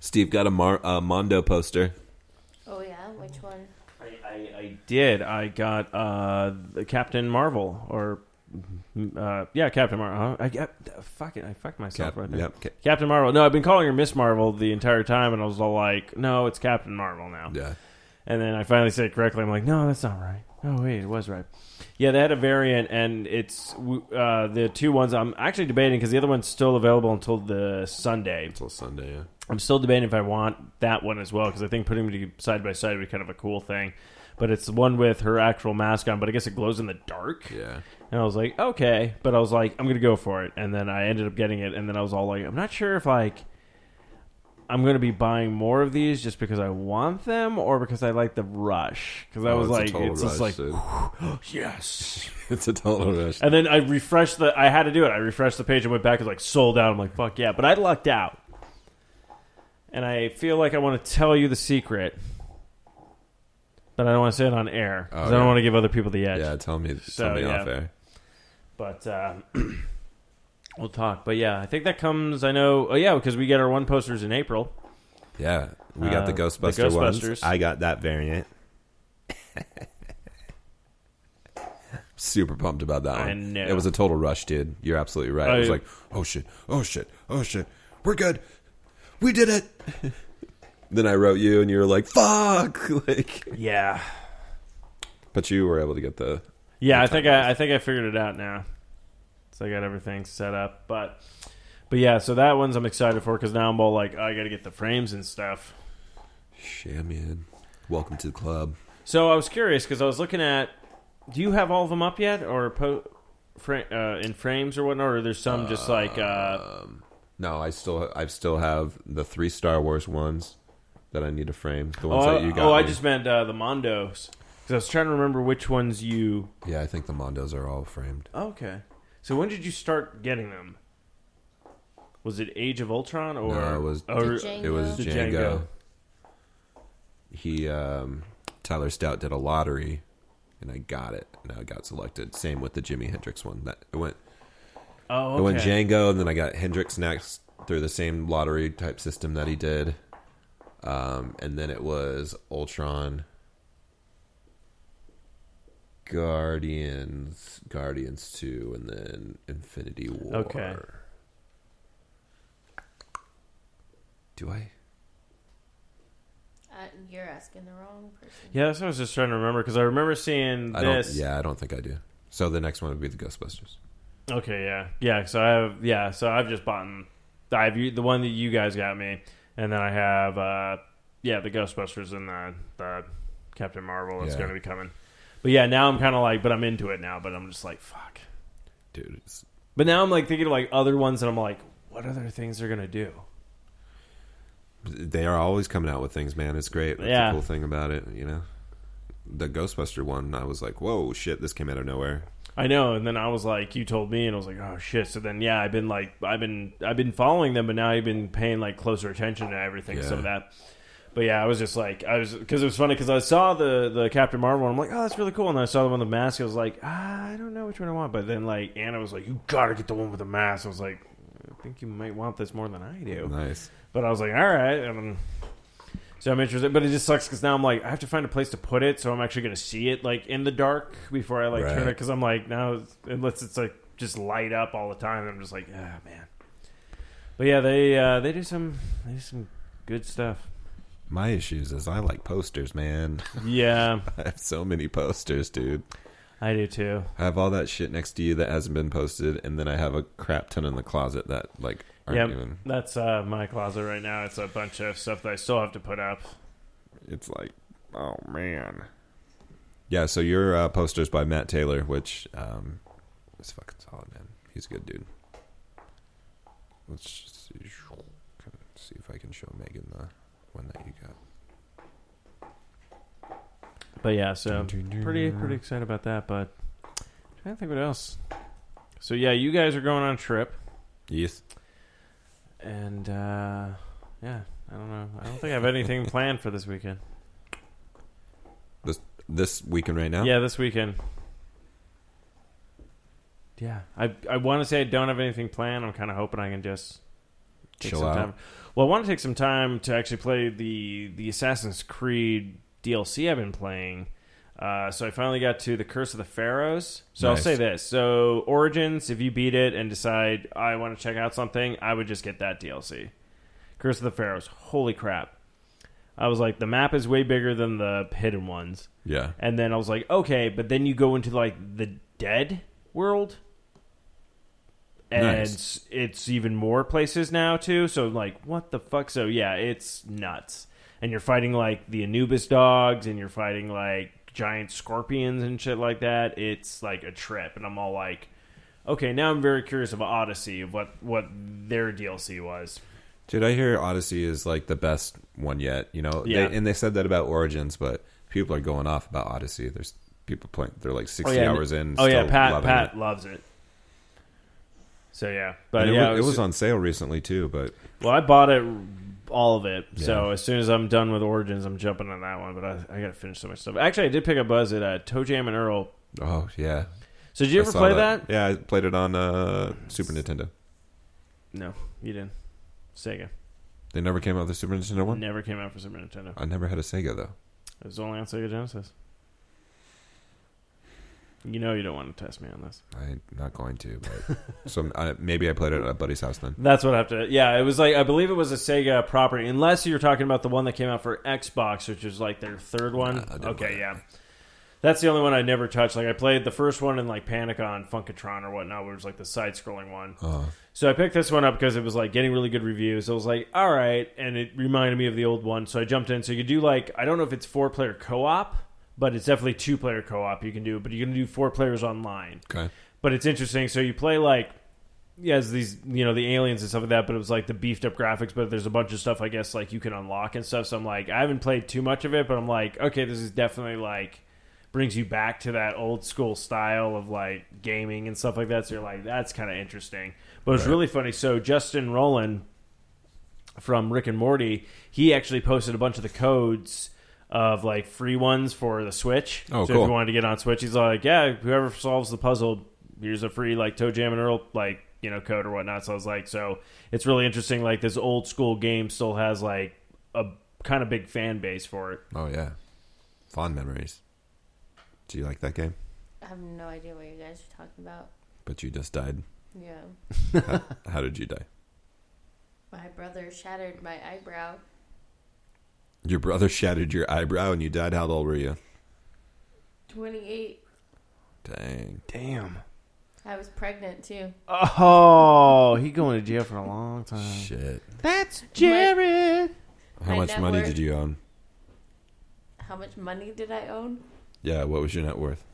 Speaker 4: Steve got a Mar- uh, Mondo poster.
Speaker 13: Oh yeah, which one?
Speaker 5: I, I did. I got uh, the Captain Marvel, or uh, yeah, Captain Marvel. I, I, fuck it, I fucked myself
Speaker 4: Cap-
Speaker 5: right there.
Speaker 4: yep, Cap-
Speaker 5: Captain Marvel. No, I've been calling her Miss Marvel the entire time, and I was all like, "No, it's Captain Marvel now."
Speaker 4: Yeah.
Speaker 5: And then I finally said it correctly. I'm like, "No, that's not right." Oh wait, it was right. Yeah, they had a variant, and it's uh, the two ones. I'm actually debating because the other one's still available until the Sunday. Until
Speaker 4: Sunday, yeah.
Speaker 5: I'm still debating if I want that one as well because I think putting them to- side by side would be kind of a cool thing. But it's the one with her actual mask on, but I guess it glows in the dark.
Speaker 4: Yeah.
Speaker 5: And I was like, okay, but I was like, I'm gonna go for it, and then I ended up getting it, and then I was all like, I'm not sure if like I'm gonna be buying more of these just because I want them or because I like the rush. Because I
Speaker 4: Oh,
Speaker 5: was
Speaker 4: it's a
Speaker 5: like,
Speaker 4: total
Speaker 5: it's just
Speaker 4: rush,
Speaker 5: like, "Oh,
Speaker 4: dude.
Speaker 5: yes.
Speaker 4: It's a total rush.
Speaker 5: And then I refreshed the. I had to do it. I refreshed the page and went back. and like sold out. I'm like, fuck yeah. But I lucked out. And I feel like I want to tell you the secret, but I don't want to say it on air 'cause
Speaker 4: Oh,
Speaker 5: I don't
Speaker 4: yeah.
Speaker 5: want to give other people the edge.
Speaker 4: Yeah, tell me- tell
Speaker 5: So,
Speaker 4: me
Speaker 5: yeah.
Speaker 4: off air.
Speaker 5: But uh, we'll talk. But yeah, I think that comes. I know. Oh yeah, because we get our one posters in April.
Speaker 4: Yeah, we got
Speaker 5: Uh,
Speaker 4: the
Speaker 5: the
Speaker 4: Ghostbuster ones.
Speaker 5: Ghostbusters.
Speaker 4: I got that variant. Super pumped about that
Speaker 5: I
Speaker 4: one.
Speaker 5: know.
Speaker 4: It was a total rush, dude. You're absolutely right. it was
Speaker 5: I-
Speaker 4: like, oh shit, oh shit, oh shit, we're good, we did it. then I wrote you, and you were like, fuck. like,
Speaker 5: Yeah.
Speaker 4: but you were able to get the.
Speaker 5: Yeah, I think I, I think I figured it out now. So I got everything set up, but but yeah, so that one's I'm excited for because now I'm all like, I got to get the frames and stuff.
Speaker 4: Shit, man. Welcome to the club.
Speaker 5: So I was curious because I was looking at, do you have all of them up yet, or po- fra- uh, in frames or whatnot, or there's some just like uh,
Speaker 4: No, I still I still have the three Star Wars ones that I need to frame. The ones
Speaker 5: oh,
Speaker 4: that you got.
Speaker 5: oh, I
Speaker 4: me.
Speaker 5: just meant uh, the Mondos because I was trying to remember which ones you.
Speaker 4: Yeah, I think the Mondos are all framed.
Speaker 5: Okay, so when did you start getting them? Was it Age of Ultron or
Speaker 4: no, it was
Speaker 5: or-
Speaker 4: it was Django. He um, Tyler Stout did a lottery, and I got it, and I got selected. Same with the Jimi Hendrix one. That it went.
Speaker 5: Oh,
Speaker 4: It went
Speaker 5: okay.
Speaker 4: Django, and then I got Hendrix next through the same lottery type system that he did, um, and then it was Ultron. Guardians, Guardians two, and then Infinity War.
Speaker 5: Okay.
Speaker 4: Do I?
Speaker 13: Uh, you're asking the wrong person.
Speaker 5: Yeah, that's what I was just trying to remember because I remember seeing
Speaker 4: I don't,
Speaker 5: this.
Speaker 4: yeah, I don't think I do. So the next one would be the Ghostbusters.
Speaker 5: Okay, yeah, yeah. So I have, yeah. So I've just bought I've u- the one that you guys got me, and then I have, uh yeah, the Ghostbusters and the, the Captain Marvel that's
Speaker 4: Yeah.
Speaker 5: going to be coming. But yeah, now I'm kind of like, but I'm into it now. But I'm just like, fuck,
Speaker 4: dude. It's...
Speaker 5: But now I'm like thinking of like other ones, and I'm like, what other things they're gonna do?
Speaker 4: They are always coming out with things, man. It's great. That's
Speaker 5: Yeah.
Speaker 4: the cool thing about it, you know. The Ghostbuster one, I was like, whoa, shit, this came out of nowhere.
Speaker 5: I know, and then I was like, you told me, and I was like, oh shit. So then, yeah, I've been like, I've been, I've been following them, but now I've been paying like closer attention to everything. So
Speaker 4: Yeah.
Speaker 5: that, but yeah, I was just like, I was because it was funny because I saw the the Captain Marvel, and I'm like, oh, that's really cool. And then I saw the one with the mask, I was like, ah, I don't know which one I want. But then like Anna was like, you gotta get the one with the mask. I was like, I think you might want this more than I do.
Speaker 4: Nice.
Speaker 5: But I was like, all right, and then- so I'm interested. But it just sucks because now I'm like, I have to find a place to put it, so I'm actually gonna see it like in the dark before I like turn
Speaker 4: Right.
Speaker 5: it because I'm like now it's- unless it's like just light up all the time, I'm just like, ah man. But yeah, they uh, they do some they do some good stuff.
Speaker 4: My issues is I like posters, man.
Speaker 5: Yeah.
Speaker 4: I have so many posters, dude.
Speaker 5: I do too.
Speaker 4: I have all that shit next to you that hasn't been posted, and then I have a crap ton in the closet that, like, aren't
Speaker 5: yeah,
Speaker 4: even.
Speaker 5: that's uh, my closet right now. It's a bunch of stuff that I still have to put up.
Speaker 4: It's like, oh, man. Yeah, so your uh, posters by Matt Taylor, which um, is fucking solid, man. He's a good dude. Let's just see, see if I can show Megan the one that you got.
Speaker 5: But yeah, so pretty pretty excited about that. But I trying to think what else. So yeah, you guys are going on a trip.
Speaker 4: Yes.
Speaker 5: And uh, yeah, I don't know. I don't think I have anything planned for this weekend.
Speaker 4: This this weekend right now.
Speaker 5: Yeah, this weekend. Yeah, I I want to say I don't have anything planned. I'm kind of hoping I can just take
Speaker 4: Chill
Speaker 5: some
Speaker 4: out.
Speaker 5: time. Well, I want to take some time to actually play the the Assassin's Creed DLC I've been playing. Uh, so I finally got to the Curse of the Pharaohs. So I'll
Speaker 4: Nice.
Speaker 5: say this: so Origins, if you beat it and decide I want to check out something, I would just get that DLC. Curse of the Pharaohs. Holy crap! I was like, the map is way bigger than the hidden ones.
Speaker 4: Yeah.
Speaker 5: And then I was like, okay, but then you go into like the dead world. And
Speaker 4: Nice.
Speaker 5: it's, it's even more places now too. So like, what the fuck? So yeah, it's nuts. And you're fighting like the Anubis dogs, and you're fighting like giant scorpions and shit like that. It's like a trip, and I'm all like, okay, now I'm very curious about Odyssey of what what their DLC was.
Speaker 4: Dude, I hear Odyssey is like the best one yet. You know,
Speaker 5: Yeah.
Speaker 4: they, and they said that about Origins, but people are going off about Odyssey. There's people playing. They're like sixty
Speaker 5: yeah,
Speaker 4: hours in.
Speaker 5: Oh yeah,
Speaker 4: still
Speaker 5: Pat
Speaker 4: loving
Speaker 5: Pat
Speaker 4: it.
Speaker 5: loves it. So yeah,
Speaker 4: And
Speaker 5: but
Speaker 4: it,
Speaker 5: yeah,
Speaker 4: was, it was on sale recently too. But
Speaker 5: Well, I bought it, all of it. So
Speaker 4: Yeah.
Speaker 5: as soon as I'm done with Origins, I'm jumping on that one. But I, I got to finish so much stuff. Actually, I did pick up Buzz at uh, Toe Jam and Earl.
Speaker 4: oh yeah.
Speaker 5: So did you
Speaker 4: I
Speaker 5: ever
Speaker 4: saw
Speaker 5: play
Speaker 4: Yeah, I played it on uh, Super Nintendo.
Speaker 5: No, you didn't. Sega
Speaker 4: They never came out with the Super Nintendo one.
Speaker 5: never came out for Super Nintendo.
Speaker 4: I never had a Sega though.
Speaker 5: It was only on Sega Genesis. You know you don't want to test me on this.
Speaker 4: I'm not going to. But so I, maybe I played it at a buddy's house then.
Speaker 5: That's what I have to. Yeah, it was like I believe it was a Sega property, unless you're talking about the one that came out for Xbox, which is like their third one. okay, yeah, that's the only one I never touched. Like I played the first one in like Panic on Funkatron or whatnot, where it was like the side-scrolling one.
Speaker 4: Uh-huh.
Speaker 5: So I picked this one up because it was like getting really good reviews. I was like, all right, and it reminded me of the old one, so I jumped in. So you could do like I don't know if it's four-player co-op, but it's definitely two-player co-op you can do. But you can do four players online.
Speaker 4: Okay.
Speaker 5: But it's interesting. So you play like yeah, it's these you know the aliens and stuff like that, but it was like the beefed up graphics. But there's a bunch of stuff I guess like you can unlock and stuff. So I'm like, I haven't played too much of it, but I'm like, okay, this is definitely like brings you back to that old school style of like gaming and stuff like that. So you're like, that's kind of interesting. But it's
Speaker 4: Right.
Speaker 5: really funny. So Justin Rowland from Rick and Morty, he actually posted a bunch of the codes of like free ones for the Switch.
Speaker 4: Oh,
Speaker 5: so
Speaker 4: cool.
Speaker 5: if you wanted to get on Switch, he's like, yeah, whoever solves the puzzle, here's a free like Toe Jam and Earl like you know code or whatnot. So I was like, so it's really interesting. Like this old school game still has like a kind of big fan base for it.
Speaker 4: Oh yeah, fond memories. Do you like that game?
Speaker 13: I have no idea what you guys are talking about.
Speaker 4: But you just died.
Speaker 13: Yeah.
Speaker 4: how, how did you die?
Speaker 13: My brother shattered my eyebrow.
Speaker 4: Your brother shattered your eyebrow and you died. How old were you?
Speaker 13: 28.
Speaker 4: Dang.
Speaker 5: Damn.
Speaker 13: I was pregnant too.
Speaker 5: Oh, he going to jail for a long time.
Speaker 4: Shit.
Speaker 13: That's
Speaker 5: Jared.
Speaker 4: How
Speaker 13: My
Speaker 4: much
Speaker 13: net
Speaker 4: money
Speaker 13: worth.
Speaker 4: did you own?
Speaker 13: How much money did I own?
Speaker 4: Yeah, what was your net worth?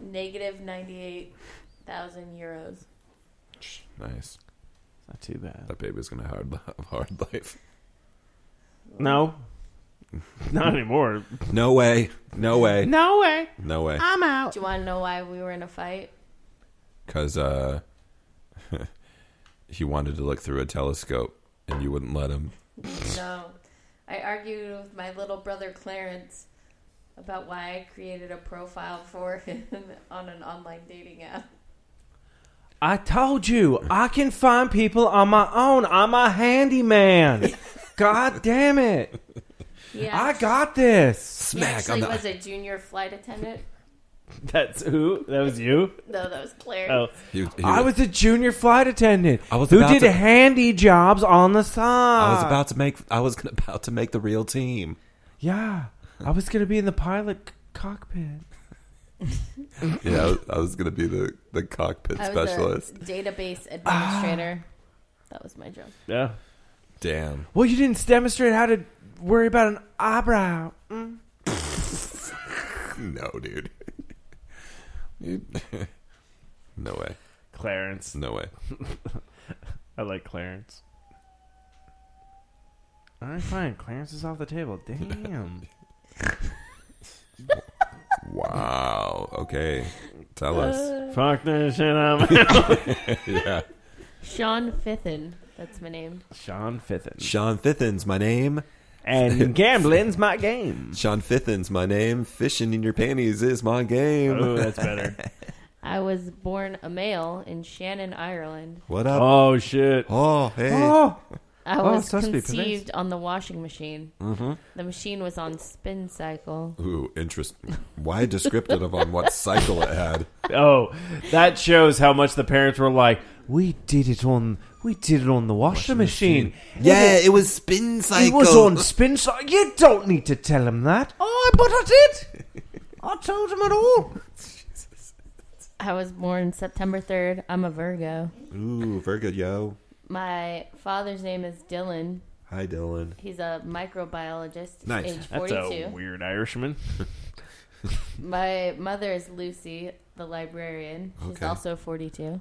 Speaker 13: Negative 98,000 euros.
Speaker 4: Nice.
Speaker 5: Not too bad.
Speaker 4: That baby's gonna hard li- have hard life.
Speaker 5: No, not anymore.
Speaker 4: No way. No way.
Speaker 13: No way.
Speaker 4: No way.
Speaker 13: out. Do you want to know why we were in a fight?
Speaker 4: Cause uh, he wanted to look through a telescope and you wouldn't let him.
Speaker 13: no. I argued with my little brother Clarence about why I created a profile for him on an online dating app.
Speaker 5: I told you, I can find people on my own. I'm a handyman. God damn it.
Speaker 13: Yeah.
Speaker 5: I got this.
Speaker 13: He
Speaker 3: Oh,
Speaker 13: actually was a junior flight attendant.
Speaker 5: That's who? That was you?
Speaker 13: No, that was
Speaker 4: Uh,
Speaker 13: Clarence.
Speaker 5: Oh.
Speaker 4: He- he-
Speaker 5: I was a junior flight attendant
Speaker 4: I was
Speaker 5: who
Speaker 4: about
Speaker 5: did
Speaker 4: to-
Speaker 5: handy jobs on the side.
Speaker 4: I was about to make. I was about to make the real team.
Speaker 5: Yeah. I was going to be in the pilot c- cockpit.
Speaker 4: Yeah, I was, I was gonna be the the cockpit
Speaker 13: I was
Speaker 4: specialist. Ah.
Speaker 13: a database administrator. that was my job.
Speaker 5: Yeah.
Speaker 4: Damn.
Speaker 5: Well, you didn't demonstrate how to worry about an eyebrow. Mm.
Speaker 4: no, dude. Dude. no way.
Speaker 5: Clarence.
Speaker 4: No way.
Speaker 5: I like Clarence. All right, fine. Clarence is off the table. Damn.
Speaker 4: Wow. Okay. Tell
Speaker 13: Uh.
Speaker 4: us.
Speaker 5: Fuck this shit
Speaker 4: up. yeah.
Speaker 13: Sean Fithin. That's my name.
Speaker 5: Sean Fithin.
Speaker 4: Sean Fithin's my name.
Speaker 5: And gambling's my game.
Speaker 4: Sean Fithin's my name. Fishing in your panties is my game.
Speaker 5: Oh, that's better.
Speaker 13: I was born a male in Shannon, Ireland.
Speaker 4: what up?
Speaker 5: Oh shit.
Speaker 4: Oh hey.
Speaker 5: Oh.
Speaker 13: I
Speaker 5: Oh,
Speaker 13: was
Speaker 5: it's supposed to be
Speaker 13: conceived on the washing machine.
Speaker 4: Mhm.
Speaker 13: The machine was on spin cycle.
Speaker 4: Ooh, interesting. Why descriptive on what cycle it had?
Speaker 5: Oh, that shows how much the parents were like, "We did it on, we did it on the washer machine.
Speaker 16: Yeah,
Speaker 5: And
Speaker 16: it was spin
Speaker 5: It was
Speaker 16: cycle.
Speaker 5: on spin cycle. You don't need to tell him that. Oh, but I did. I told him at all.
Speaker 13: I was born September 3rd. I'm a Virgo.
Speaker 4: Ooh, very good, yo.
Speaker 13: My father's name is Dylan.
Speaker 4: Hi, Dylan.
Speaker 13: He's a microbiologist, age
Speaker 5: That's
Speaker 13: 42.
Speaker 5: a weird Irishman.
Speaker 13: My mother is Lucy, the librarian. She's
Speaker 4: Okay.
Speaker 13: also 42.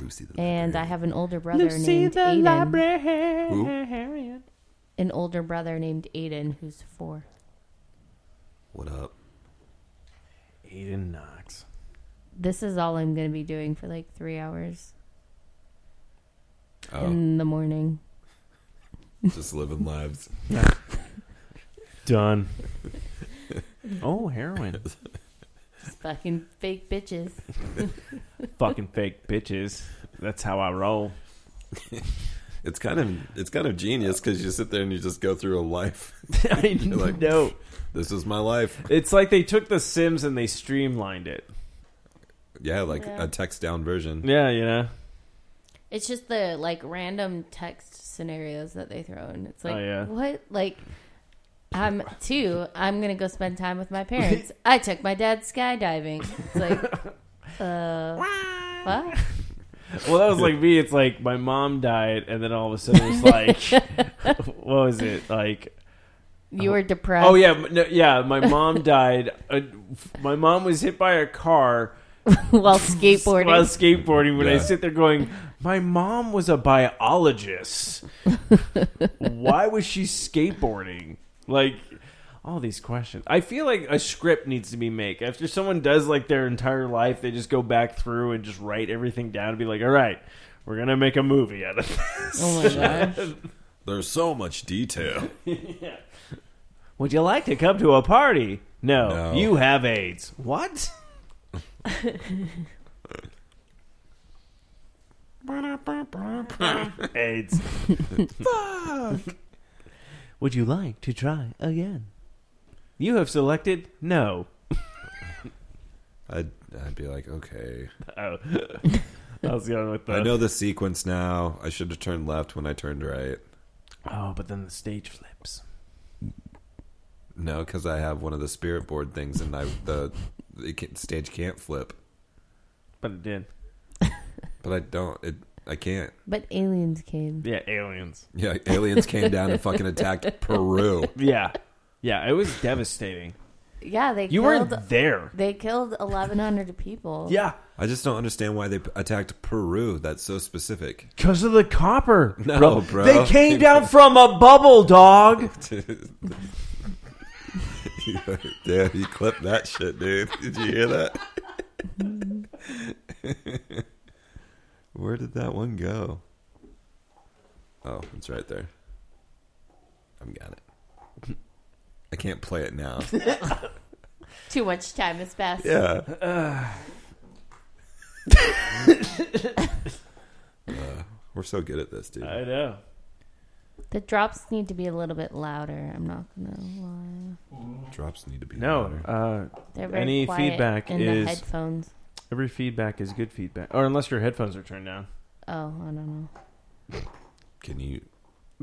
Speaker 4: Lucy the
Speaker 13: And I have an older brother
Speaker 5: Lucy
Speaker 13: named
Speaker 5: the
Speaker 13: Aiden.
Speaker 5: librarian.
Speaker 13: An older brother named Aiden, who's four.
Speaker 4: What up?
Speaker 5: Aiden Knox.
Speaker 13: This is all I'm going to be doing for like three hours
Speaker 4: Oh.
Speaker 13: in the morning.
Speaker 4: Just living lives.
Speaker 5: Done. oh, heroin.
Speaker 13: Just fucking fake bitches.
Speaker 5: Fucking fake bitches. That's how I roll.
Speaker 4: It's kind of it's kind of genius because you sit there and you just go through a life.
Speaker 5: I
Speaker 4: You're like,
Speaker 5: know.
Speaker 4: This is my life.
Speaker 5: It's like they took The Sims and they streamlined it.
Speaker 4: Yeah, like
Speaker 13: Yeah.
Speaker 4: a text down version.
Speaker 5: Yeah, you know.
Speaker 13: It's just the like random text scenarios that they throw in. It's like,
Speaker 5: Oh, yeah.
Speaker 13: what? Like, I'm two. I'm gonna go spend time with my parents. I took my dad skydiving. It's like, uh, what?
Speaker 5: Well, that was like me. It's like my mom died, and then all of a sudden it's like, what was it like?
Speaker 13: You were depressed.
Speaker 5: Oh yeah, m- no, yeah. My mom died. Uh, f- my mom was hit by a car
Speaker 13: while skateboarding.
Speaker 5: while skateboarding. When I
Speaker 13: Yeah.
Speaker 5: sit there going, my mom was a biologist. Why was she skateboarding? Like all these questions. I feel like a script needs to be made after someone does like their entire life. They just go back through and just write everything down and be like, all right. We're gonna make a movie out of this.
Speaker 13: Oh my gosh.
Speaker 4: There's so much detail.
Speaker 5: Would you like to come to a party? No,
Speaker 4: No.
Speaker 5: you have AIDS. What? AIDS. Fuck. Would you like to try again? You have selected no.
Speaker 4: I'd I'd be like, okay.
Speaker 5: Oh, I was going with the.
Speaker 4: I know the sequence now. I should have turned left when I turned right.
Speaker 5: Oh, but then the stage flips.
Speaker 4: No, because I have one of the spirit board things, and I the it can, stage can't flip.
Speaker 5: But it did.
Speaker 4: But I don't. It I can't.
Speaker 13: But aliens came.
Speaker 5: Yeah, aliens.
Speaker 4: Yeah, aliens came down and fucking attacked Peru.
Speaker 5: Yeah, yeah. It was devastating.
Speaker 13: Yeah, they
Speaker 5: You
Speaker 13: killed,
Speaker 5: weren't there.
Speaker 13: They killed 1,100 people.
Speaker 5: Yeah,
Speaker 4: I just don't understand why they p- attacked Peru. That's so specific.
Speaker 5: because of the copper.
Speaker 4: No, bro.
Speaker 5: They came down from a bubble, dog.
Speaker 4: Damn, you clipped that shit, dude. Did you hear that? Where did that one go? Oh, it's right there. I've got it. I can't play it now.
Speaker 13: Too much time has passed.
Speaker 4: Yeah. Uh, we're so good at this, dude.
Speaker 5: I know.
Speaker 13: The drops need to be a little bit louder. I'm not gonna lie.
Speaker 4: Drops need to be
Speaker 5: No,
Speaker 4: louder.
Speaker 5: uh,
Speaker 13: They're very
Speaker 5: any
Speaker 13: quiet
Speaker 5: feedback
Speaker 13: in the
Speaker 5: is
Speaker 13: headphones.
Speaker 5: Every feedback is good feedback, or unless your headphones are turned down.
Speaker 13: Oh, I don't know.
Speaker 4: Can you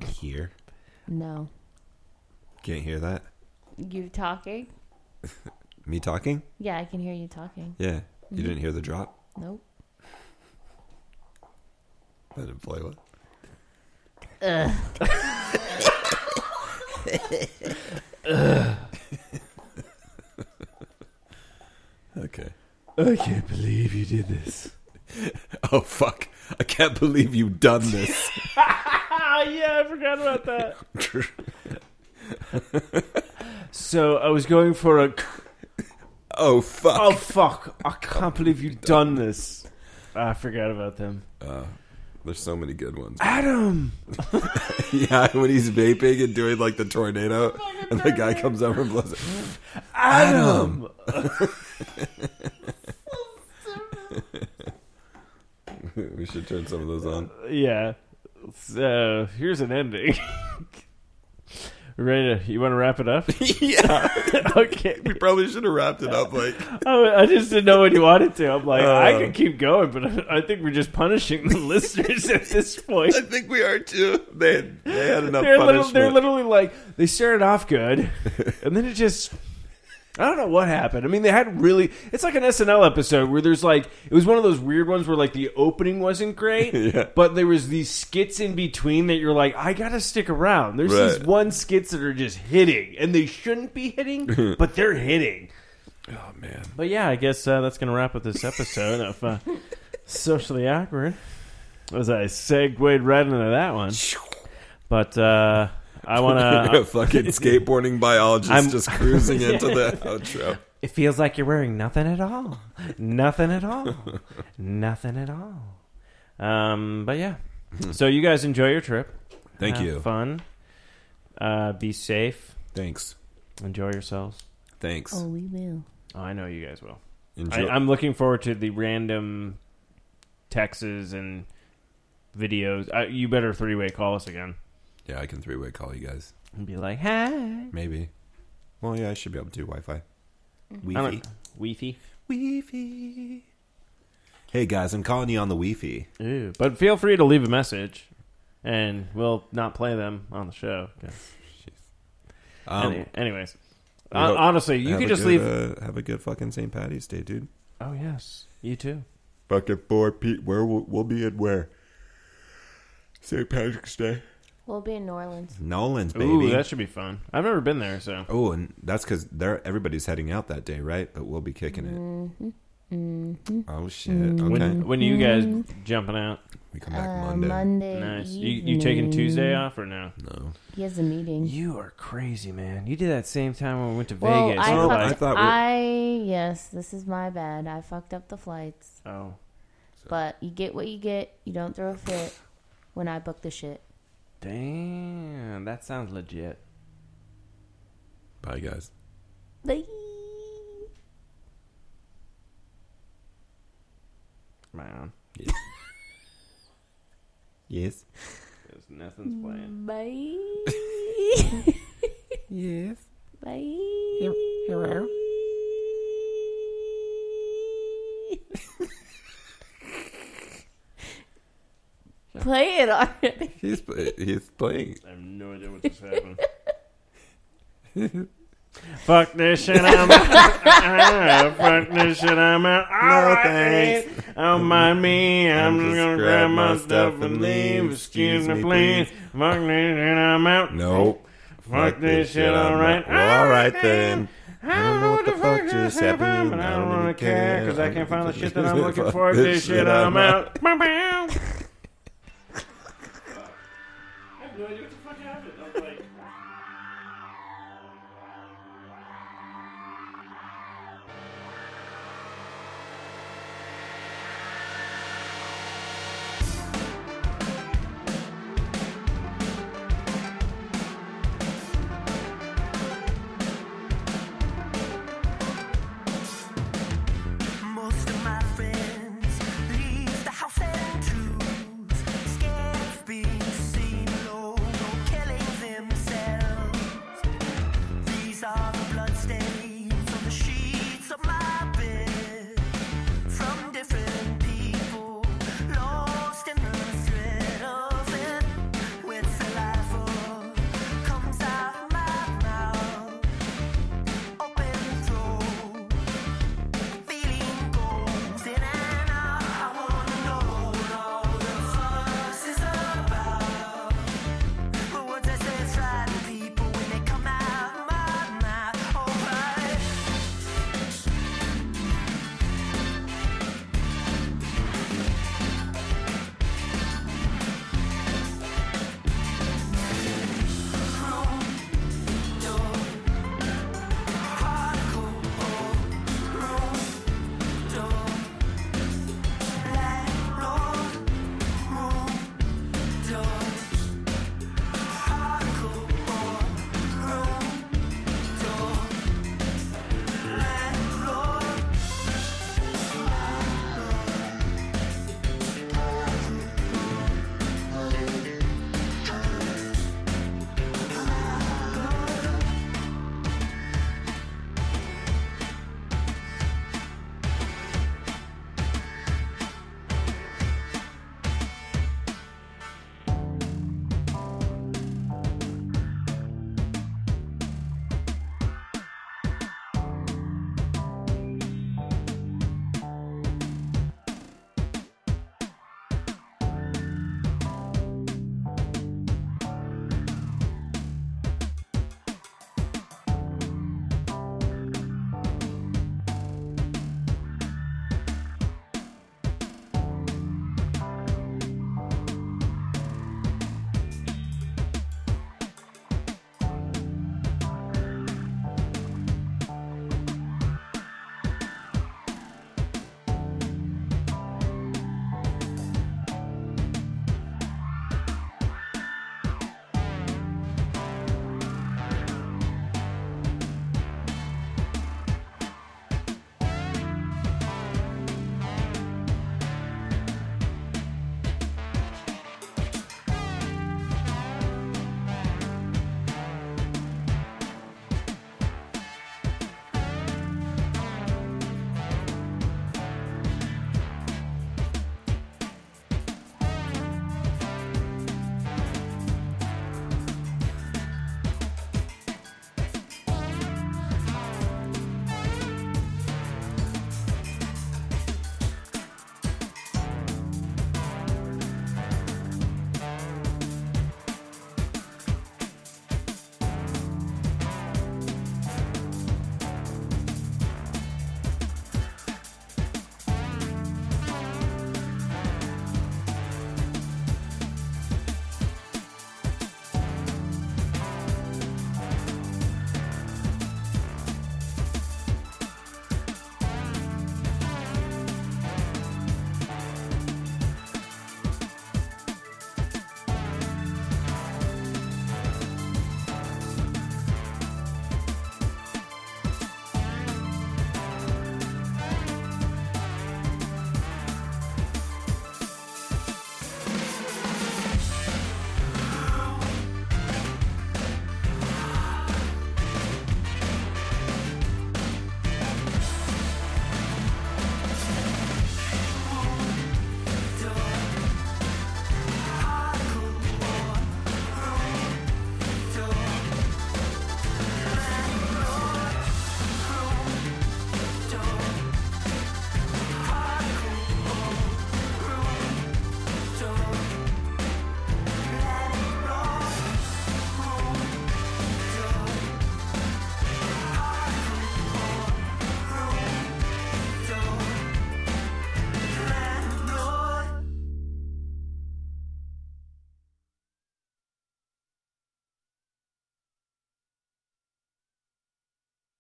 Speaker 4: hear?
Speaker 13: No,
Speaker 4: Can't hear that?
Speaker 13: you talking?
Speaker 4: Me talking?
Speaker 13: Yeah, I can hear you talking.
Speaker 4: Yeah.
Speaker 13: Mhm.
Speaker 4: You didn't hear the drop?
Speaker 13: Nope.
Speaker 4: I didn't play one.
Speaker 13: Ugh.
Speaker 4: Ugh. Okay.
Speaker 1: I can't believe you did this.
Speaker 4: Oh fuck! I can't believe you've done this.
Speaker 5: Ah, yeah, I forgot about that. So I was going for a.
Speaker 4: Oh fuck!
Speaker 5: Oh fuck! I can't believe you've done this. I forgot about them.
Speaker 4: Uh, there's so many good ones.
Speaker 5: Adam.
Speaker 4: yeah, when he's vaping and doing like the tornado, and the guy comes over and blows it.
Speaker 5: Adam.
Speaker 4: we should turn some of those on.
Speaker 5: Yeah. So here's an ending. We Ready to, you want to wrap it up? yeah. okay. Oh,
Speaker 4: We probably should have wrapped it up. Like
Speaker 5: I, I just didn't know when you wanted to. I'm like, I
Speaker 4: Uh.
Speaker 5: could keep going, but I think we're just punishing the listeners at this point.
Speaker 4: I think we are too. They had, they had enough
Speaker 5: they're, little,
Speaker 4: punishment.
Speaker 5: they're literally like they started off good, and then it just. I don't know what happened. I mean, they had really. It's like an SNL episode where there's like it was one of those weird ones where like the opening wasn't great,
Speaker 4: Yeah.
Speaker 5: but there was these skits in between that you're like, I gotta stick around. There's these
Speaker 4: Right.
Speaker 5: one skits that are just hitting, and they shouldn't be hitting, but they're hitting.
Speaker 1: Oh man.
Speaker 5: But yeah, I guess uh, that's gonna wrap up this episode of uh, socially awkward. As I segued right into that one, but uh, I want to
Speaker 4: fucking skateboarding biologist just cruising into the outro.
Speaker 5: It feels like you're wearing nothing at all. Nothing at all. nothing at all. Um, but yeah. So you guys enjoy your trip.
Speaker 4: Hmm. Thank
Speaker 5: Have
Speaker 4: you.
Speaker 5: Fun. Uh, be safe.
Speaker 4: Thanks.
Speaker 5: Enjoy yourselves.
Speaker 4: Thanks.
Speaker 13: Oh, we will.
Speaker 5: Oh, I know you guys will.
Speaker 4: Enjoy-
Speaker 5: I, I'm looking forward to the random texts and videos. Uh, you better three way call us again.
Speaker 4: Yeah, I can three way call you guys.
Speaker 5: And be like, hi.
Speaker 4: Maybe. Well, yeah, I should be able to do Wi Fi.
Speaker 5: Wi-Fi. Weefy.
Speaker 4: Weefy. Hey guys, I'm calling you on the Weefy.
Speaker 5: Ew. But feel free to leave a message, and we'll not play them on the show. 'cause-
Speaker 4: Um,
Speaker 5: Any- anyways,
Speaker 4: We
Speaker 5: Hon-
Speaker 4: hope-
Speaker 5: honestly, you
Speaker 4: have
Speaker 5: could
Speaker 4: a
Speaker 5: just
Speaker 4: good,
Speaker 5: leave.
Speaker 4: Uh, have a good fucking St. Patty's Day, dude.
Speaker 5: Oh yes, you too.
Speaker 4: Fucking boy, Pete. Where will we'll be at where? St. Patrick's Day.
Speaker 13: We'll be in New Orleans.
Speaker 4: Nolan's baby.
Speaker 5: Ooh, that should be fun. I've never been there, so
Speaker 4: Oh, and that's because they're everybody's heading out that day, right? But we'll be kicking it. Oh shit! Okay,
Speaker 5: Mm-hmm. when, when are you guys jumping out?
Speaker 4: we come back
Speaker 13: Uh,
Speaker 4: Monday.
Speaker 13: Monday
Speaker 5: Nice. You you taking Tuesday off or no?
Speaker 4: No.
Speaker 13: He has a meeting.
Speaker 5: You are crazy, man. You did that same time when we went to
Speaker 13: Well,
Speaker 5: Vegas. Oh,
Speaker 13: I,
Speaker 5: You're
Speaker 13: fucked,
Speaker 5: like-
Speaker 13: I, yes, this is my bad. I fucked up the flights.
Speaker 5: Oh.
Speaker 13: But you get what you get. You don't throw a fit when I book the shit.
Speaker 5: damn, that sounds legit.
Speaker 4: Bye, guys.
Speaker 13: Bye.
Speaker 5: Am I on?
Speaker 4: Yes.
Speaker 5: There's nothing's playing.
Speaker 13: Bye.
Speaker 4: yes.
Speaker 13: Bye.
Speaker 12: Hello.
Speaker 13: Play it already.
Speaker 4: He's pl- he's playing.
Speaker 5: I have no idea what just happened. Fuck this shit, I'm out. Fuck this shit, I'm out.
Speaker 12: No,
Speaker 5: Alright,
Speaker 12: thanks.
Speaker 5: Don't mind me. I'm,
Speaker 12: I'm
Speaker 5: just
Speaker 12: just
Speaker 5: gonna grab my stuff and leave. Excuse me, please. Fuck this shit, I'm out.
Speaker 4: No.
Speaker 5: Fuck this shit,
Speaker 4: I'm
Speaker 5: alright.
Speaker 4: not- Well, all right then. I don't know what the fuck just happened,
Speaker 5: but I don't really care because I can't find the shit that I'm looking
Speaker 4: Fuck
Speaker 5: for. This shit, I'm out.
Speaker 12: I have no idea what the Oh,